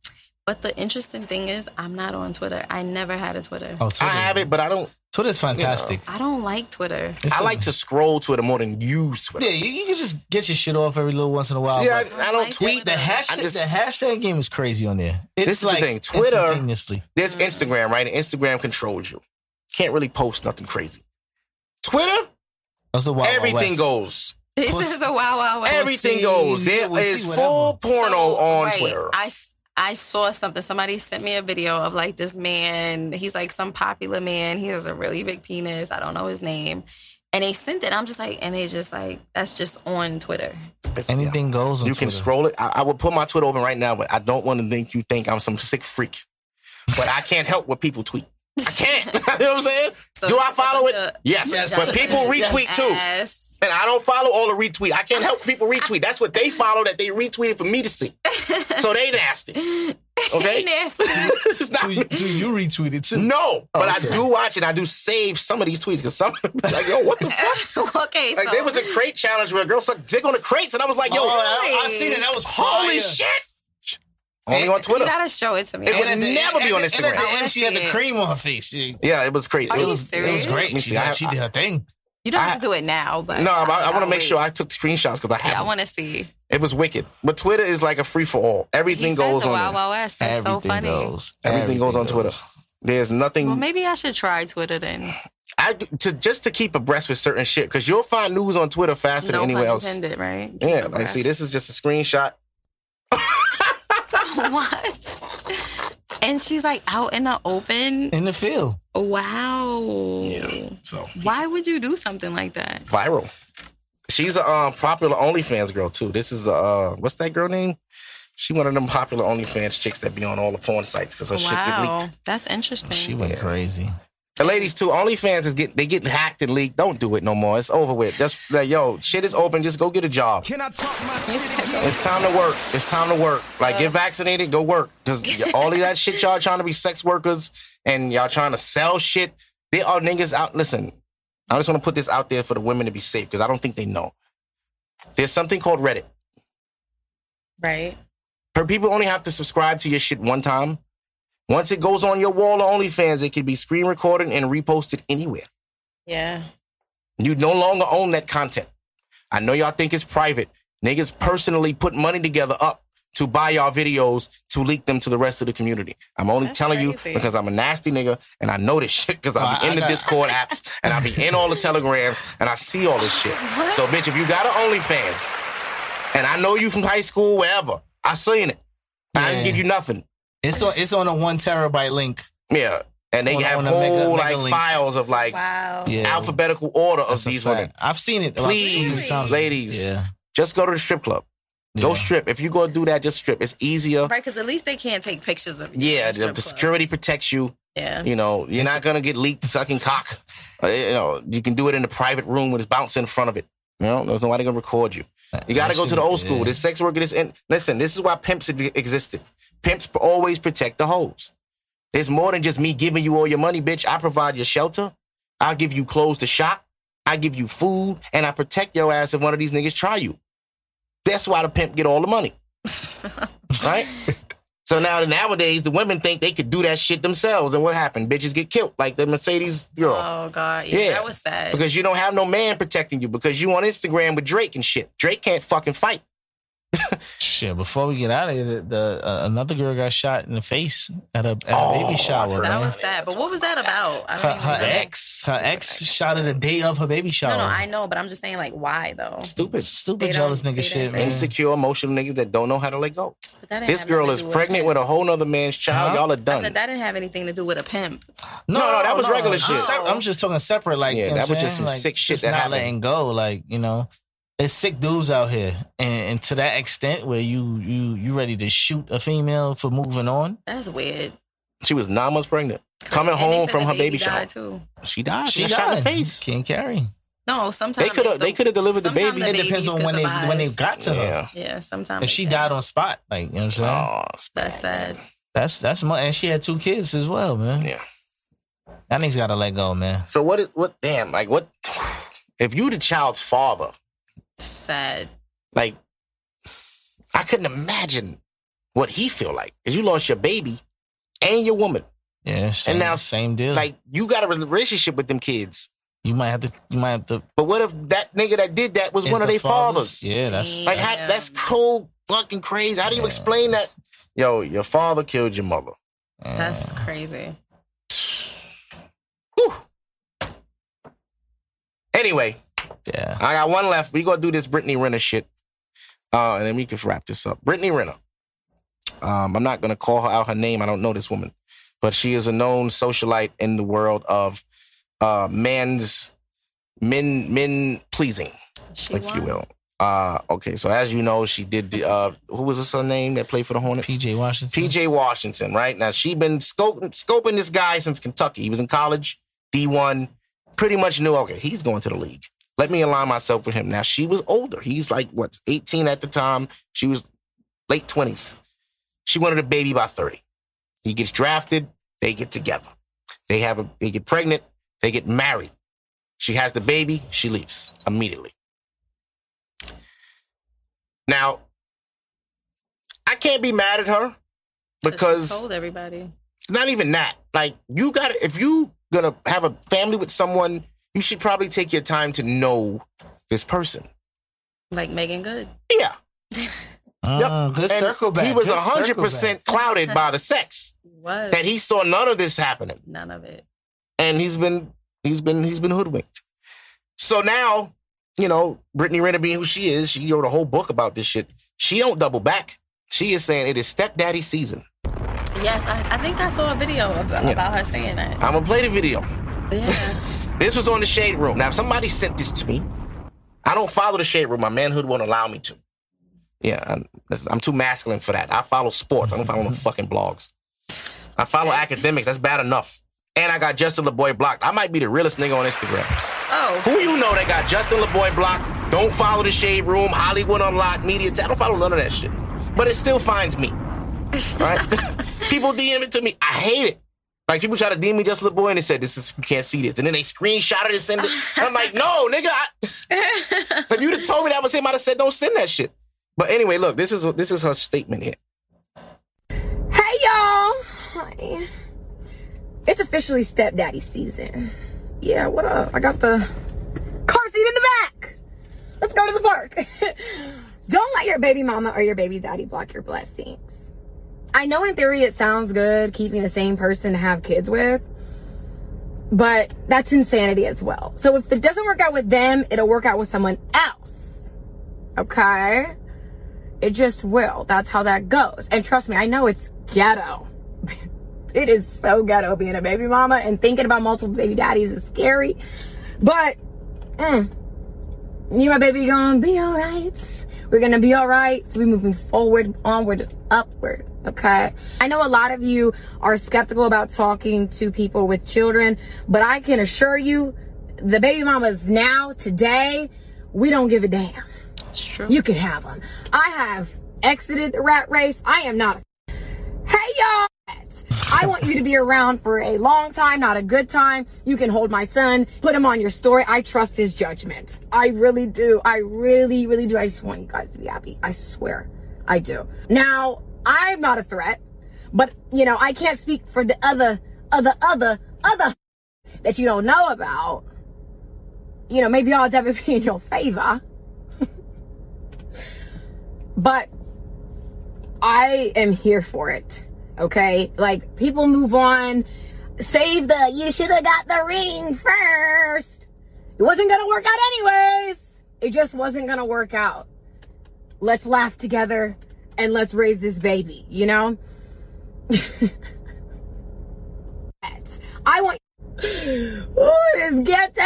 C: But the interesting thing is, I'm not on Twitter. I never had a Twitter.
D: Oh, Twitter.
A: I have it, but I don't.
D: Twitter's fantastic.
C: I don't like Twitter.
D: It's
A: I
D: a-
A: like to scroll Twitter more than use
D: Yeah,
A: Twitter. Um,
D: you, you can just get your shit off every little once in a while.
A: Yeah,
D: but
A: I, I don't
C: Like
A: tweet.
D: the
C: Twitter.
D: hashtag,
A: I just-
D: the hashtag game is crazy on there. It's
A: This is the
D: like
A: thing, Twitter-
D: instantaneously.
A: There's Instagram, right? And Instagram controls you. Can't really post nothing crazy. Twitter,
D: That's the wild Wild
A: everything
D: West.
A: goes.
C: This
D: Pussy.
C: is a wow wow wow.
A: everything
D: see,
A: goes. There
D: we'll see,
A: is
D: whatever.
A: full porno
C: So,
A: on
C: right,
A: Twitter.
C: I, s- I saw something. Somebody sent me a video of like this man. He's like some popular man. He has a really big penis. I don't know his name. And they sent it. I'm just like, and they just like, that's just on Twitter.
A: It's-
D: Anything goes. On
A: You can
D: Twitter.
A: scroll it. I, I would put my Twitter open right now, but I don't want to think you think I'm some sick freak. But I can't help what people tweet. I can't. you know what I'm saying?
C: So
A: Do I
C: it's a
A: follow it?
C: bunch of-
A: Yes.
C: Yes.
A: But people retweet too.
C: Ass.
A: And I don't follow all the retweet. I can't help people retweet. That's what they follow that they retweeted for me to see. So they nasty. Okay?
C: Nasty.
A: It's not
D: Do you, do you retweet it too?
A: No, but I do watch it. I do save some of these tweets because some like, yo, what the fuck?
C: okay,
A: Like
C: so
A: there was a crate challenge where a girl sucked dick on the crates, and I was like, yo,
D: Oh, I, I seen it. That was
A: holy
D: fire.
A: shit! Only on
C: you
A: Twitter.
C: gotta show it to me.
A: It would
D: And at the-
A: never be
D: and
A: on
D: at the- And at
A: Instagram.
D: the end, she had the
C: Yeah.
D: cream on her face. She-
A: Yeah, it was crazy.
C: Are
A: It
C: you
A: was-
D: It was
C: serious?
D: great.
A: Let me
D: She,
A: see,
D: had-
A: I-
D: she did her thing.
C: You don't
A: I-
C: have to do it now, but
A: no, I, I want to
C: I'll
A: make sure
C: wait.
A: I took screenshots because I
C: yeah, I
A: have. them.
C: want to see.
A: it was wicked, but Twitter is like a free for all. Everything
C: He said
A: goes
C: the
A: on.
C: Wild
A: there.
C: Wild West. That's so funny.
A: Everything, goes on Twitter. There's nothing.
C: Well, maybe I should try Twitter then.
A: I to just to keep abreast with certain shit because you'll find news on Twitter faster
C: No
A: than anywhere
C: pun
A: else.
C: intended, right?
A: Yeah, like see, this is just a screenshot.
C: what? And she's like out in the open.
D: In the field.
C: Wow.
A: So
C: Why would you do something like that?
A: viral. She's a um, popular OnlyFans girl too. This is a uh, what's that girl name? She one of them popular OnlyFans chicks that be on all the porn sites because her shit get leaked.
C: Wow, that's interesting.
D: She went crazy.
A: The ladies too, OnlyFans is get they get hacked and leaked. Don't do it no more. It's over with. Just like yo, shit is open. Just go get a job.
H: Can I talk my shit?
A: It's time to work. It's time to work. Like get vaccinated, go work. Cause all of that shit y'all trying to be sex workers and y'all trying to sell shit. There are niggas out. Listen, I just want to put this out there for the women to be safe because I don't think they know. There's something called Reddit.
C: right.
A: Per people only have to subscribe to your shit one time. Once it goes on your wall of OnlyFans, it can be screen recorded and reposted anywhere.
C: Yeah.
A: You no longer own that content. I know y'all think it's private. Niggas personally put money together up to buy y'all videos to leak them to the rest of the community. I'm only
C: That's
A: telling you
C: crazy.
A: because I'm a nasty nigga and I know this shit because I be
D: Well, I-
A: in the
D: I-
A: Discord apps and I be in all the telegrams and I see all this shit. So bitch, if you got an OnlyFans and I know you from high school, wherever, I seen it. I
D: Yeah.
A: didn't give you nothing.
D: It's on. It's on a one terabyte link.
A: Yeah. And they
D: On-
A: have
D: on a mega-
A: whole
D: mega
A: like
D: link.
A: files of like
C: Wow.
D: Yeah.
A: alphabetical order
D: That's
A: of
D: a
A: these
D: fact.
A: women.
D: I've seen it. about
A: Please,
D: 15 times.
A: ladies.
D: Yeah.
A: Just go to the strip club. Go
D: Yeah.
A: strip. If you go do that, just strip. It's easier.
C: Right, because at least they can't take pictures of you.
A: Yeah,
C: Strip
A: the, the
C: club.
A: security protects you.
C: Yeah.
A: You know, you're not gonna get leaked sucking cock. Uh, you know, you can do it in a private room with it's bouncing in front of it. You know, there's nobody gonna record you. You gotta go to the old school.
D: Yeah.
A: This sex worker. This and listen, this is why pimps ex- existed. Pimps always protect the hoes. It's more than just me giving you all your money, bitch. I provide your shelter. I'll give you clothes to shop. I give you food, and I protect your ass if one of these niggas try you. That's why the pimp get all the money, right? So now nowadays the women think they could do that shit themselves, and what happened? Bitches get killed, like the Mercedes girl,
C: Oh God. Yeah,
A: Yeah.
C: That was sad.
A: because you don't have no man protecting you because you on Instagram with Drake and shit. Drake can't fucking fight.
D: Shit. Before we get out of here, the, the uh, another girl got shot in the face at a, at a baby
C: that
D: shower. man.
C: was sad. But what was that about? I
D: her,
C: don't
D: her
C: even know.
D: ex. Her ex shot her the day of her baby shower.
C: No, no, I know, but I'm just saying, like, why though?
A: Stupid,
D: Stupid
C: They
D: jealous
C: don't-
D: nigga
C: they
D: shit,
C: don't-
D: man.
A: insecure, emotional niggas that don't know how to let go.
C: But that didn't
A: This
C: have
A: girl
C: nothing
A: is
C: to do
A: pregnant with a whole nother man's child.
D: Huh?
A: Y'all are
C: I
A: done.
C: said that didn't have anything to do with a pimp.
A: No, no, that was regular
D: I'm
A: shit.
D: sep- I'm just talking separate, like
A: Yeah,
D: you know
A: that
D: what
A: was
D: I'm
A: just
D: saying?
A: some
D: Like,
A: sick shit
D: just
A: that
D: not
A: happened.
D: letting go, like you know, there's sick dudes out here, and, and to that extent where you you you ready to shoot a female for moving on.
C: That's weird.
A: She was nine months pregnant, coming
C: And they
A: home
C: said
A: from
C: the
A: her baby, shower.
C: died, too.
A: She died. She, got shot in the
D: done.
A: face.
D: Can't carry.
C: No, sometimes
A: They coulda-
C: it's the-
A: they coulda delivered the
C: sometimes
A: baby.
D: It depends
C: babies
D: on
C: could
D: when they
C: survive.
D: when they got to her.
A: Yeah.
C: Yeah, sometimes
D: If she died on spot, like you know what I'm saying,
A: Oh, it's bad.
C: That's sad.
D: that's that's my and she had two kids as well, man.
A: Yeah.
D: That nigga's gotta let go, man.
A: So what is what? Damn, like what? If you the child's father,
C: Sad.
A: like I couldn't imagine what he feel like. Cause you lost your baby and your woman.
D: Yeah, same,
A: now,
D: same deal.
A: Like you got a relationship with them kids.
D: you might have to, you might have to.
A: But what if that nigga that did that was
D: it's
A: one of
D: the
A: their fathers?
D: Yeah, that's
A: Like how,
C: Yeah.
A: that's cold fucking crazy. How do you explain that? Yo, your father killed your mother.
C: That's
D: Uh,
C: crazy.
A: Whew. Anyway,
D: yeah.
A: I got one left. We gonna do this Brittany Renner shit, uh, and then we can wrap this up. Brittany Renner. Um, I'm not gonna call her out her name. I don't know this woman, but she is a known socialite in the world of uh, men's men men pleasing,
C: She
A: if you
C: won.
A: will. Uh, okay, so as you know, she did the uh, who was this her name that played for the Hornets?
D: PJ Washington.
A: PJ Washington, right? Now she been scoping, scoping this guy since Kentucky. He was in college, D1, pretty much knew, okay, he's going to the league. Let me align myself with him. Now she was older. He's like what, 18 at the time. She was late 20s. She wanted a baby by 30. He gets drafted, they get together. They have a they get pregnant, they get married. She has the baby, she leaves immediately. Now, I can't be mad at her
C: she
A: because
C: told everybody.
A: not even that. Like you got to if you gonna have a family with someone, you should probably take your time to know this person.
C: Like Megan Good.
A: Yeah,
D: Mm, good
A: And
D: circle back.
A: He was
D: good circle
A: hundred percent clouded by the sex
C: Was
A: that he saw none of this happening,
C: none of it.
A: and he's been he's been he's been hoodwinked. So now, you know, Brittany Renner being who she is, she wrote a whole book about this shit. She don't double back. She is saying it is stepdaddy season.
C: Yes, I, I think I saw a video about, about her saying that.
A: I'm gonna play the video.
C: Yeah.
A: This was on the Shade Room. Now, if somebody sent this to me, I don't follow the Shade Room. My manhood won't allow me to. Yeah, I'm, that's- I'm too masculine for that. I follow sports. I don't follow no fucking blogs. I follow academics. That's bad enough. And I got Justin LeBoy blocked. I might be the realest nigga on Instagram.
C: oh,
A: Who you know that got Justin LeBoy blocked? Don't follow the Shade Room, Hollywood Unlocked, Media. T- I don't follow none of that shit. But it still finds me. Right? people DM it to me. I hate it. Like people try to DM me Justin LeBoy and they said, "This is you can't see this," and then they screenshot it and send it. And I'm like, "No, nigga, I, if you'd have told me that was him, I'd have said, don't send that shit." But anyway, look, this is this is her statement here.
H: Hey y'all! Hi. It's officially stepdaddy season. Yeah, what up? I got the car seat in the back. Let's go to the park. Don't let your baby mama or your baby daddy block your blessings. I know in theory it sounds good keeping the same person to have kids with, but that's insanity as well. So if it doesn't work out with them, it'll work out with someone else. Okay? It just will. That's how that goes. And trust me, I know it's ghetto. it is so ghetto being a baby mama and thinking about multiple baby daddies is scary. But mm, me and my baby gonna be all right. We're gonna be all right. So we're moving forward, onward, and upward. Okay. I know a lot of you are skeptical about talking to people with children, but I can assure you, the baby mamas now, today, we don't give a damn.
C: it's true.
H: You can have them. I have exited the rat race. I am not. a- Hey y'all! I want you to be around for a long time, not a good time. You can hold my son, put him on your story. I trust his judgment. I really do. I really, really do. I just want you guys to be happy. I swear, I do. Now, I'm not a threat, but you know, I can't speak for the other, other, other, other that you don't know about. You know, maybe odds ever be in your favor but I am here for it. Okay? Like people move on. Save the you should have got the ring first. It wasn't gonna work out anyways. It just wasn't gonna work out. Let's laugh together and let's raise this baby, you know? I want Oh, this ghetto.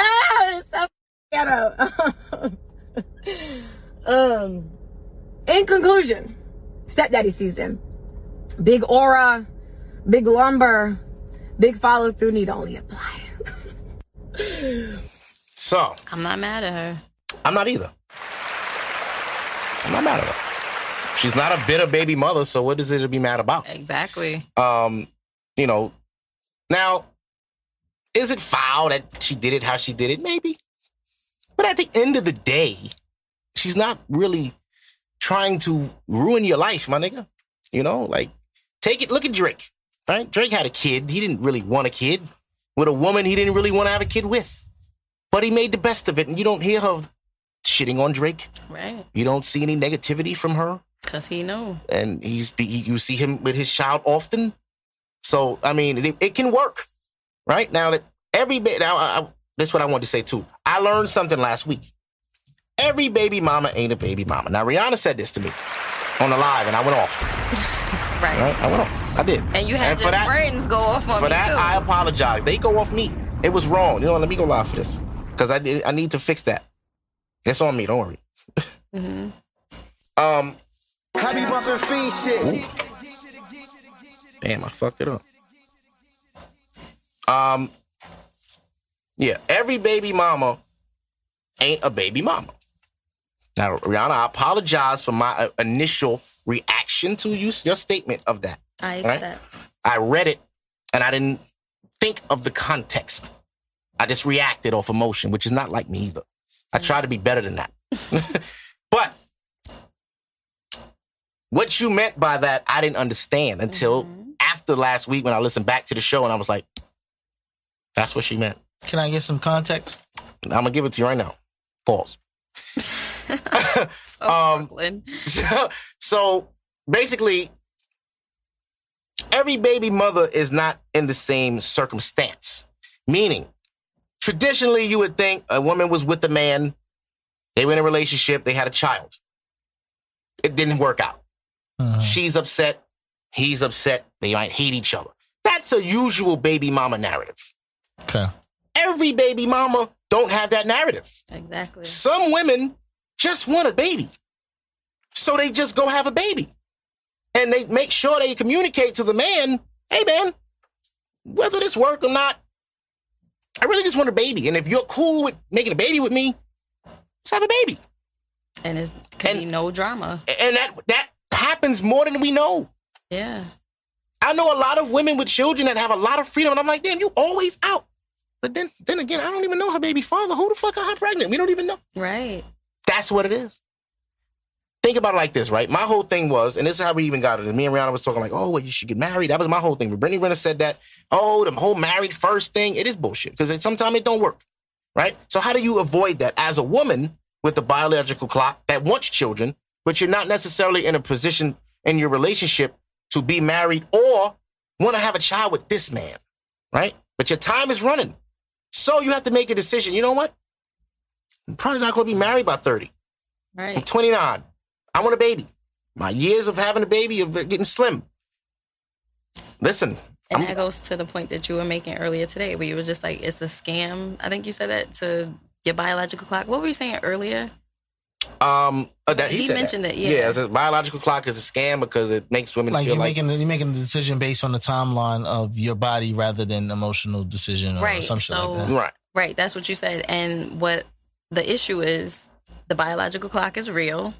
H: It's so ghetto. um in conclusion, stepdaddy season. Big aura, big lumber, big follow through need only apply.
A: So
C: I'm not mad at her.
A: I'm not either. I'm not mad at her. She's not a bitter baby mother, so what is it to be mad about?
C: Exactly.
A: Um, you know, now, is it foul that she did it how she did it? Maybe. But at the end of the day, she's not really trying to ruin your life, my nigga. You know, like, take it, look at Drake, right? Drake had a kid. He didn't really want a kid with a woman he didn't really want to have a kid with. But he made the best of it, and you don't hear her shitting on Drake.
C: Right.
A: You don't see any negativity from her,
C: Because he knew.
A: and he's he, you see him with his child often. So I mean, it, it can work, right? Now that every ba- now I, I, that's what I wanted to say too. I learned something last week. Every baby mama ain't a baby mama. Now Rihanna said this to me on the live, and I went off.
C: Right.
A: Right? I went off. I did.
C: And you had
A: for
C: your
A: that-
C: friends go off on
A: for
C: me
A: that,
C: too.
A: I apologize. They go off me. It was wrong. You know, what? let me go live for this because I did- I need to fix that. That's on me. Don't worry.
C: Mm-hmm.
A: um. Damn, I fucked it up. Um. Yeah, every baby mama ain't a baby mama. Now, Rihanna, I apologize for my uh, initial reaction to you, your statement of that.
C: I
A: Right?
C: accept.
A: I read it and I didn't think of the context. I just reacted off emotion, which is not like me either. I try to be better than that. but what you meant by that, I didn't understand until after last week when I listened back to the show and I was like, that's what she meant.
D: Can I get some context?
A: I'm going to give it to you right now. Pause.
C: So
A: Um,
C: Brooklyn.
A: so, so basically, every baby mother is not in the same circumstance. Meaning, traditionally, you would think a woman was with a man, they were in a relationship, they had a child. It didn't work out. She's upset, he's upset, they might hate each other. That's a usual baby mama narrative.
D: Okay.
A: Every baby mama don't have that narrative.
C: Exactly.
A: Some women just want a baby. So they just go have a baby. And they make sure they communicate to the man, hey man, whether this work or not, I really just want a baby. And if you're cool with making a baby with me, let's have a baby.
C: And it's could be
A: and-
C: no drama.
A: A- And that that happens more than we know.
C: Yeah.
A: I know a lot of women with children that have a lot of freedom, and I'm like, damn, you always out. But then then again, I don't even know her baby father. Who the fuck got her pregnant? We don't even know.
C: Right.
A: That's what it is. Think about it like this, right? My whole thing was, and this is how we even got it. And me and Rihanna was talking like, oh, well, you should get married. That was my whole thing. But Brittany Renner said that, oh, the whole married first thing, it is bullshit because sometimes it don't work, right? So how do you avoid that as a woman with the biological clock that wants children, but you're not necessarily in a position in your relationship to be married or want to have a child with this man, right? But your time is running. So you have to make a decision. You know what? I'm probably not going to be married by 30. I'm
C: Right.
A: 29. I want a baby. My years of having a baby of getting slim. Listen,
C: And
A: I'm-
C: that goes to the point that you were making earlier today, where you were just like, it's a scam. I think you said that to your biological clock. What were you saying earlier?
A: um, uh, that,
C: He
A: said
C: mentioned
A: that.
C: it, yeah.
A: it's a biological clock is a scam because it makes women
D: Like
A: feel
D: you're
A: like
D: making you're making the decision based on the timeline of your body rather than emotional decision or
C: Right,
D: some shit
C: so-
D: like that.
A: right.
C: Right. That's what you said. And what the issue is, the biological clock is real.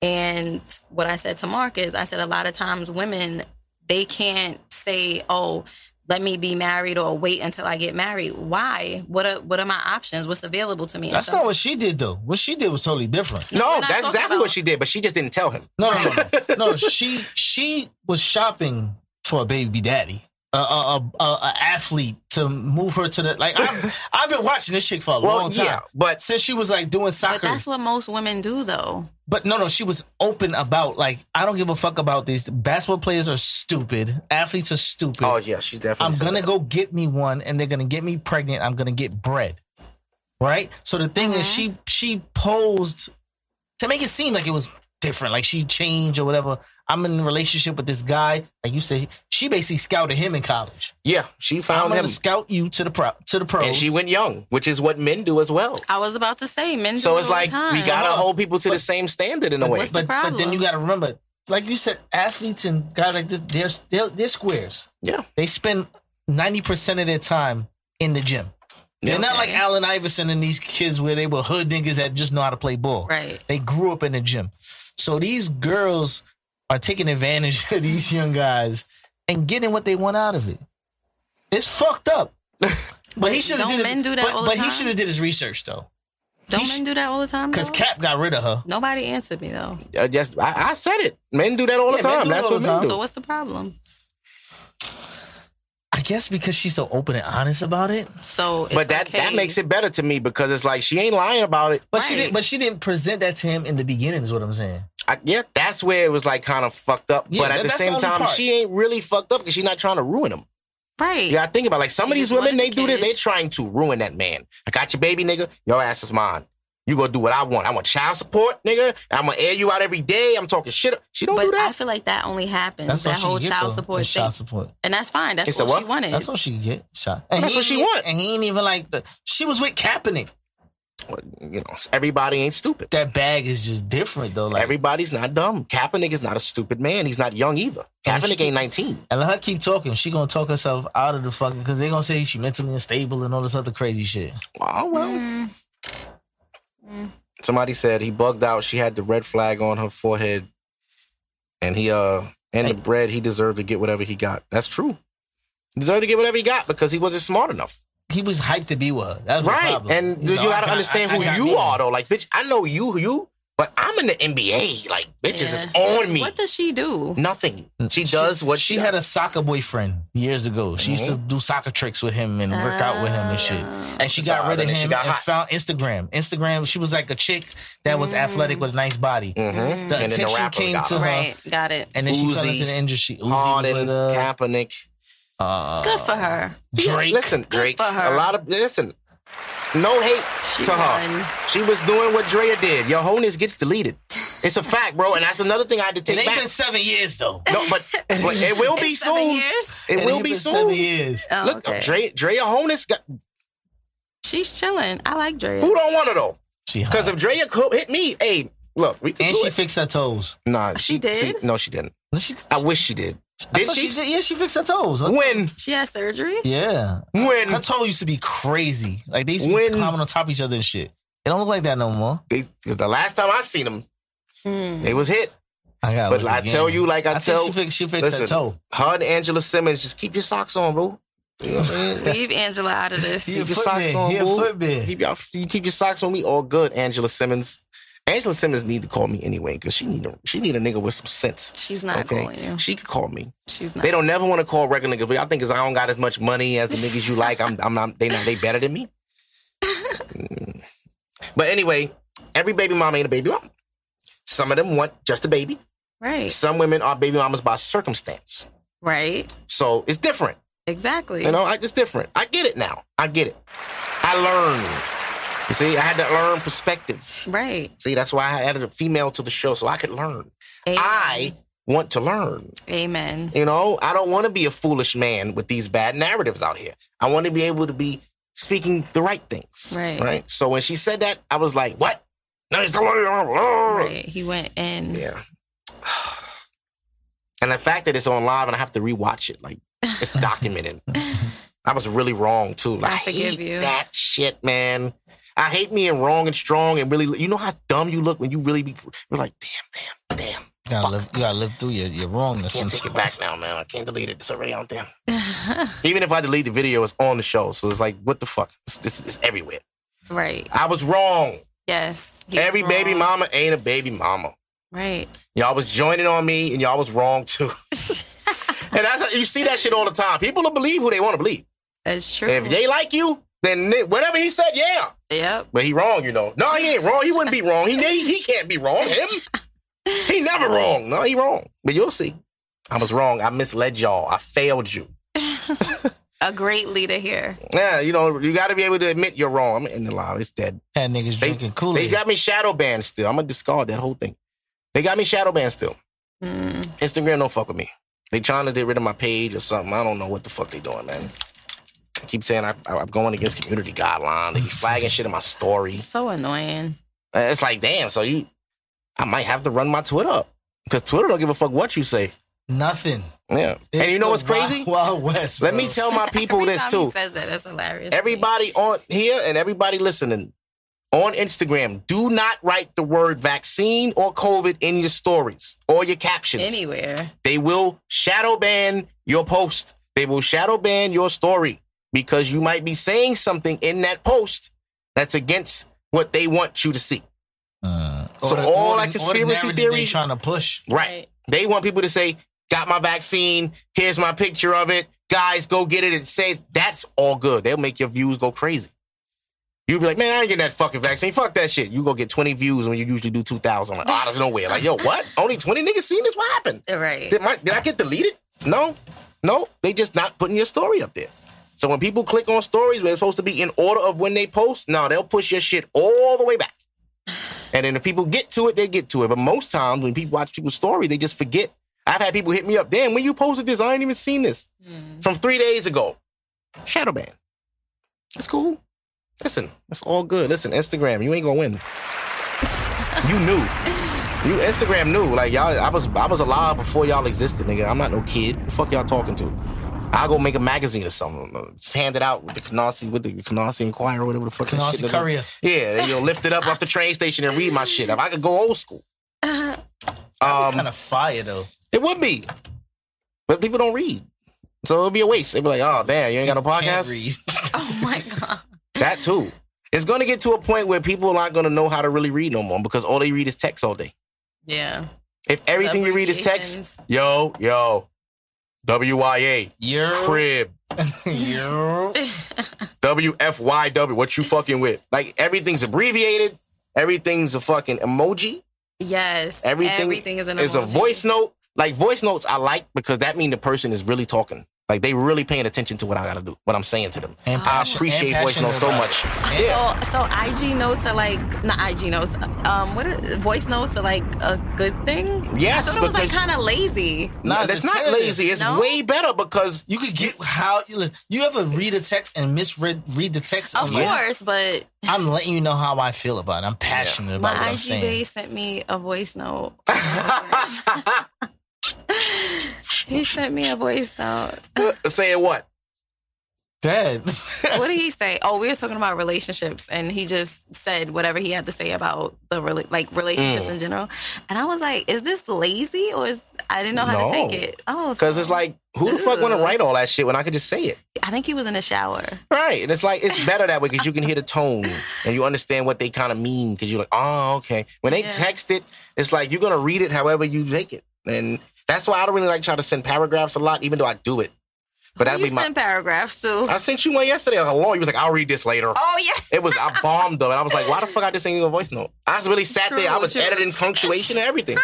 C: And what I said to Mark is, I said a lot of times women, they can't say, oh, let me be married or wait until I get married. Why? What are what are my options? What's available to me? And
D: That's not what she did though. What she did was totally different.
A: No,
C: we're not
A: that's
C: talking
A: exactly
C: about-
A: what she did, but she just didn't tell him.
D: No, no, no, no. no she she was shopping for a baby daddy, a a, a, a a athlete to move her to the like. I've, I've been watching this chick for a
A: Well,
D: long time.
A: yeah, but-
D: since she was like doing
C: But
D: soccer,
C: that's what most women do, though.
D: But no, no, she was open about like I don't give a fuck about these basketball players are stupid, athletes are stupid.
A: Oh yeah, she definitely.
D: I'm
A: said
D: gonna
A: that.
D: go get me one, and they're gonna get me pregnant. I'm gonna get bread, right? So the thing is, she she posed to make it seem like it was different, like she changed or whatever. I'm in a relationship with this guy, like you say. She basically scouted him in college.
A: Yeah, she
D: I'm
A: found
D: gonna
A: him,
D: scout you to the pro to the pros.
A: and she went young, which is what men do as well.
C: I was about to say men. do
A: So
C: it
A: it's
C: all the
A: like we
C: time.
A: gotta hold people to the same standard in a way.
C: what's the
D: but but then
C: problem?
D: you gotta remember, like you said, athletes and guys like this, they're they're, they're squares.
A: Yeah,
D: They spend 90% of their time in the gym. They're not like
C: Okay.
D: Allen Iverson and these kids where they were hood niggas that just know how to play ball.
C: Right.
D: They grew up in the gym. So these girls are taking advantage of these young guys and getting what they want out of it. It's fucked up. But he should have
C: Don't
D: did his,
C: men do that
D: but,
C: all the
D: but he
C: time?
D: should have did his research though.
C: Don't
D: You sh-
C: men do that all the time?
D: Cuz
C: though?
D: Cap got rid of her.
C: Nobody answered me though.
A: Uh, yes, I, I said it. Men do that all the
D: Yeah, men
A: time.
D: do
A: That's
D: all
A: what
D: the
A: men
D: time.
A: do.
C: So what's the problem?
D: I guess because she's so open and honest about it.
C: So it's
A: but that that
C: okay.
A: makes it better to me because it's like she ain't lying about it.
D: But she
C: Right.
D: didn't but she didn't present that to him in the beginning is what I'm saying.
A: I, yeah, that's where it was like kind of fucked up.
D: Yeah,
A: but
D: that-
A: at the
D: that's the
A: same
D: only
A: time,
D: part.
A: she ain't really fucked up because she's not trying to ruin him.
C: right.
A: Yeah, I think about it. like some of
C: She
A: these
C: just
A: women,
C: wanted
A: they
C: the
A: do this.
C: kids.
A: They're trying to ruin that man. I got your baby, nigga. Your ass is mine. You gonna do what I want. I want child support, nigga. I'm gonna air you out every day. I'm talking shit. She don't
C: But
A: do
C: I
A: that.
C: feel like that only happens.
D: That's
C: that
D: what she
C: whole
D: get,
C: child
D: though,
C: support
D: is
C: thing.
D: Child support.
C: and that's fine. That's
A: It's a
C: what, she
A: what?
C: wanted.
D: That's what she get shot. And
A: That's
D: he
A: what she
D: ain't- e-
A: want.
D: And he ain't even like the. She was with Kaepernick.
A: you know, everybody ain't stupid.
D: That bag is just different though. Like,
A: Everybody's not dumb. Kaepernick is not a stupid man. He's not young either.
D: And
A: Kaepernick
D: she-
A: ain't 19.
D: and let her keep talking. She gonna talk herself out of the fucking because they gonna say she mentally unstable and all this other crazy shit.
A: Oh well.
D: Mm.
A: Somebody said he bugged out. She had the red flag on her forehead, and he uh and the bread he deserved to get whatever he got. That's true. He deserved to get whatever he got because he wasn't smart enough.
D: He was hyped to be with her. That was the
A: Right.
D: problem.
A: And you,
D: know,
A: you
D: I
A: gotta
D: got-
A: understand
D: I- I
A: who
D: got
A: you
D: me.
A: are though. Like, bitch, I know you who you, but I'm in the NBA. Like, bitches is
C: Yeah.
A: on me.
C: What does she do?
A: Nothing. She does what
D: Mm. She had a soccer boyfriend years ago. She used to
A: Mm-hmm.
D: do soccer tricks with him and work out with him and shit. And she got
A: So,
D: rid of
A: and then Ah. she
D: him
A: got
D: and
A: hot.
D: found Instagram. Instagram, she was like a chick that was athletic with a nice body.
A: Mhm.
D: The
A: Mm. And then the
D: attention
A: rapper
D: came
A: got
D: to
A: her.
D: her.
C: Right. Got it.
D: And then she fell
A: Uzi,
D: into the industry. Uzi was
A: Harden,
D: with, uh,
A: Kaepernick.
C: Good for her.
A: Yeah,
D: Drake.
A: listen, Drake.
C: for her.
A: A lot of listen. No hate
C: She
A: to
C: won.
A: her. She was doing what Drea did. Your wholeness gets deleted. It's a fact, bro. And that's another thing I had to
D: It
A: take
D: ain't
A: back.
D: been seven years though.
A: No, but, but it will be
C: It's seven
A: soon.
C: years?
A: It will
D: ain't
A: be
D: been Seven
A: soon.
D: years.
C: Oh,
A: Look,
C: okay.
A: Drea, Drea Honus got
C: She's chilling. I like Dre.
A: who don't want her though?
D: She hot.
A: Because if Drea could hit me, hey, look, we can
D: and
A: do
D: she
A: it.
D: fixed her toes.
A: Nah,
C: She did?
A: no, she didn't.
D: She,
A: I wish she did.
D: I
A: Did
D: thought
A: she?
D: did- yeah, she fixed her toes. Her-
A: When?
C: She has surgery.
D: Yeah,
A: When?
D: her toe used to be crazy. Like they used to
A: When-
D: be climbing on top of each other and shit. It don't look like that no more.
A: Because the last time I seen them,
C: Mm.
A: they was hit.
D: I got.
A: But I tell you, like I, tell,
D: she fixed, she fixed her
A: listen,
D: toe.
A: her and Angela Simmons, just keep your socks on, bro. You know what I'm saying?
C: Leave Angela out of this.
D: He a
A: Keep your socks on,
D: footman. He a
A: boo.
D: footman.
A: Keep your, you keep your socks on. We all good, Angela Simmons. Angela Simmons need to call me anyway because she need a she need a nigga with some sense.
C: She's not calling you.
A: she could call me.
C: She's not.
A: They don't never want to call regular niggas, but I think 'cause I don't got as much money as the niggas you like. I'm, I'm not. They not. They better than me. Mm. But anyway, every baby mama ain't a baby mama. Some of them want just a baby.
C: Right.
A: Some women are baby mamas by circumstance.
C: Right.
A: So it's different.
C: Exactly.
A: You know, I, it's different. I get it now. I get it. I learned. You see, I had to learn perspective.
C: Right.
A: See, that's why I added a female to the show so I could learn.
C: Amen.
A: I want to learn.
C: Amen.
A: You know, I don't want to be a foolish man with these bad narratives out here. I want to be able to be speaking the right things.
C: Right.
A: Right. So when she said that, I was like, what? No, it's right.
C: Right. He went in.
A: Yeah. And the fact that it's on live and I have to rewatch it, like it's documented. I was really wrong too. Like,
C: I forgive
A: hate
C: you.
A: That shit, man. I hate being wrong and strong and really. You know how dumb you look when you really be. You're like, damn, damn, damn.
D: You gotta, live, you gotta live through your, your wrongness.
A: Can't take it
D: sometimes.
A: back now, man. I can't delete it. It's already on there. Even if I delete the video, it's on the show. So it's like, what the fuck? It's, it's, it's everywhere.
C: Right.
A: I was wrong.
C: Yes. He was
A: Every baby
C: wrong.
A: mama ain't a baby mama.
C: Right.
A: Y'all was joining on me, and y'all was wrong too. and that's you see that shit all the time. People will believe who they want to believe.
C: That's true.
A: If they like you, then they- whatever he said, yeah.
C: yep.
A: But he wrong, you know. No, he ain't wrong. He wouldn't be wrong. He he, he can't be wrong. Him, he never wrong. No, he wrong. But you'll see. I was wrong. I misled y'all. I failed you.
C: A great leader here.
A: Yeah, you know, you got to be able to admit you're wrong. I'm in the line. It's dead.
D: Had niggas
A: They,
D: drinking Kool
A: they
D: Aid.
A: got me shadow banned still. I'm gonna discard that whole thing. They got me shadow banned still.
D: Mm.
A: Instagram don't fuck with me. They trying to get rid of my page or something. I don't know what the fuck they doing, man. I keep saying I, I, am going against community guidelines. They keep flagging shit in my story.
C: So annoying.
A: Uh, It's like, damn. So you, I might have to run my Twitter up because Twitter don't give a fuck what you say.
D: Nothing.
A: Yeah. and
D: It's
A: you know
D: the
A: what's crazy?
D: Wild, Wild West.
A: Let
D: bro.
A: me tell my people
C: Every
A: this
C: time
A: too.
C: He says that. That's hilarious. to me.
A: Everybody on here and everybody listening on Instagram, do not write the word vaccine or COVID in your stories or your captions.
C: anywhere.
A: They will shadow ban your post. They will shadow ban your story because you might be saying something in that post that's against what they want you to see. So
D: Mm. the-
A: all
D: the-
A: that conspiracy
D: narrative they
A: theories-
D: trying to push.
A: Right.
C: Right.
A: They want people to say, got my vaccine. Here's my picture of it. Guys, go get it and say, that's all good. They'll make your views go crazy. You'll be like, man, I ain't getting that fucking vaccine. Fuck that shit. You go get 20 views when you usually do 2,000. Like, "Ah, out of nowhere. Like, yo, what? Only 20 niggas seen this? What happened?
C: Right.
A: Did, my, did I get deleted? No. No. They just not putting your story up there. So when people click on stories where it's supposed to be in order of when they post, no, they'll push your shit all the way back. And then if people get to it, they get to it. But most times when people watch people's story, they just forget. I've had people hit me up, damn, when you posted this, I ain't even seen this from three days ago. Shadow ban. It's cool. Listen, it's all good. Listen, Instagram, you ain't gonna win. you knew. You Instagram knew. Like y'all, I was I was alive before y'all existed, nigga. I'm not no kid. The fuck y'all talking to? I'll go make a magazine or something. Just hand it out with the Canarsie, with the Canarsie Inquirer, whatever the fuck. that
D: Canarsie
A: shit is.
D: Courier.
A: Yeah, then you'll lift it up off the train station and read my shit. If I could go old school,
D: kind of fire though.
A: it would be. But people don't read. So it'll be a waste. They'd be like, oh, damn, you ain't got no
D: Can't
A: podcast?
D: read.
C: Oh my god.
A: That too. It's going to get to a point where people are not going to know how to really read no more because all they read is text all day.
C: Yeah.
A: If everything you read is text,
C: Abbreviations.
A: yo, yo, WYA,
D: You're,
A: crib,
D: you're
A: WFYW, what you fucking with? Like everything's abbreviated, everything's a fucking emoji.
C: Yes.
A: Everything,
C: Everything is an
A: a
C: emoji.
A: voice note. Like voice notes, I like because that means the person is really talking. Like they really paying attention to what I gotta do, what I'm saying to them.
D: And
A: I
D: passion-
A: appreciate
D: and
A: voice notes so
D: passionate
A: much. Yeah,
C: So, so IG notes are like not IG notes. Um, what are, voice notes are like a good thing?
A: Yes,
C: I thought it was like
A: because-
C: kind of lazy.
A: No,
D: Nah, it's
A: that's not
D: attentive.
A: lazy. It's
C: No?
A: way better because
D: You could get how you look, you ever read a text and misread read the text.
C: Of
D: I'm like,
C: course, but
D: I'm letting you know how I feel about it. I'm passionate about what
C: my
D: I'm
C: IG
D: saying.
C: bae sent me a voice note. he sent me a voice note.
A: saying what?
D: Dead.
C: what did he say? Oh, we were talking about relationships, and he just said whatever he had to say about the rela- like relationships
A: Mm.
C: in general. And I was like, "Is this lazy or is I didn't know how
A: No.
C: to take it?" Oh,
A: Because
C: so-
A: it's like, who the fuck want to
C: Ugh.
A: write all that shit when I could just say it?
C: I think he was in the shower.
A: Right. And it's like, it's better that way because you can hear the tone and you understand what they kind of mean because you're like, oh, okay. When they
C: Yeah.
A: text it, it's like you're going to read it however you take it. And that's why I don't really like try to send paragraphs a lot, even though I do it. But that'd
C: you
A: be my.
C: send paragraphs too.
A: I sent you one yesterday. How long? You was like, I'll read this later.
C: oh yeah,
A: It was I bombed though, and I was like, why the fuck I just ain't even a voice note? I was really sat there. I
C: True,
A: was
C: true.
A: editing punctuation and everything.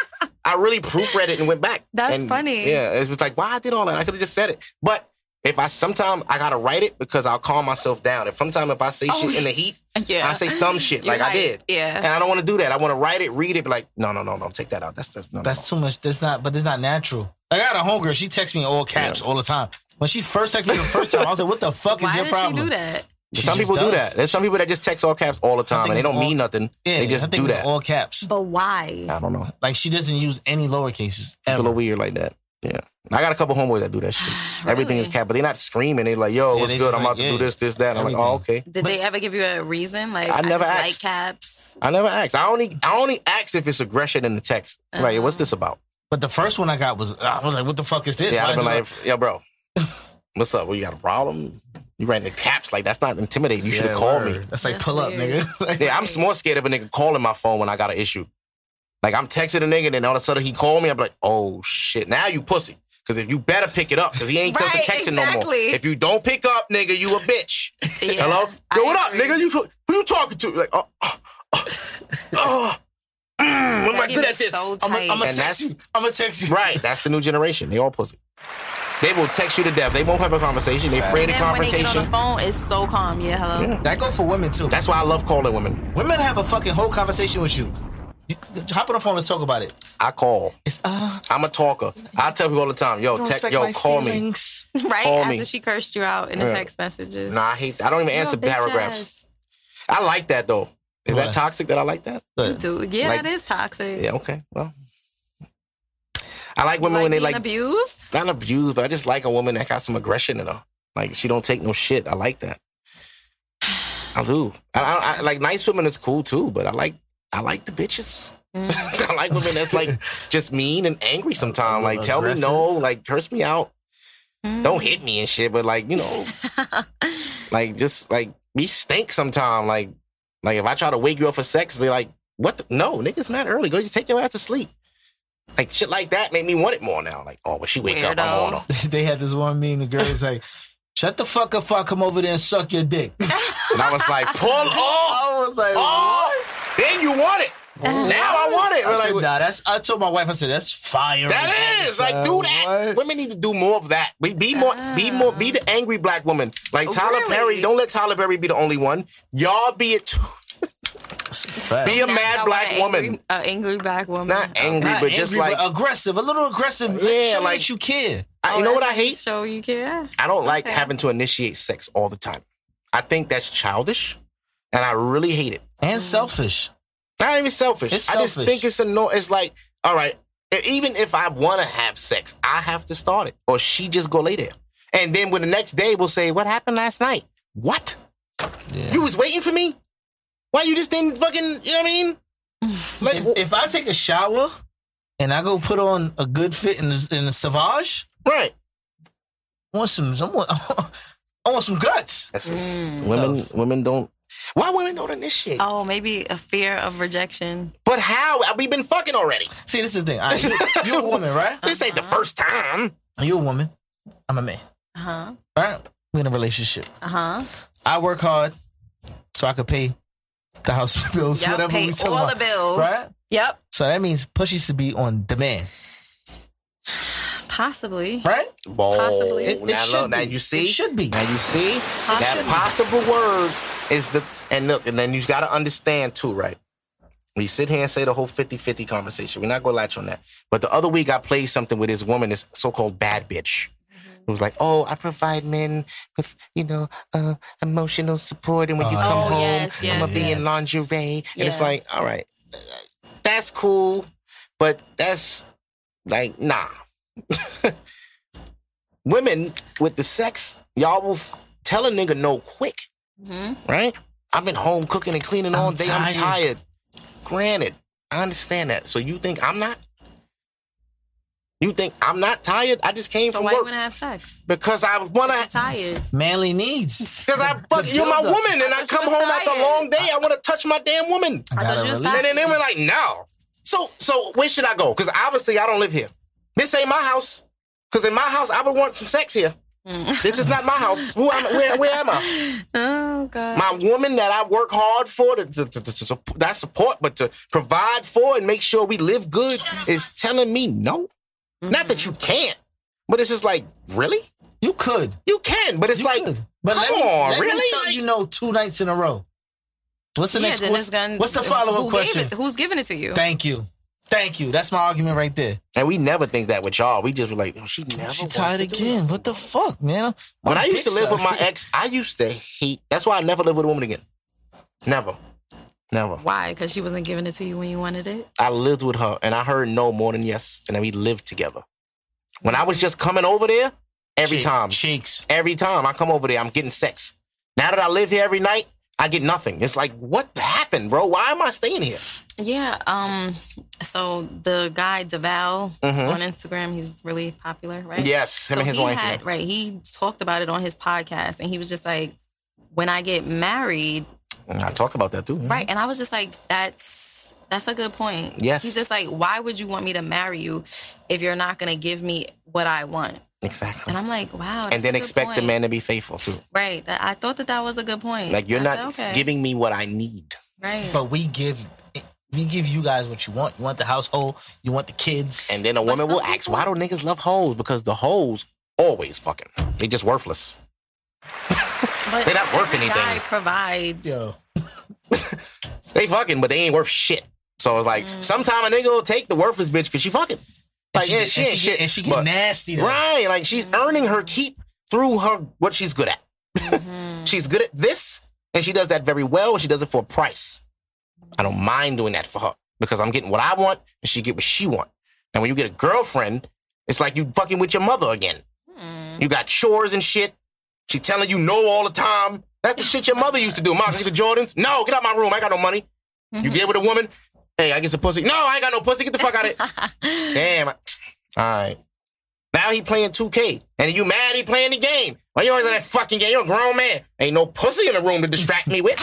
A: I really proofread it and went back.
C: That's
A: And,
C: funny.
A: Yeah, it was like why I did all that. I could have just said it. But if I sometimes I gotta write it because I'll calm myself down. If sometimes if I say
C: Oh,
A: shit in the heat,
C: yeah.
A: I say dumb shit
C: You're
A: like I
C: right.
A: did.
C: Yeah.
A: and I don't want to do that. I want to write it, read it, be like, no, no, no, no, take that out. That's that's no, no,
D: That's too much. That's not. But it's not natural. I got a homegirl. She texts me in all caps all the time. When she first texted me the first time, I was like, "What the fuck is
C: Why
D: your
C: did
D: problem?"
C: she do
A: no.
C: that?
D: She
A: Some
D: just
A: people do
D: does.
A: that. There's some people that just text all caps all the time
D: think
A: and they
D: it's
A: don't
D: all-
A: mean nothing.
D: Yeah,
A: they
D: I
A: just
D: think
A: do
D: it was
A: that.
D: all caps.
C: But why?
A: I don't know.
D: Like she doesn't use any lowercases ever.
A: People are weird like that. Yeah. I got a couple homeboys that do that shit. Everything is
C: Really?
A: cap, but they're not screaming. They're like, yo,
D: Yeah,
A: what's
D: they
A: good?
D: just
A: I'm
D: like,
A: about to do
D: yeah,
A: this, this, that. I'm like, oh, okay.
C: Did they ever give you a reason? Like
A: I never
C: just
A: asked.
C: like caps.
A: I never asked. I only I only ask if it's aggression in the text. I'm Like, what's
D: Uh-huh.
A: this about?
D: But the first one I got was I was like, "What the fuck is this?"
A: Yeah, I'd
D: Why
A: have been
D: is it
A: like, yo, bro, what's up? Well, you got a problem? You ran the caps. Like, that's not intimidating. You should have
D: Yeah,
A: called
D: word.
A: me.
D: That's like
C: That's
D: pull up,
C: weird.
D: nigga. Like,
A: Yeah, I'm s- more scared of a nigga calling my phone when I got an issue. Like I'm texting a nigga, and then all of a sudden he called me. I'm like, oh shit, now you pussy. Cause if you better pick it up, cause he ain't took the
C: Right,
A: texting no more.
C: exactly.
A: If you don't pick up, nigga, you a bitch.
C: Yeah,
A: Hello,
C: I
A: yo, what
C: agree.
A: up, nigga? You who you talking to? Like, oh, oh, oh, oh. Mm, what am I
C: That
A: good
C: is
A: at this?
C: so
D: I'm
C: tight.
D: gonna
A: And that's-
D: text you. I'm gonna text you.
A: Right, that's the new generation. They all pussy. They will text you to death. They won't have a conversation. They afraid
C: And
A: of
C: then when they get on
A: confrontation.
C: the phone, it's so calm. Yeah, hello.
D: That goes for women too.
A: That's why I love calling women.
D: Women have a fucking whole conversation with you. You- Hop on the phone. Let's talk about it.
A: I call.
D: It's uh,
A: I'm a talker. I tell people all the time, yo, text, yo, call me.
C: Right
A: Call
C: after
A: me.
C: she cursed you out in the
A: Yeah.
C: text messages.
A: Nah, I hate. I don't even
C: You a
A: answer
C: bitch
A: paragraphs.
C: ass.
A: I like that though. Is that
D: What?
A: toxic that I like that?
C: Dude, yeah,
A: Like-
C: it is toxic.
A: Yeah, okay. Well, I like women when they
C: being
A: like
C: abused.
A: not abused, but I just like a woman that got some aggression in her. Like she don't take no shit. I like that. I do. I, I, I like nice women is cool too, but I like I like the bitches. I like women that's like just mean and angry sometimes. Like tell me no, like curse me out. Don't hit me and shit, but like, you know, like just like we stink sometime. Like like if I try to wake you up for sex, be like, what the, no, niggas mad early. Go just take your ass to sleep. Like shit like that made me want it more now. Like, oh, when she wake up, I'm
C: Weirdo.
A: on her.
D: they had this one meeting. The girl was like, "Shut the fuck up! Before I come over there and suck your dick."
A: And I was like, pull off.
D: I was like,
A: Oh, then you want it. Now I want it.
D: I
A: We're
D: said,
A: like,
D: nah, that's. I told my wife, I said, "That's fire."
A: that is like, do that. Women need to do more of that. Be, be more, be more, be the angry black woman. Like Tyler
C: Ah. Oh, Really?
A: Perry. Don't let Tyler Perry be the only one. Y'all be it. Too. Be a
C: Now I
A: mad
C: want
A: black
C: an
A: woman.
C: angry- An angry black woman.
A: Not angry,
D: Not
A: but just
D: angry,
A: like
D: but aggressive, a little aggressive.
A: Yeah,
D: Yeah, show
A: like-
D: that you care.
A: I, you know what I hate.
C: So you care.
A: I don't like
C: Okay.
A: having to initiate sex all the time. I think that's childish, and I really hate it.
C: Mm.
D: and selfish.
A: Not even selfish.
D: It's
A: I just
D: selfish.
A: think it's annoying. It's like, all right, e- even if I want to have sex, I have to start it, or she just go lay there, and then when the next day we'll say, "What happened last night? What? You was waiting for me? Why you just didn't fucking? You know what I mean? Like,
D: If,
A: w-
D: if I take a shower and I go put on a good fit in the, in the Savage,
A: right?
D: I want some. I want, I want some guts.
A: That's
D: Mm.
A: women. Women don't. Why women don't initiate?
C: Oh, maybe a fear of rejection.
A: But how? We've been fucking already.
D: See, this is the thing. All right, you, you're a woman, right?
A: This ain't the first time.
D: You're a woman. I'm a man.
C: Uh huh.
D: All right, we're in a relationship.
C: Uh huh.
D: I work hard so I could pay the house bills,
C: Y'all
D: whatever
C: pay
D: we talking
C: all
D: about,
C: the bills.
D: right?
C: Yep.
D: So that means pushies to be on demand,
C: Possibly.
D: right?
A: Whoa,
C: Possibly.
D: It- it
A: now,
D: should
A: look, now
D: be.
A: you see.
D: It should be.
A: Now you see that
C: Possibly.
A: possible word is the and look, and then you got to understand too, right? We sit here and say the whole 50-50 conversation. We're not gonna latch on that. But the other week I played something with this woman, this so-called bad bitch.
C: Mm-hmm.
A: It was like, oh, I provide men with, you know, uh, emotional support, and when you
D: Oh,
A: come
D: yeah.
A: home,
C: yes,
A: I'm gonna be
D: yes.
A: in lingerie, and it's
C: Yeah.
A: like, all right, uh, that's cool, but that's like, nah. Women with the sex, y'all will f- tell a nigga no quick, right? I've been home cooking and cleaning all
D: I'm
A: day. I'm tired.
D: tired.
A: Granted, I understand that. So you think I'm not? You think I'm not tired? I just came
C: So
A: from
C: why you
A: work
C: wanna have sex?
A: because I wanna.
C: Tired.
D: Manly needs.
A: Because I fuck you're my
D: buildup.
A: woman, and I,
C: I thought you
A: come
C: was
A: home after a
C: tired.
A: long day. I want to touch my damn woman.
C: I
D: Gotta
C: thought you was
D: release.
A: And then
C: tired.
A: they were like, no. So so where should I go? Because obviously I don't live here. This ain't my house. Because in my house I would want some sex here.
D: Mm.
A: This is not my house. Who am I? Where, where am I?
C: Oh god.
A: My woman that I work hard for, to, to, to, to, to, sup- that I support, but to provide for and make sure we live good is telling me no. Not that you
D: Mm-hmm.
A: can't, but it's just like, really?
D: You could.
A: You can, but it's
D: You
A: like,
D: could.
A: come
D: let me-
A: on,
D: let me
A: really?
D: tell
A: Like-
D: you know two nights in a row. What's the
C: yeah,
D: next?
C: then
D: What's,
C: it's gonna,
D: what's the
C: who
D: follow
C: gave
D: up question?
C: It, who's giving it to you?
D: Thank you. Thank you. That's my argument right there.
A: And we never think that with y'all. We just were like, oh, she never.
D: She
A: wants
D: tired
A: to do
D: again. What the fuck, man?
A: When
D: My
A: I used to
D: dick
A: live with my
D: sucks.
A: ex, I used to hate. That's why I never live with a woman again. Never, never.
C: Why? Because she wasn't giving it to you when you wanted it.
A: I lived with her, and I heard no more than yes, and then we lived together. When I was just coming over there, every
D: Cheek-
A: time,
D: cheeks.
A: every time I come over there, I'm getting sex. Now that I live here every night, I get nothing. It's like, what happened, bro? Why am I staying here?
C: Yeah. Um. So the guy Deval on Instagram, he's really popular, right?
A: Mm-hmm. Yes, him
C: So
A: and his
C: he
A: wife.
C: had- right. He talked about it on his podcast, and he was just like, "When I get married,
A: yeah. Mm, I talked about that too.
C: Right. And I was just like, that's that's a good point.
A: Yes.
C: He's just like, why would you want me to marry you if you're not gonna give me what I want?
A: exactly.
C: And
A: And,
C: I'm like, wow. that's
A: then
C: a good
A: expect the
C: point.
A: man to be faithful too.
C: Right. That, I thought that that was a good point.
A: Like you're
C: I
A: not
C: said, okay.
A: giving me what I need.
C: Right.
D: But we give we give you guys what you want. You want the household. You want the kids.
A: And then a woman
C: some
A: will ask, why do niggas love hoes? Because the hoes always fucking. They just worthless.
C: But
A: they're not worth
C: this
A: anything.
C: Guy provides.
D: Yo,
A: They fucking, but they ain't worth shit. So it's like, sometime a nigga will take the worthless bitch because she fucking. Like,
D: she
A: yeah,
D: get-
A: she
D: and
A: ain't
D: she
A: shit.
D: get- and she get
A: but-
D: nasty though.
A: Right. Like, she's earning her keep through her what she's good at. she's good at this, and she does that very well, and she does it for a price. I don't mind doing that for her because I'm getting what I want, and she get what she want. And when you get a girlfriend, it's like you fucking with your mother again. You got chores and shit. She telling you no all the time. That's the shit your mother used to do. Mom, can I get the Jordans? No, get out my room. I got no money.
C: Mm-hmm.
A: You get with a woman? Hey, I get some pussy. No, I ain't got no pussy. Get the fuck out of here. Damn. I- All right. Now he playing 2K. And you mad he playing the game. Why you always in that fucking game? You're a grown man. Ain't no pussy in the room to distract me with.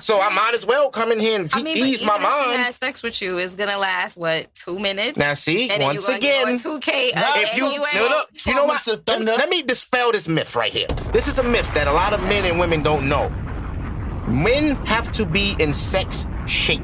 A: so I might as well come in here and
C: I mean, but
A: ease my
C: even if she
A: mind.
C: has sex with you, it's gonna last what two minutes?
A: Now see,
C: and
A: once
C: then you gonna
A: again,
C: get on 2K.
D: Nah,
C: again.
A: if you
C: ain't-
A: no, look, you know what?
D: Thomas of
A: Let,
D: Thunder.
A: let me dispel this myth right here. This is a myth that a lot of men and women don't know. Men have to be in sex shape.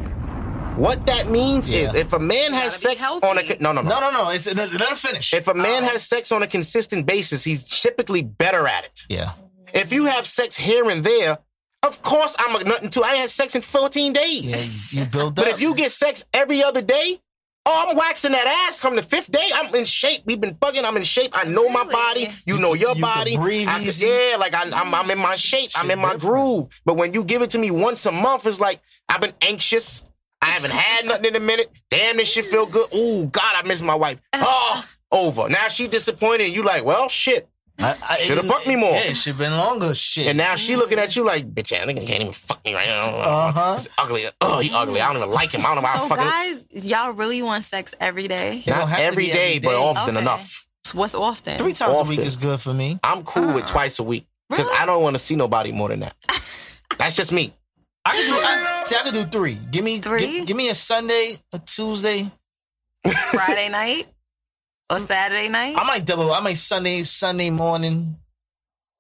A: What that means is
D: Yeah.
A: if a man has
C: gotta be
A: sex
C: healthy. Oh.
A: on a con- no, no, no,
D: No, no, no. It's let him finish.
A: If a man has sex on a consistent basis, he's typically better at it.
D: yeah.
A: If you have sex here and there, of course I'm a nothing too. I ain't had sex in 14 days.
D: Yeah, you- you build up.
A: But if you get sex every other day, oh, I'm waxing that ass. Come the fifth day, I'm in shape. We've been fucking. I'm in shape. I know my
C: Really?
A: body. You, know your
D: you can
A: body.
D: breathe
A: I can-
D: easy.
A: yeah, like I, I'm, I'm in my shape. I'm in my
D: different.
A: groove. But when you give it to me once a month, it's like I've been anxious. I haven't had nothing in a minute. Damn, this shit feel good. Ooh, God, I miss my wife.
C: Uh.
A: Oh, over. Now she disappointed. And you like, well, shit.
D: I, I,
A: Shoulda
D: it-
A: fucked me more.
D: Yeah, it should been longer. Shit.
A: And now she looking
C: Mm.
A: at you like, bitch, I think I can't even fuck me right now.
D: Uh-huh.
A: It's ugly. Oh, he ugly. I don't even like him. I don't know why I
C: So
A: fucking.
C: Oh, guys, y'all really want sex every day?
D: It don't have
A: Not
D: to be
A: every day, but often
C: Okay.
A: enough.
C: What's often?
D: Three times a week
A: often.
D: is good for me.
A: I'm cool with twice a week because
C: Uh-huh. Really?
A: I don't want to see nobody more than that. That's just me.
D: I can do. I, see, I can do three. Give me
C: Three?
D: gi- give me a Sunday, a Tuesday.
C: Friday night
A: Mm.
C: or Saturday night?
D: I might double. I might Sunday, Sunday morning,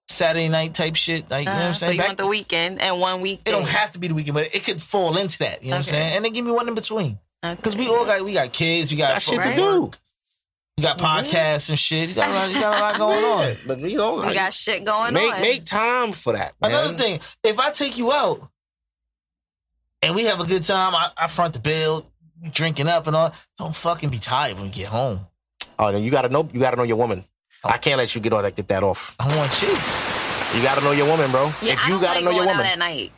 D: Saturday night type shit. Like you know what
C: Uh,
D: I'm
C: so
D: saying.
C: you
D: Back-
C: want the weekend and one week.
D: it don't have to be the weekend, but it could fall into that. You know what I'm
C: Okay.
D: saying? And then give me one in between. Because we all got we got kids, we got
A: That shit to
C: Right.
A: do.
D: you got podcasts and shit. You got a lot, you got a lot going on.
A: But you know,
C: We
A: like,
C: got shit going
A: make
C: on.
A: make time for that. man.
D: Another thing, if I take you out and we have a good time, I, I front the bill, drinking up and all. Don't fucking be tired when we get home.
A: Oh, then you gotta know. You gotta know your woman.
D: Oh.
A: I can't let you get all that. Get that off.
D: I want chicks.
A: You gotta know your woman, bro.
C: yeah,
A: if
C: I
A: you
C: don't
A: gotta
C: like
A: know
C: going
A: your
C: out at
A: woman,
C: night.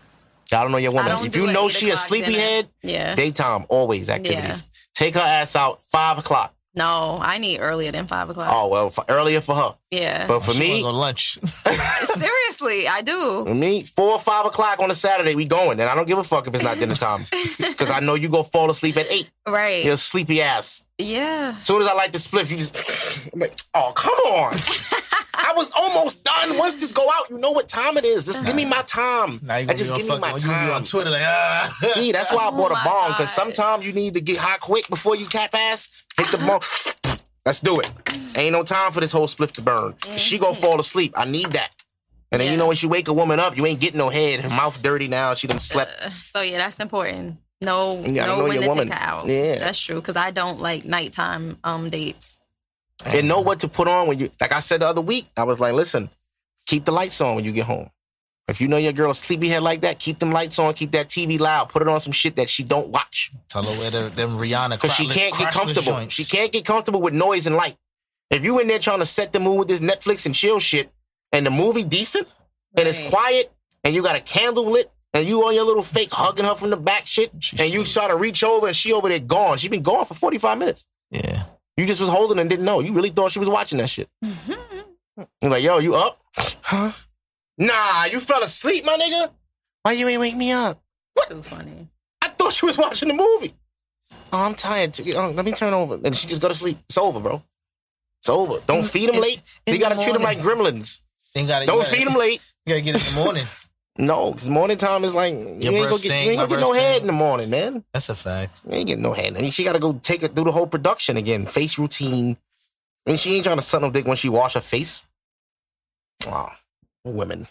A: gotta know your
C: I
A: woman.
C: don't
A: If
C: do
A: you
C: an
A: know
C: eight
A: she a
C: o'clock dinner.
A: sleepyhead,
C: Yeah.
A: daytime always activities. Take her ass out five o'clock.
C: No, I need earlier than five o'clock.
A: Oh well, for, earlier for her,
C: yeah.
A: but for
D: Oh, She wanna
A: me,
D: go to lunch.
C: Seriously, I do.
A: For me, four or five o'clock on a Saturday, we going, and I don't give a fuck if it's not dinner time, because I know you go fall asleep at eight.
C: Right.
A: You're a sleepy ass.
C: Yeah.
A: As soon as I light the spliff, you just, I'm like, oh come on. I was almost done. Once this go out, you know what time it is. Just give me my time.
D: Now you
A: I
D: gonna
A: just
D: be
A: give
D: on
A: me my
D: fucking- you gonna be
A: time.
D: on Twitter like ah.
A: See, that's why I bought
C: Oh my
A: a bong
C: God.
A: because sometimes you need to get high quick before you cap ass. Hit the bong. Let's do it. Ain't no time for this whole spliff to burn. She gonna fall asleep. I need that. And then you
C: Mm-hmm. Yeah.
A: know when she wake a woman up, you ain't getting no head. Her mouth dirty now. She done slept.
C: So yeah, that's important. No,
A: You gotta
C: no
A: know
C: when
A: your
C: to
A: woman.
C: take her out.
A: Yeah.
C: that's true. Because I don't like nighttime um dates.
A: and know what to put on when you. Like I said the other week, I was like, listen, keep the lights on when you get home. If you know your girl sleepyhead like that, keep them lights on. Keep that TV loud. Put it on some shit that she don't watch.
D: Tell her where the, them Rihanna
A: because she
D: crotchless-
A: can't get
D: crotchless
A: comfortable.
D: joints.
A: She can't get comfortable with noise and light. If you in there trying to set the mood with this Netflix and chill shit, and the movie decent and it's
C: Right.
A: quiet, and you got a candle lit, and you on your little fake hugging her from the back shit, and you try to reach over and she over there gone. She been gone for forty five minutes.
D: Yeah.
A: You just was holding and didn't know. You really thought she was watching that shit. You're like, yo, you up? Huh? Nah, you fell asleep, my nigga. Why you ain't wake me up?
C: Too funny.
A: I thought she was watching the movie. Oh, I'm tired. Too. Oh, let me turn over. And she just go to sleep. It's over, bro. It's over. Don't feed them
D: in-
A: late.
D: in
A: You gotta
D: the
A: treat them like gremlins.
D: Then gotta, you
A: Don't
D: gotta-
A: feed them late.
D: You gotta get it in the morning.
A: No, because morning time is like you ain't
D: Your
A: gonna
D: breath
A: get, you
D: stink,
A: ain't
D: my
A: gonna get no
D: breath
A: head
D: stink.
A: in the morning, man.
D: That's a fact.
A: You ain't getting no head. I mean, she gotta go take it through the whole production again. Face routine. I mean, she ain't trying to suck no dick when she wash her face. Oh, women.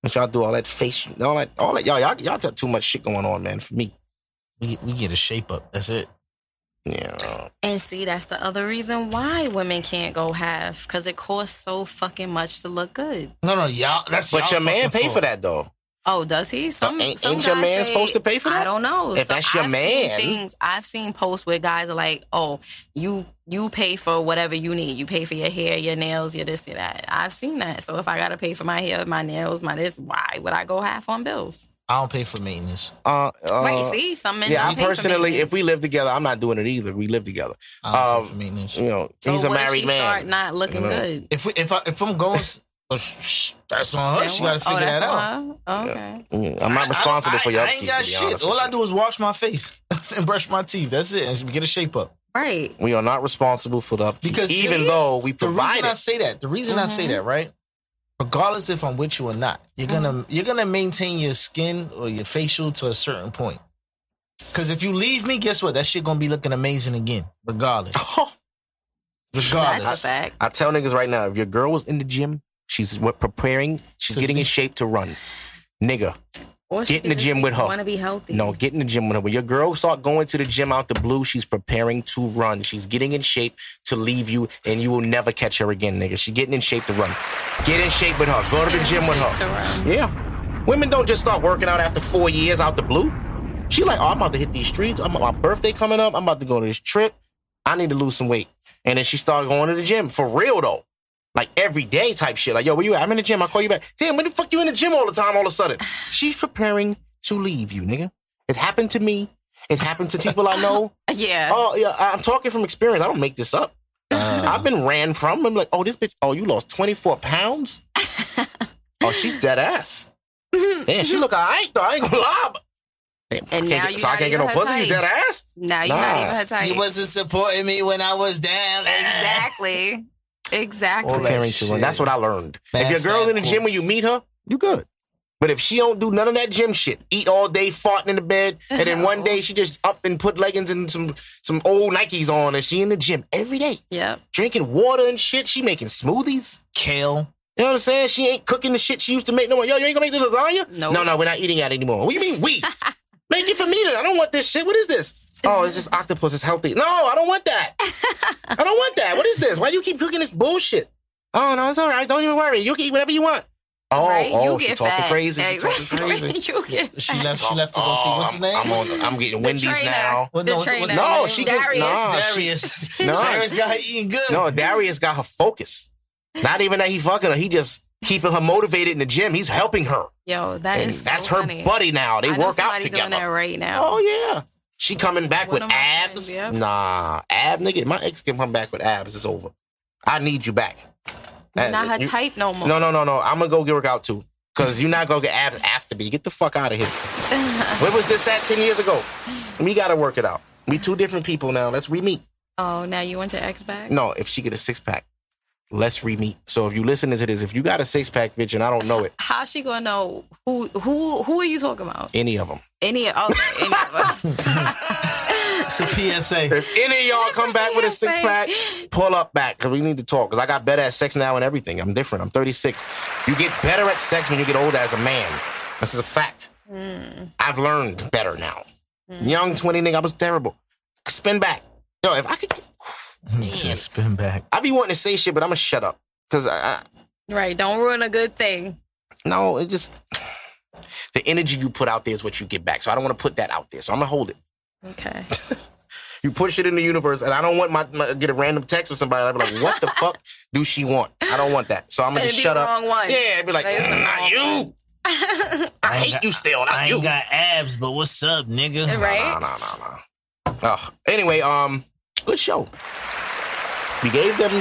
A: When y'all do all that face, all that, all that, y'all, y'all, y'all got too much shit going on, man. For me,
D: We we get a shape up. That's it.
A: yeah.
C: And see, that's the other reason why women can't go half because it costs so fucking much to look good.
D: No, no, y'all. That's
A: But your
D: y'all
A: man
D: fucking
A: pay for
D: fault.
A: that though.
C: Oh, does he? Some,
A: Uh, ain't-
C: some
A: ain't your
C: guys
A: man
C: say-
A: supposed to pay for that?
C: I don't know.
A: If that's your
C: I've
A: man.
C: seen things I've seen posts where guys are like, "Oh, you you pay for whatever you need. You pay for your hair, your nails, your this, your that." I've seen that. So if I gotta pay for my hair, my nails, my this, why would I go half on bills?
D: I don't pay for maintenance.
A: Uh, uh,
C: Wait, see, some men
A: yeah,
C: don't
A: I'm
C: pay for
A: personally,
C: maintenance.
A: if we live together, I'm not doing it either. We live together.
D: I don't pay for
A: Um,
D: maintenance.
A: You know,
C: So
A: he's a
C: what if
A: married
C: she
A: man.
C: Start not looking
A: You know?
C: good.
D: If we, if I, if I'm going, s- oh, sh- that's on her.
C: Then
D: She
C: what-
D: got to figure
C: oh,
D: that
C: that's
D: out.
C: on her? Oh, okay.
A: Mm, I'm not
D: I-
A: responsible
D: I-
A: for your
D: I, I
A: upkeep.
D: ain't got
A: to be honest
D: shit.
A: with
D: All I
A: you.
D: do is wash my face and brush my teeth. That's it. And get a shape up.
C: Right.
A: We are not responsible for the upkeep,
D: Because
A: even
D: see,
A: though we
D: The
A: provide
D: reason I
A: it.
D: say that, the reason I
A: Mm-hmm.
D: say that, right? Regardless if I'm with you or not, you're gonna
A: Mm-hmm.
D: you're gonna maintain your skin or your facial to a certain point. Cause if you leave me, guess what? That shit gonna be looking amazing again, regardless.
C: That's a
D: Regardless.
C: fact.
A: I tell niggas right now, if your girl was in the gym, she's what preparing, she's
D: To
A: getting in
D: be-
A: shape to run. Nigga,
C: Or
A: Get in the gym with her.
C: Want to be healthy?
A: no, get in the gym with her. When your girl start going to the gym out the blue, she's preparing to run. She's getting in shape to leave you, and you will never catch her again, nigga. She's getting in shape to run. Get in shape with her. Go to the
C: Get in
A: gym with
C: shape
A: her.
C: to run.
A: Yeah. Women don't just start working out after four years out the blue. She like, oh, I'm about to hit these streets. I'm my birthday coming up. I'm about to go to this trip. I need to lose some weight. And then she started going to the gym for real though. Like every day type shit. Like, yo, where you at? I'm in the gym. I call you back. Damn, when the fuck you in the gym all the time all of a sudden? She's preparing to leave you, nigga. It happened to me. It happened to people I know.
C: Yeah.
A: Oh, yeah. I- I'm talking from experience. I don't make this up.
D: Uh,
A: I've been ran from. I'm like, oh, this bitch, oh, you lost 24 pounds? oh, she's dead ass. Damn, she look all right, though. I ain't gonna lie. but- Damn, I
C: Mm-hmm. And
A: can't
C: now
A: get,
C: you
A: so I
C: not
A: can't get no
C: even her
A: pussy? You
C: type.
A: dead ass?
C: Now you're not
A: Nah.
C: even her type.
D: He wasn't supporting me when I was down.
C: exactly. Exactly.
D: All that
A: Preparing to run.
D: shit.
A: That's what I learned.
D: Bad
A: if your girl
D: fat
A: in the gym when you
D: quotes.
A: meet her, you good. But if she don't do none of that gym shit, eat all day, farting in the bed, and then one
C: No.
A: day she just up and put leggings and some some old Nikes on, and she in the gym every day,
C: Yep.
A: drinking water and shit. She making smoothies.
D: Kale.
A: You know what I'm saying? She ain't cooking the shit she used to make no more. Yo, you ain't gonna make the lasagna?
C: Nope.
A: No, no, we're not eating out anymore. What do you mean we? make it for me then. I don't want this shit. What is this? Oh, it's just octopus. It's healthy. No, I don't want that. I don't want that. What is this? Why you keep cooking this bullshit? Oh no, it's all right. Don't even worry. You can eat whatever you want. Oh,
C: right?
A: oh,
C: you
A: she
C: get
A: talking
C: fat.
A: crazy. She
C: Exactly.
A: talking crazy. Oh,
C: you get
D: She
C: fat.
D: left she left to go see what's
A: I'm,
D: his name?
A: I'm, on, I'm getting
C: The
A: Wendy's
C: trainer.
A: now.
D: Well,
C: the
D: no, it's-
C: trainer.
D: it's- No,
A: she get-
C: Darius.
A: nah. Ah, she- No.
D: Darius. Darius got her eating good.
A: No, Darius got her focus. Not even that he fucking her. He just keeping her motivated in the gym. He's helping her.
C: Yo, that
A: And
C: is
A: that's
C: so
A: her
C: funny.
A: buddy now. They
C: I know
A: work out
C: somebody
A: together.
C: Doing that right now.
A: Oh yeah. She coming back
C: One
A: with
C: of my
A: abs.
C: friends, yep.
A: Nah, ab nigga. If My ex can come back with abs. It's over. I need you back.
C: You're not
A: Uh,
C: her
A: you-
C: type no more.
A: No, no, no, no. I'm gonna go get work out too. Cause you're not gonna get abs after me. Get the fuck out of here. Where was this at ten years ago? We gotta work it out. We two different people now. Let's re meet.
C: Oh, now you want your ex back?
A: No, if she get a six pack, let's re meet. So if you listen to this, if you got a six pack, bitch, and I don't know it,
C: How's she gonna know who who who are you talking about?
A: any of them.
C: Any oh any of us.
D: It's a PSA.
A: If any of y'all come back with a
C: Yes, babe.
A: six pack, pull up back because we need to talk. Because I got better at sex now and everything. I'm different. I'm 36. You get better at sex when you get older as a man. This is a fact. I've learned better now. Young 20 nigga, I was terrible. Spin back. Yo, if I could,
D: Just spin back.
A: I be wanting to say shit, but I'm gonna shut up because I, I
C: Right, don't ruin a good thing.
A: no, it just the energy you put out there is what you get back. So I don't want to put that out there. So I'm gonna hold it.
C: Okay.
A: You push it in the universe, and I don't want my, my get a random text from somebody. I'd be like, "What the fuck do she want? I don't want that." So I'm gonna
C: It'd
A: just
C: be
A: shut
C: the
A: up.
C: wrong one.
A: Yeah, I'd be like,
C: Like, it's the
A: "Mm, "Not
C: wrong
A: you. I hate you still. Not
D: I
A: you."
D: ain't got abs, but what's up, nigga?
A: nah,
C: Right?
A: nah, nah, nah. Oh, anyway, um, good show. We gave them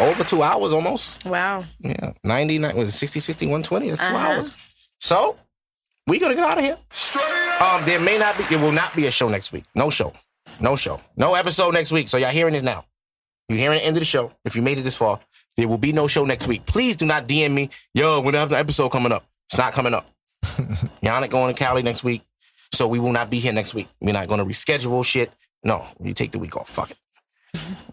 A: over two hours almost.
C: Wow.
A: Yeah, 99, was it 60, 60, 120? That's 2
C: Uh-huh.
A: hours. So, we going to get out of here. Um, there may not be, there will not be a show next week. No show. No show. No episode next week. So, y'all hearing it now. You're hearing the end of the show. If you made it this far, there will be no show next week. Please do not DM me, yo, when have an episode coming up? It's not coming up. y'all not going to Cali next week. So, we will not be here next week. We're not going to reschedule shit. No, we take the week off. Fuck it.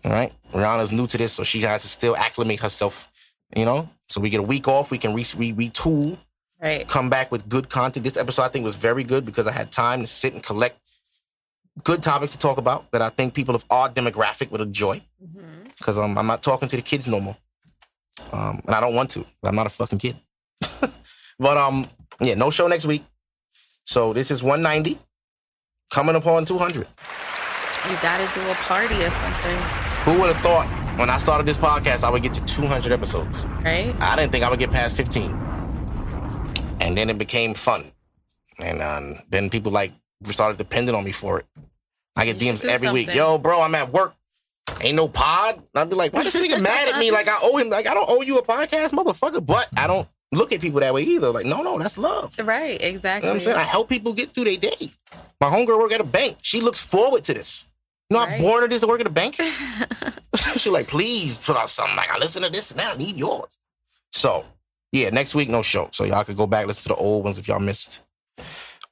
A: All right. Rihanna's new to this, so she has to still acclimate herself, you know? So we get a week off, we can re- re- retool,
C: Right.
A: come back with good content. This episode I think was very good because I had time to sit and collect good topics to talk about that I think people of our demographic would enjoy. Because um, I'm not talking to the kids no more. Um, and I don't want to. I'm not a fucking kid. but um, yeah, no show next week. So this is 190, coming upon 200.
C: You gotta do a party or something.
A: Who would have thought when I started this podcast I would get to 200 episodes?
C: Right?
A: I didn't think I would get past 15. and then it became fun, and um, then people like started depending on me for it. I get
C: You should
A: DMs
C: do
A: every week.
C: something.
A: Yo, bro, I'm at work. Ain't no pod. And I'd be like, why this nigga mad at me? Like I owe him. Like I don't owe you a podcast, motherfucker. But I don't look at people that way either. Like no, no, that's love.
C: Right, exactly.
A: You know what I'm saying? I help people get through their day. My homegirl work at a bank. She looks forward to this. You know how
C: Right.
A: bored it is to work at a bank? she like, please put out something. Like, I listen to this and I need yours. So, yeah, next week, no show. So y'all could go back, listen to the old ones if y'all missed.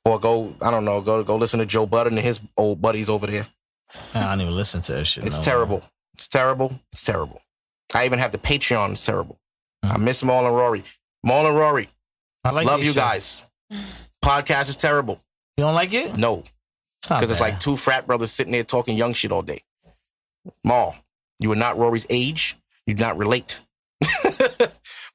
A: Or go, I don't know, go go listen to Joe Budden and his old buddies over there.
D: I don't even listen to that shit.
A: It's
D: no
A: terrible. It's terrible. It's terrible. I even have the Patreon. It's terrible. I miss Maul and Rory. Maul and Rory,
D: more. I like
A: love
D: this
A: you
D: shit.
A: guys. Podcast is terrible.
D: You don't like it?
A: No,
D: not
A: because it's
D: bad.
A: like two frat brothers sitting there talking young shit all day. Maul, you are not Rory's age. You do not relate.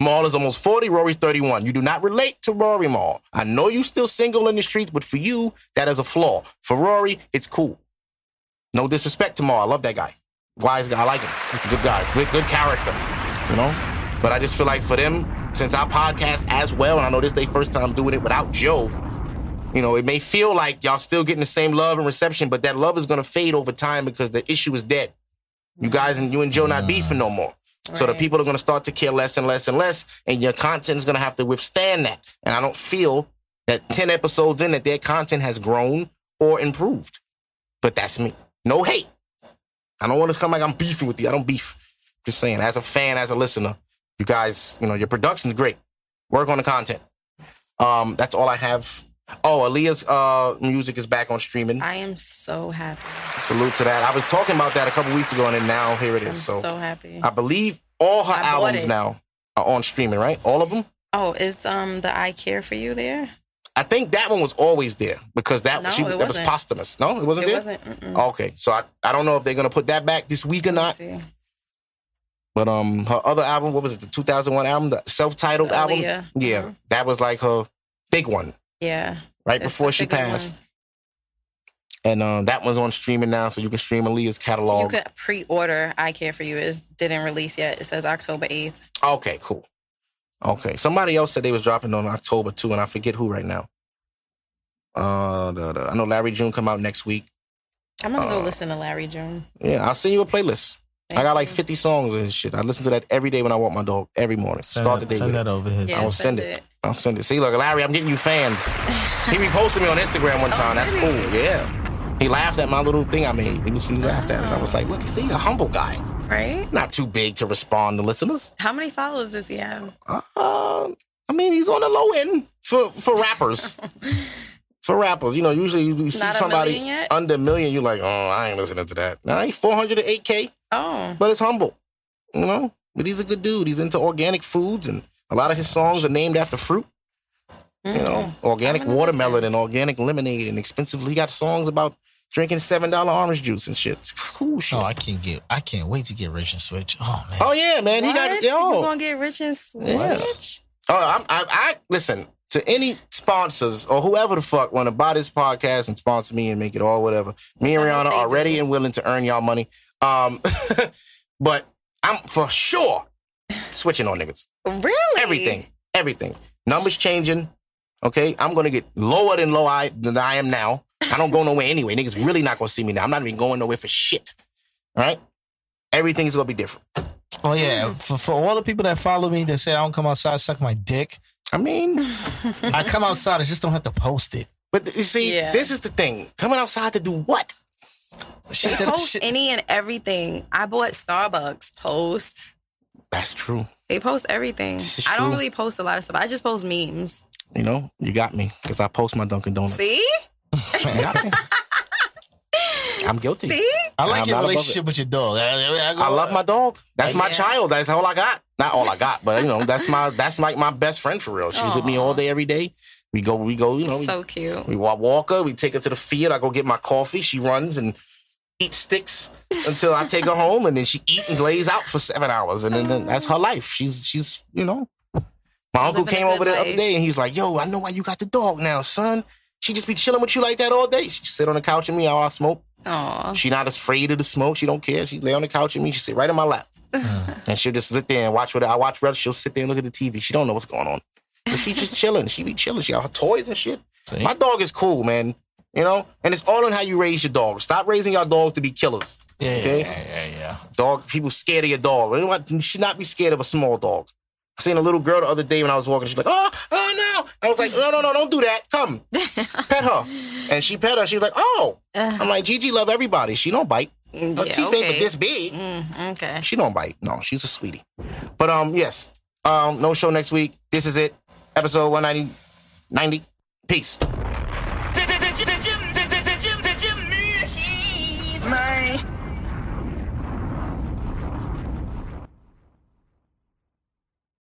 A: Maul is almost 40, Rory's 31. You do not relate to Rory Maul. I know you still single in the streets, but for you, that is a flaw. For Rory, it's cool. No disrespect to Maul. I love that guy. Wise guy. I like him. He's a good guy. Good, good character. You know? But I just feel like for them, since our podcast as well, and I know this they first time doing it without Joe, you know, it may feel like y'all still getting the same love and reception, but that love is gonna fade over time because the issue is dead. You guys and you and Joe not beefing no more. So the
C: Right.
A: people are gonna start to care less and less and less, and your content is gonna have to withstand that. And I don't feel that 10 episodes in that their content has grown or improved. But that's me. No hate. I don't want to come like I'm beefing with you. I don't beef. Just saying, as a fan, as a listener, you guys, you know, your production's great. Work on the content. Um, that's all I have. Oh, Aaliyah's uh, music is back on streaming.
C: I am so happy.
A: Salute to that. I was talking about that a couple weeks ago, and then now here it
C: I'm
A: is.
C: so,
A: So, uh,
C: happy.
A: I believe all her
C: I bought
A: albums
C: it.
A: now are on streaming, right? All of them.
C: oh, is um the I care for you there?
A: I think that one was always there because that
C: No,
A: she,
C: it
A: that was
C: wasn't.
A: posthumous. No, it wasn't
C: it
A: there.
C: wasn't. Mm-mm.
A: Okay, so I, I don't know if they're gonna put that back this week or
C: Let's
A: not.
C: see.
A: But um, her other album, what was it, the 2001 album, the self-titled
C: The
A: album?
C: Aaliyah.
A: Yeah,
C: Mhm.
A: that was like her big one
C: Yeah.
A: right
C: It's
A: before
C: such
A: she
C: a good one.
A: passed. And um, that one's on streaming now, so you can stream Aaliyah's
C: You
A: catalog.
C: could pre-order I care for you. It didn't release yet. It says October eighth.
A: Okay, cool. Okay, somebody else said they was dropping on October too, and I forget who right now. Uh, da, da. I know Larry June come out next week.
C: I'm gonna go
A: Uh,
C: listen to Larry June.
A: Yeah, I'll send you a playlist. I
C: Thank
A: got like
C: you.
A: 50 songs and shit. I listen to that every day when I walk my dog every morning.
D: Send,
A: Start
D: that,
A: the day
D: send
A: with it.
D: that over here.
C: Yeah,
A: I'll send it. I'll send it. See, look, Larry, I'm getting you fans. he reposted me on Instagram one time. That's cool. Yeah. He laughed at my little thing I made. He was he laughed at it. I was like, look, see, a humble guy.
C: Right?
A: Not too big to respond to listeners.
C: How many followers does he have?
A: Uh, I mean, he's on the low end for, for rappers. for rappers. You know, usually you, you see
C: Not a
A: somebody
C: million yet?
A: under a million, you're like, oh, I ain't listening to that. Nah, he's 408K,
C: Oh,
A: but it's humble. You know? But he's a good dude. He's into organic foods, and a lot of his songs are named after fruit. You know, organic
C: I'm gonna
A: watermelon
C: listen.
A: and organic lemonade and expensive. He got songs about drinking seven dollar orange juice and shit. It's Cool shit.
D: Oh,
A: Oh,
D: I can't get. I can't wait to get rich and switch. Oh man.
A: yeah, man.
C: what?
A: He got
C: You
A: yo.
C: gonna get rich and
A: Yeah.
C: switch?
A: Oh, I'm, I, I listen to any sponsors or whoever the fuck want to buy this podcast and sponsor me and make it all whatever. Me and
C: I hope
A: Rihanna
C: they
A: are
C: do.
A: ready and willing to earn y'all money. Um, but I'm for sure switching on niggas.
C: Really?
A: Everything, everything. Numbers changing. Okay, I'm gonna get lower than low I than I am now. I don't go nowhere anyway. Niggas really not gonna see me now. I'm not even going nowhere for shit. All right, everything's gonna be different.
D: Oh yeah. For, for all the people that follow me that say I don't come outside, suck my dick.
A: I mean.
D: I come outside. I just don't have to post it.
A: But th- you see,
C: Yeah.
A: this is the thing. Coming outside to do what?
D: Shit, that-
C: Post
D: shit-
C: any and everything. I bought Starbucks post.
A: That's true.
C: They post everything.
A: This is
C: I don't
A: true.
C: really post a lot of stuff. I just post memes.
A: You know, you got me because I post my Dunkin' Donuts.
C: See?
A: You got me. I'm guilty.
C: See?
D: I like
A: I'm
D: your
A: not above
D: relationship with your dog. I,
A: I love my dog. That's my
C: Yeah.
A: child. That's all I got. Not all I got, but you know, that's my that's like my best friend for real. She's with me
C: Aw.
A: all day, every day. We go, we go. You know, we,
C: So cute.
A: we walk, walk her. We take her to the field. I go get my coffee. She runs and eats sticks until I take her home, and then she eats and lays out for seven hours, and then, then that's her life. She's she's you know. My uncle
C: Living a
A: came
C: good
A: over the other
C: life.
A: day and he's like, "Yo, I know why you got the dog now, son. She just be chilling with you like that all day. She sit on the couch with me while I smoke.
C: Aw.
A: She not afraid of the smoke. She don't care. She lay on the couch with me. She sit right in my lap, and she'll just sit there and watch what I watch. Rush. She'll sit there and look at the TV. She don't know what's going on. But she just chilling. She be chilling. She got her toys and shit. My dog is cool, man. You know? And it's all in how you raise your dog. Stop raising your dog to be killers.
D: Yeah,
A: Okay.
D: yeah, yeah, yeah, yeah.
A: Dog, people scared of your dog. You know what? You should not be scared of a small dog. I seen a little girl the other day when I was walking. She's like, oh, oh no. I was like, no, no, no, don't do that. Come, pet her. And she pet her. She was like, oh. I'm like, Gigi love everybody. She don't bite. Her
C: Yeah,
A: teeth ain't
C: okay.
A: but this big.
C: Mm, okay.
A: She don't bite. No, she's a sweetie. But um, yes. Um, no show next week. This is it. Episode 190. 90. Peace.